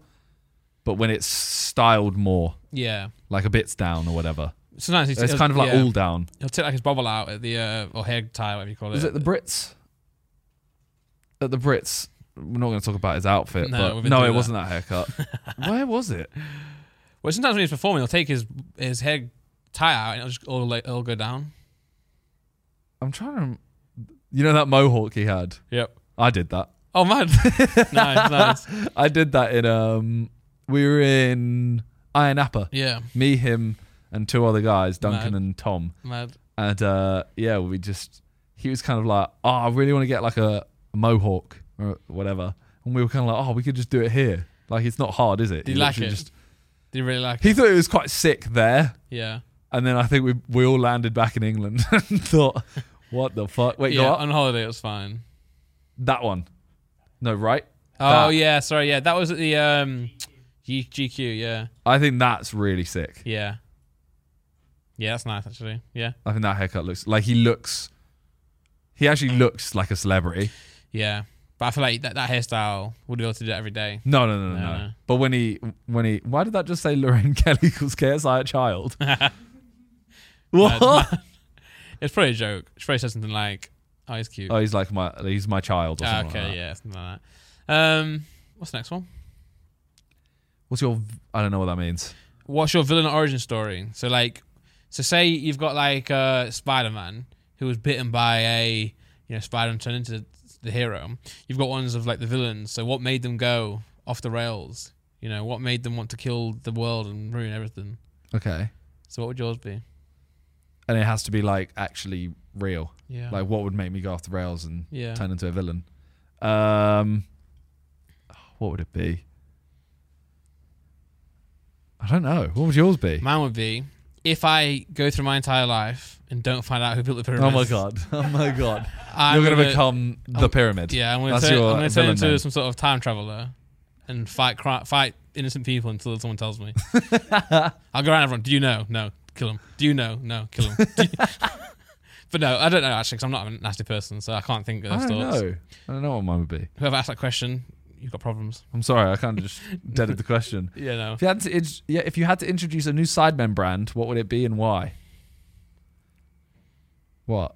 but when it's styled more,
Yeah.
like a bit's down or whatever.
Sometimes he's,
It's kind of like
yeah,
all down.
he'll take like his bobble out at the uh, or hair tie, whatever you call it.
Was it the Brits? At the Brits, we're not going to talk about his outfit.
No,
No,
we've
but
been
no,
through
it
that.
wasn't that haircut. (laughs) Where was it?
Well, sometimes when he's performing, he'll take his his hair tie out and it'll just all like, it'll go down.
I'm trying to. rem- You know that mohawk he had.
Yep.
I did that.
Oh
(laughs)
man, (laughs) nice, nice.
I did that in um. We were in Iron Appa.
Yeah,
Me, him, and two other guys, Duncan
Mad.
and Tom.
mad.
And uh, yeah, we just he was kind of like, oh, I really want to get like a, a mohawk or whatever. And we were kind of like, oh, we could just do it here. Like it's not hard, is it?
Did
He
you like
literally
it?
just-
Do you really like? it?
he thought it was quite sick there.
Yeah,
And then I think we we all landed back in England (laughs) and thought, what the fuck? Wait,
yeah.
go up
On holiday, it was fine.
that one. No, right?
Oh
That.
yeah, sorry. Yeah, that was at the um, G- GQ. Yeah,
I think that's really sick.
yeah, yeah. That's nice actually. Yeah,
I think that haircut looks like he looks. He actually looks like a celebrity.
yeah. But I feel like that, that hairstyle would be able to do that every day.
No, no, no, no,
No,
no.
no.
But when he, when he, why did that just say Lorraine (laughs) Kelly equals KSI a child? (laughs) what?
Uh, (laughs) It's probably a joke. She probably said something like, "Oh, he's cute."
Oh, he's like my, he's my child or
Ah,
something.
okay,
like that.
yeah, something like that. Um, what's the next one?
What's your? v- I don't know what that means.
what's your villain origin story? So like, so say you've got like uh, Spider Man who was bitten by a you know Spider and turned into the hero. You've got ones of like the villains. So what made them go off the rails? You know, what made them want to kill the world and ruin everything?
Okay.
So what would yours be?
And it has to be like actually real.
Yeah.
Like what would make me go off the rails and
yeah.
turn into a villain? Um, what would it be? I don't know. What would yours be?
Mine would be if I go through my entire life and don't find out who built the pyramids.
Oh my god! (laughs) Oh my
(laughs)
god!
I'm
You're gonna become the
I'm-
pyramid.
Yeah, I'm gonna
That's
turn,
your
I'm gonna turn
villain
into
then.
some sort of time traveler and fight cri- fight innocent people until someone tells
(laughs)
me. I'll go around everyone. Do you know? No, kill them. Do you know? No, kill them.
(laughs)
but no, I don't know actually because I'm not a nasty person, so I can't think of
I
those
don't
thoughts.
know. I don't know what mine would be.
Whoever asked that question, you've got problems.
I'm sorry. I kind
(laughs)
of just deaded the question.
Yeah, no.
If you had to, int- yeah, if you had to introduce a new Sidemen brand, what would it be and why? What?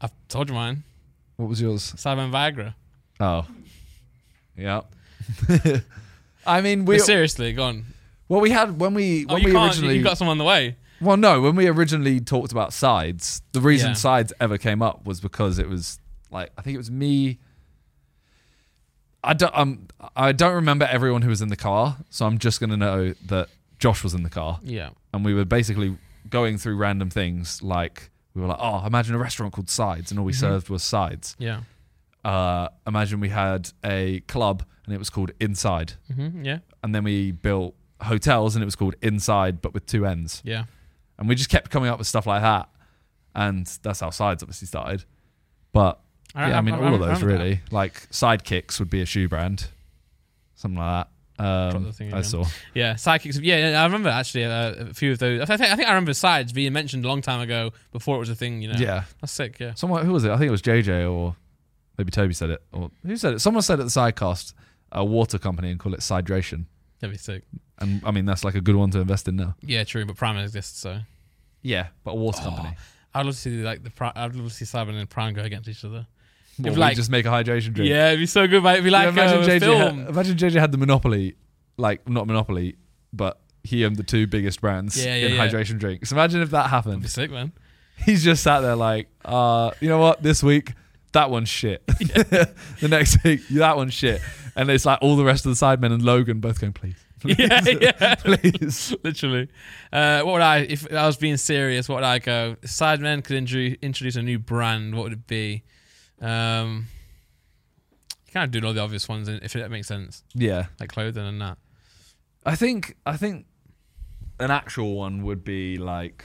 I've told you mine.
What was yours?
Cyber Viagra.
Oh,
(laughs)
yeah. I mean, we
But seriously, go on.
well we had when we
Oh,
when
you
we
can't.
originally
You've got someone on the way.
well no when we originally talked about sides the reason
Yeah.
sides ever came up was because it was like I think it was me. I don't um I don't remember everyone who was in the car, so I'm just gonna know that Josh was in the car.
Yeah.
and we were basically going through random things like we were like oh imagine a restaurant called sides and all we
Mm-hmm.
served was sides
Yeah.
uh, imagine we had a club and it was called inside
hmm Yeah.
and then we built hotels and it was called inside but with two ends
Yeah.
and we just kept coming up with stuff like that and that's how sides obviously started but
All right,
yeah, I mean all of those
remember that.
really like sidekicks would be a shoe brand something like that
Drop
um,
the thing
I
again.
saw
Yeah, sidekicks. Yeah, yeah, I remember actually uh, a few of those. I think, I think I remember sides being mentioned a long time ago before it was a thing. You know,
yeah
that's sick. Yeah,
Someone who was it? I think it was JJ or maybe Toby said it or who said it? Someone said at the sidecast a water company and call it Sidration,
that'd be sick.
and I mean that's like a good one to invest in now.
Yeah, true. But Prime exists, so
Yeah, but a
Oh.
water company.
I'd love to see like the Pri- I'd love to see Cyber and Prime go against each other.
What,
If
we
like-
just make a hydration drink.
Yeah, it'd be so good. Mate. It'd be like
Yeah, imagine
uh, a
JJ.
film.
Had, imagine JJ had the monopoly, like not monopoly, but he owned the two biggest brands
Yeah, yeah,
in
yeah.
hydration drinks. Imagine if
That'd
that
be
happened.
sick, man.
He's just sat there like, uh, you know what? This week, that one's shit. (laughs) the next week, that one's shit. And it's like all the rest of the sidemen and Logan both going, please, (laughs) please,
yeah, yeah.
please.
(laughs) Literally. Uh, what would I, if I was being serious, what would I go? Sidemen could intro- introduce a new brand. What would it be? Um, you kind of do all the obvious ones if that makes sense,
Yeah,
like clothing and that.
I think I think an actual one would be like.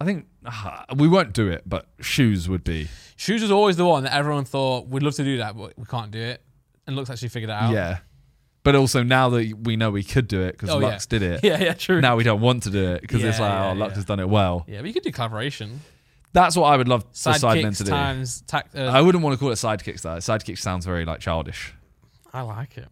I think ah, we won't do it, but shoes would be.
Shoes was always the one that everyone thought we'd love to do that, but we can't do it. And Lux actually figured it out.
Yeah, but also now that we know we could do it because
Oh, yeah.
Lux did it.
(laughs) yeah, yeah, (laughs) true.
Now we don't want to do it because it's
Yeah,
like
yeah,
oh, Lux
yeah.
has done it well.
Yeah, but you could do collaboration.
That's what I would love for Sidemen
Sidekicks
to do. Oh.
times. Tac- uh,
I wouldn't want to call it sidekicks though. Sidekicks sounds very like childish.
I like it.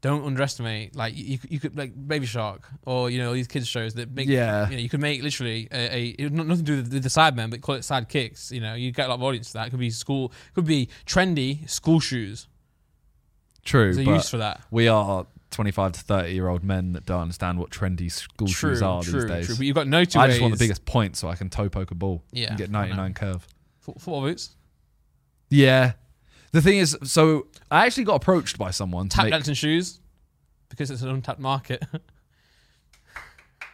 Don't underestimate, like you, you could like Baby Shark or you know these kids shows that make
Yeah.
You know, you could make literally a, a it would not- nothing to do with the, the sidemen, but call it sidekicks. You know, you get a lot of audience to that. It could be school, it could be trendy school shoes.
True,
There's a
but
use for that.
we are twenty-five to thirty-year-old men that don't understand what trendy school
True,
shoes are
true,
these days.
true. But you've got no two.
I just want the
ways.
biggest point so I can toe poke a ball.
Yeah,
and get
I know.
99 curve.
Fo- football boots.
Yeah. The thing is, so I actually got approached by someone. To
Tap
make-
dancing shoes because it's an untapped
(laughs)
market.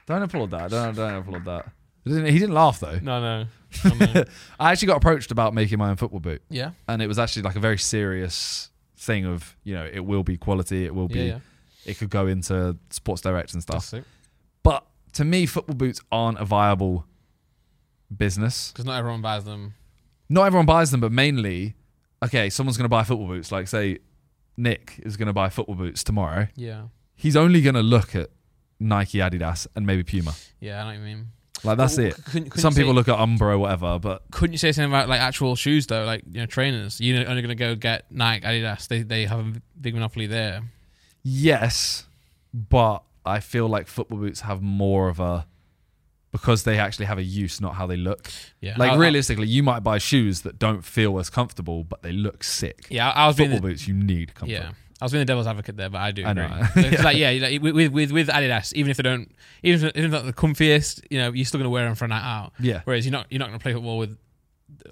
don't applaud that. Don't, don't applaud that. He didn't, he didn't laugh though.
no, (laughs) no. No, no.
I actually got approached about making my own football boot,
yeah.
and it was actually like a very serious thing of you know it will be quality, it will be
Yeah, yeah.
it could go into Sports Direct and stuff.
That's it.
But to me, football boots aren't a viable business.
Because not everyone buys them.
Not everyone buys them, but mainly, okay, someone's going to buy football boots. Like, say, Nick is going to buy football boots tomorrow.
Yeah.
He's only going to look at Nike, Adidas, and maybe Puma.
Yeah, I know what you mean.
Like, that's
Well,
it.
c- couldn't- couldn't
Some
say-
people look at Umbro, whatever, but
couldn't you say something about like actual shoes though, like you know trainers? You're only gonna go get Nike, Adidas. They they have a big monopoly there.
yes, but I feel like football boots have more of a. Because they actually have a use, not how they look.
Yeah, Uh,
Like
I- I-
realistically, you might buy shoes that don't feel as comfortable, but they look sick.
yeah, I was being
football
the,
boots, you need comfort.
yeah, I was being the devil's advocate there, but I do.
I know. (laughs)
agree. It's like yeah, like, with with with Adidas, even if they don't, even if, even if they're not the comfiest, you know, you're still gonna wear them for a night out.
Yeah.
Whereas you're not you're not gonna play football with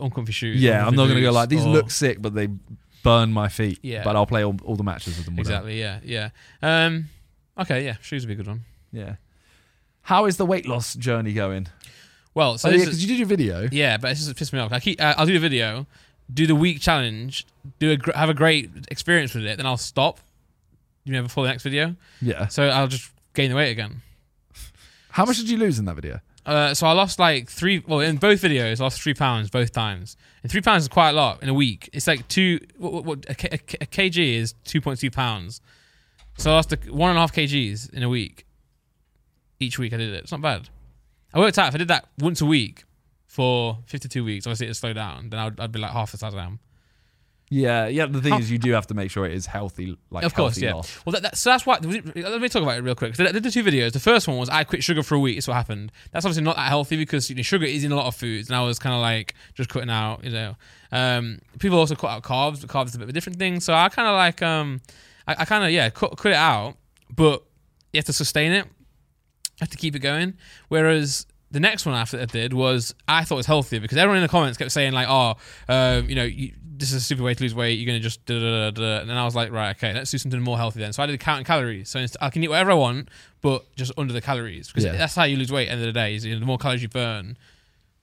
uncomfy shoes.
Yeah, I'm
uncomfy
not gonna go
boots
like these
or-
look sick, but they burn my feet.
Yeah.
But I'll play all, all the matches with them. whatever.
Exactly. Yeah. Yeah. Um. Okay. Yeah. Shoes would be a good one.
Yeah. How is the weight loss journey going?
Well, so
oh,
this
yeah,
is-
because you did your video.
Yeah, but it's just pissed me off. I keep, uh, I'll do the video, do the week challenge, do a gr- have a great experience with it, then I'll stop. You know, before the next video,
Yeah.
so I'll just gain the weight again.
How much did you lose in that video?
Uh, so I lost like three. Well, in both videos, I lost three pounds both times, and three pounds is quite a lot in a week. It's like two. What, what, what a, K, a, K- a kg is two point two pounds. So I lost a, one and a half kgs in a week. Each week I did it. It's not bad. I worked out if I did that once a week for fifty-two weeks. Obviously, it'd slow down. Then I'd, I'd be like half the size I am.
Yeah, yeah. The thing
How-
is, you do have to make sure it is healthy, like
of course,
healthy
yeah.
loss.
Well, that, that, so that's why. Let me talk about it real quick. So I did the two videos. The first one was I quit sugar for a week. It's what happened. That's obviously not that healthy because you know, sugar is in a lot of foods, and I was kind of like just cutting out. You know, um, people also cut out carbs, but carbs is a bit of a different thing. So I kind of like, um, I, I kind of yeah, cut, cut it out, but you have to sustain it. I have to keep it going. Whereas the next one after I did was I thought it was healthier because everyone in the comments kept saying like, "Oh, um, you know, you, this is a stupid way to lose weight. You're gonna just da da da da." And then I was like, "Right, okay, let's do something more healthy then." So I did counting calories. So inst- I can eat whatever I want, but just under the calories because
Yeah.
that's how you lose weight. At the end of the day, is you know, the more calories you burn.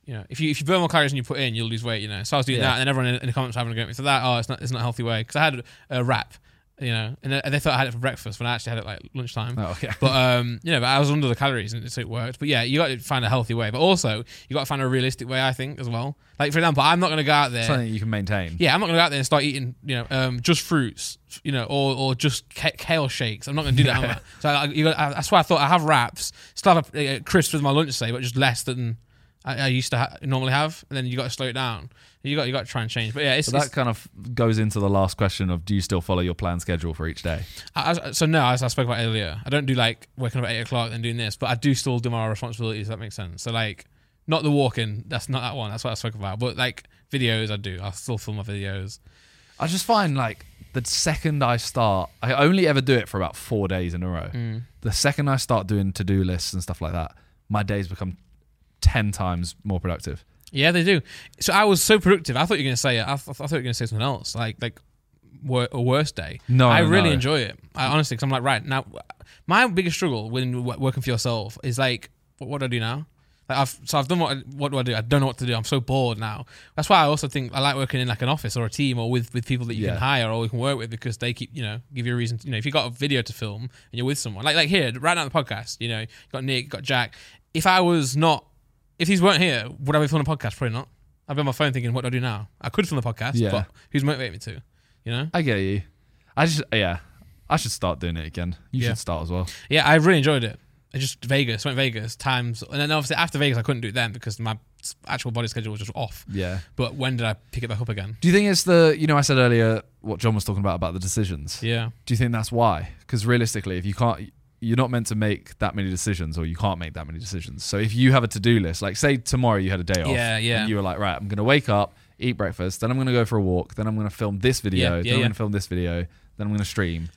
You know, if you if you burn more calories than you put in, you'll lose weight. You know, so I was doing
Yeah.
that, and then everyone in, in the comments were having a go at me for that. Oh, it's not it's not a healthy way because I had a wrap, you know, and they- they thought I had it for breakfast when I actually had it like lunchtime.
Oh, (laughs) okay.
But um, you know, but I was under the calories and so it worked. But yeah, you got to find a healthy way. But also, you got to find a realistic way. I think as well. Like for example, I'm not going to go out there.
Something you can maintain.
Yeah, I'm not going to go out there and start eating, you know, um, just fruits, you know, or or just ca- kale shakes. I'm not going to do that. am I? So I, you got, I, that's why I thought I have wraps, still have a, a crisp with my lunch today, but just less than I, I used to ha- normally have. And then you got to slow it down. You got you got to try and change. But yeah, it's,
So
it's
that kind of goes into the last question of: Do you still follow your planned schedule for each day?
I, I- so no, as I spoke about earlier, I don't do like waking up at eight o'clock and doing this, but I do still do my responsibilities. If that makes sense. So like, not the walking. That's not that one. That's what I spoke about. But like videos, I do. I still film my videos.
I just find like the second I start, I only ever do it for about four days in a row.
Mm.
The second I start doing to do lists and stuff like that, my days become 10 times more productive.
Yeah, they do. So I was so productive. I thought you were gonna say. I, th- I thought you were gonna say something else. Like like wor- a worse day.
No,
I
no,
really
no.
enjoy it. I honestly, because I'm like right now. My biggest struggle when w- working for yourself is like, what, what do I do now? Like I've so I've done what I- what do I do? I don't know what to do. I'm so bored now. That's why I also think I like working in like an office or a team or with with people that you
Yeah.
can hire or you can work with because they keep you know give you a reason. To, you know if you got a video to film and you're with someone like like here right now on the podcast. You know you got Nick, you got Jack. If I was not, if these weren't here, would I be filming a podcast? Probably not. I'd be on my phone thinking, what do I do now? I could film the podcast,
Yeah.
but who's motivating me to? You know.
I get you. I just, yeah, I should start doing it again. You
Yeah.
should start as well.
Yeah, I really enjoyed it. I just Vegas went Vegas times, and then obviously after Vegas I couldn't do it then because my s- actual body schedule was just off.
Yeah.
But when did I pick it back up again?
Do you think it's the, you know, I said earlier what John was talking about about the decisions.
Yeah,
Do you think that's why? Because realistically, if you can't, you're not meant to make that many decisions, or you can't make that many decisions. So if you have a to-do list, like say tomorrow you had a day off,
Yeah, yeah.
and you were like, right, I'm gonna wake up, eat breakfast, then I'm gonna go for a walk, then I'm gonna film this
Yeah,
video,
yeah,
then I'm
yeah.
gonna film this video, then I'm gonna stream.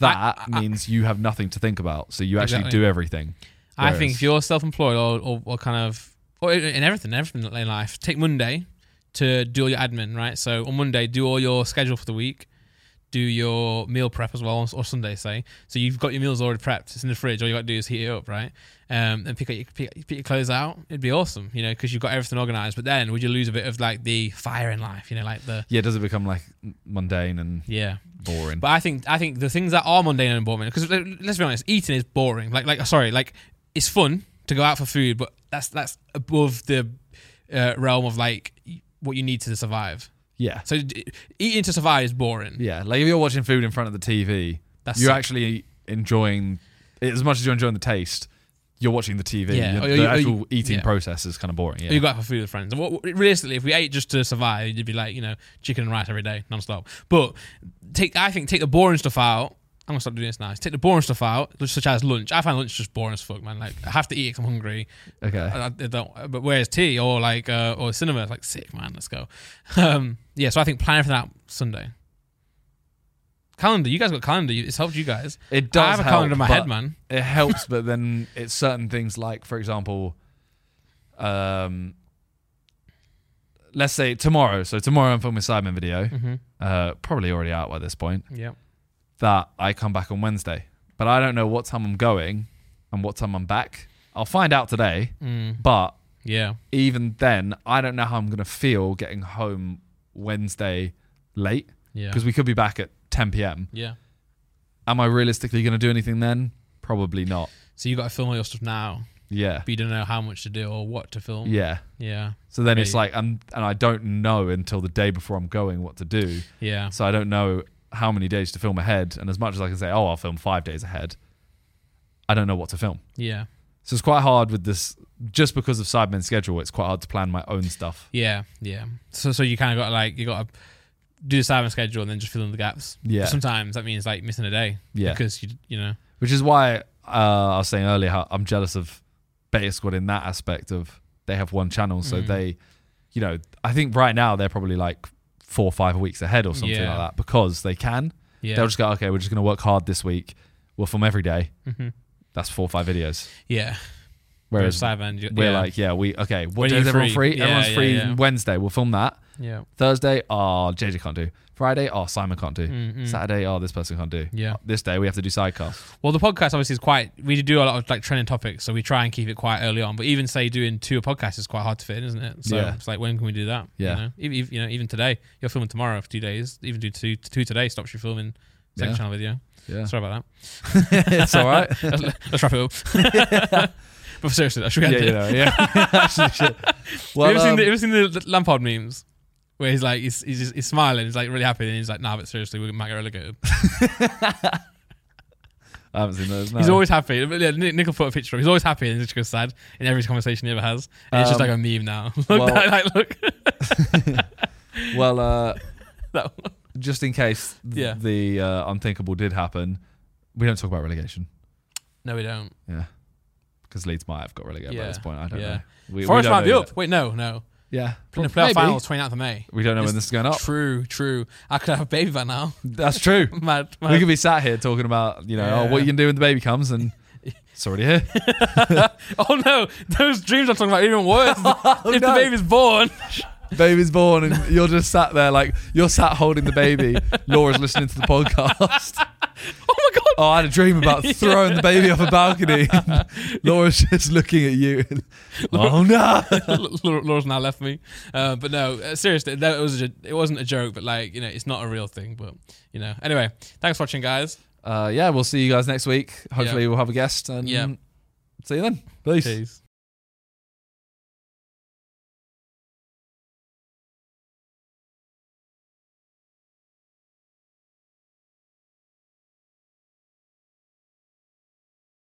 That
I- I-
means you have nothing to think about, so you actually
Exactly.
do everything.
I think if you're self-employed or, or, or kind of or in in everything, everything in life, take Monday to do all your admin, right? So on Monday, do all your schedule for the week, do your meal prep as well, or- or Sunday, say. So you've got your meals already prepped. It's in the fridge. All you got to do is heat it up, right? Um, and pick up your, pick, pick your clothes out. It'd be awesome, you know, because you've got everything organized. But then would you lose a bit of like the fire in life, you know, like the
yeah, does it become like mundane and
yeah.
boring?
But I think I think the things that are mundane and boring because let's be honest, eating is boring. Like like sorry, like it's fun to go out for food, but that's that's above the uh, realm of like what you need to survive.
yeah,
So d- eating to survive is boring.
yeah. Like if you're watching food in front of the TV,
That's
you're
sick.
actually enjoying as much as you're enjoying the taste. You're watching the TV.
Yeah.
You're-
Or
the
you- or
actual
you-
eating
yeah.
process is kind of boring.
You
Yeah.
go out for food with friends. And what, realistically, if we ate just to survive, you'd be like, you know, chicken and rice every day, non-stop. But take, I think, take the boring stuff out. I'm gonna stop doing this now. Take the boring stuff out, such as lunch. I find lunch just boring as fuck, man. Like I have to eat because I'm hungry.
Okay.
I, I don't, but where's tea or like uh, or cinema? It's like sick, man. Let's go. (laughs) Um, yeah, so I think planning for that Sunday. Calendar, you guys got calendar. It's helped you guys.
It does
I have a
help,
calendar in my head,
but
man.
It helps, but then it's certain things like, for example, um, let's say tomorrow. So tomorrow I'm filming a Sidemen video,
Mm-hmm.
uh, probably already out by this point.
Yeah.
That I come back on Wednesday, but I don't know what time I'm going and what time I'm back. I'll find out today,
Mm.
but
Yeah.
even then, I don't know how I'm gonna feel getting home Wednesday late
Yeah.
because we could be back at 10 p.m.
Yeah.
Am I realistically gonna do anything then? Probably not.
So you got to film all your stuff now,
Yeah,
but you don't know how much to do or what to film.
yeah.
Yeah.
So then it's
Okay.
like, and and I don't know until the day before I'm going what to do.
Yeah.
So I don't know how many days to film ahead. And as much as I can say, oh, I'll film five days ahead, I don't know what to film.
Yeah.
So it's quite hard with this, just because of Sidemen's schedule, it's quite hard to plan my own stuff.
Yeah. Yeah. So so you kind of got to like you got to do the silent schedule and then just fill in the gaps.
Yeah.
But sometimes that means like missing a day.
Yeah.
Because you you know.
Which is why uh, I was saying earlier how I'm jealous of Beta Squad in that aspect of they have one channel. So
Mm.
they, you know, I think right now they're probably like four or five weeks ahead or something
Yeah.
like that because they can.
Yeah.
They'll just go, okay, we're just going to work hard this week. We'll film every day.
Mhm.
That's four or five videos.
Yeah.
Whereas
Simon, you-
We're
yeah.
like, yeah, we okay. What
When
day
are
is
you
everyone
free?
free?
Yeah,
Everyone's
yeah,
free
yeah.
Wednesday. We'll film that.
yeah.
Thursday, oh JJ can't do. Friday, oh Simon can't do.
Mm-mm.
Saturday, oh this person can't do.
Mm, Yeah.
This day we have to do sidecast.
Well, the podcast obviously is quite. We do a lot of like trending topics, so we try and keep it quite early on. But even say doing two podcasts is quite hard to fit in, isn't it? So
Yeah.
it's like, when can we do that?
Yeah.
You know, even, even- you know, even today, you're filming tomorrow for two days. Even do two two today stops you filming second
Yeah.
channel video.
Yeah,
Sorry about
it's all right. (laughs)
that. let's, let's wrap it up. but seriously, should we
yeah,
end it?
you
(laughs)
know, yeah. Actually, shit. Well,
have, you ever
um,
seen the, have you seen the Lampard memes? Where he's like, he's, he's, just- he's smiling, he's like really happy, and he's like, nah, but seriously, we might get relegated.
I haven't seen those. No.
He's always happy. Yeah, Nick, Nick will put a picture. of him. He's always happy and it just goes sad in every conversation he ever has. And it's just
Um,
like a meme now. (laughs) look,
well-
that, like, look.
well, uh,
(laughs) That one.
just in case th-
Yeah.
the uh, unthinkable did happen, we don't talk about relegation.
No, we don't.
Yeah, because Leeds might have got relegated by
Yeah.
this point. I don't
Yeah.
know. We- We,
Forest
don't
might be
know
up. Wait, no, no.
yet. Yeah,
In the playoff
Maybe. Oh.
finals, 29th of May.
We don't know
It's
when this is
(laughs)
going up.
True, true. I could have a baby by now. (laughs)
That's true.
mad,
we
mad.
could be sat here talking about, you know, oh,
Yeah.
what you can do when the baby comes, and
(laughs)
it's already here.
oh no, those dreams I'm talking about are even
(laughs)
worse. if
Oh, no.
the baby's
(laughs)
born, (laughs)
Baby's born, and you're just sat there, like you're sat holding the baby. Laura's listening to the podcast.
(laughs) oh my god.
Oh, I had a
(laughs)
dream about throwing the baby off a balcony. Laura's just looking
(laughs)
at you. oh no!
Laura- Laura's now left me, uh, but no, uh, seriously, that was a, it wasn't a joke, but like you know, it's not a real thing. But you know, anyway, thanks for watching, guys.
Uh, yeah, we'll see you guys next week. Hopefully,
Yeah.
we'll have a guest, and
Yeah.
see you then. Peace.
Peace.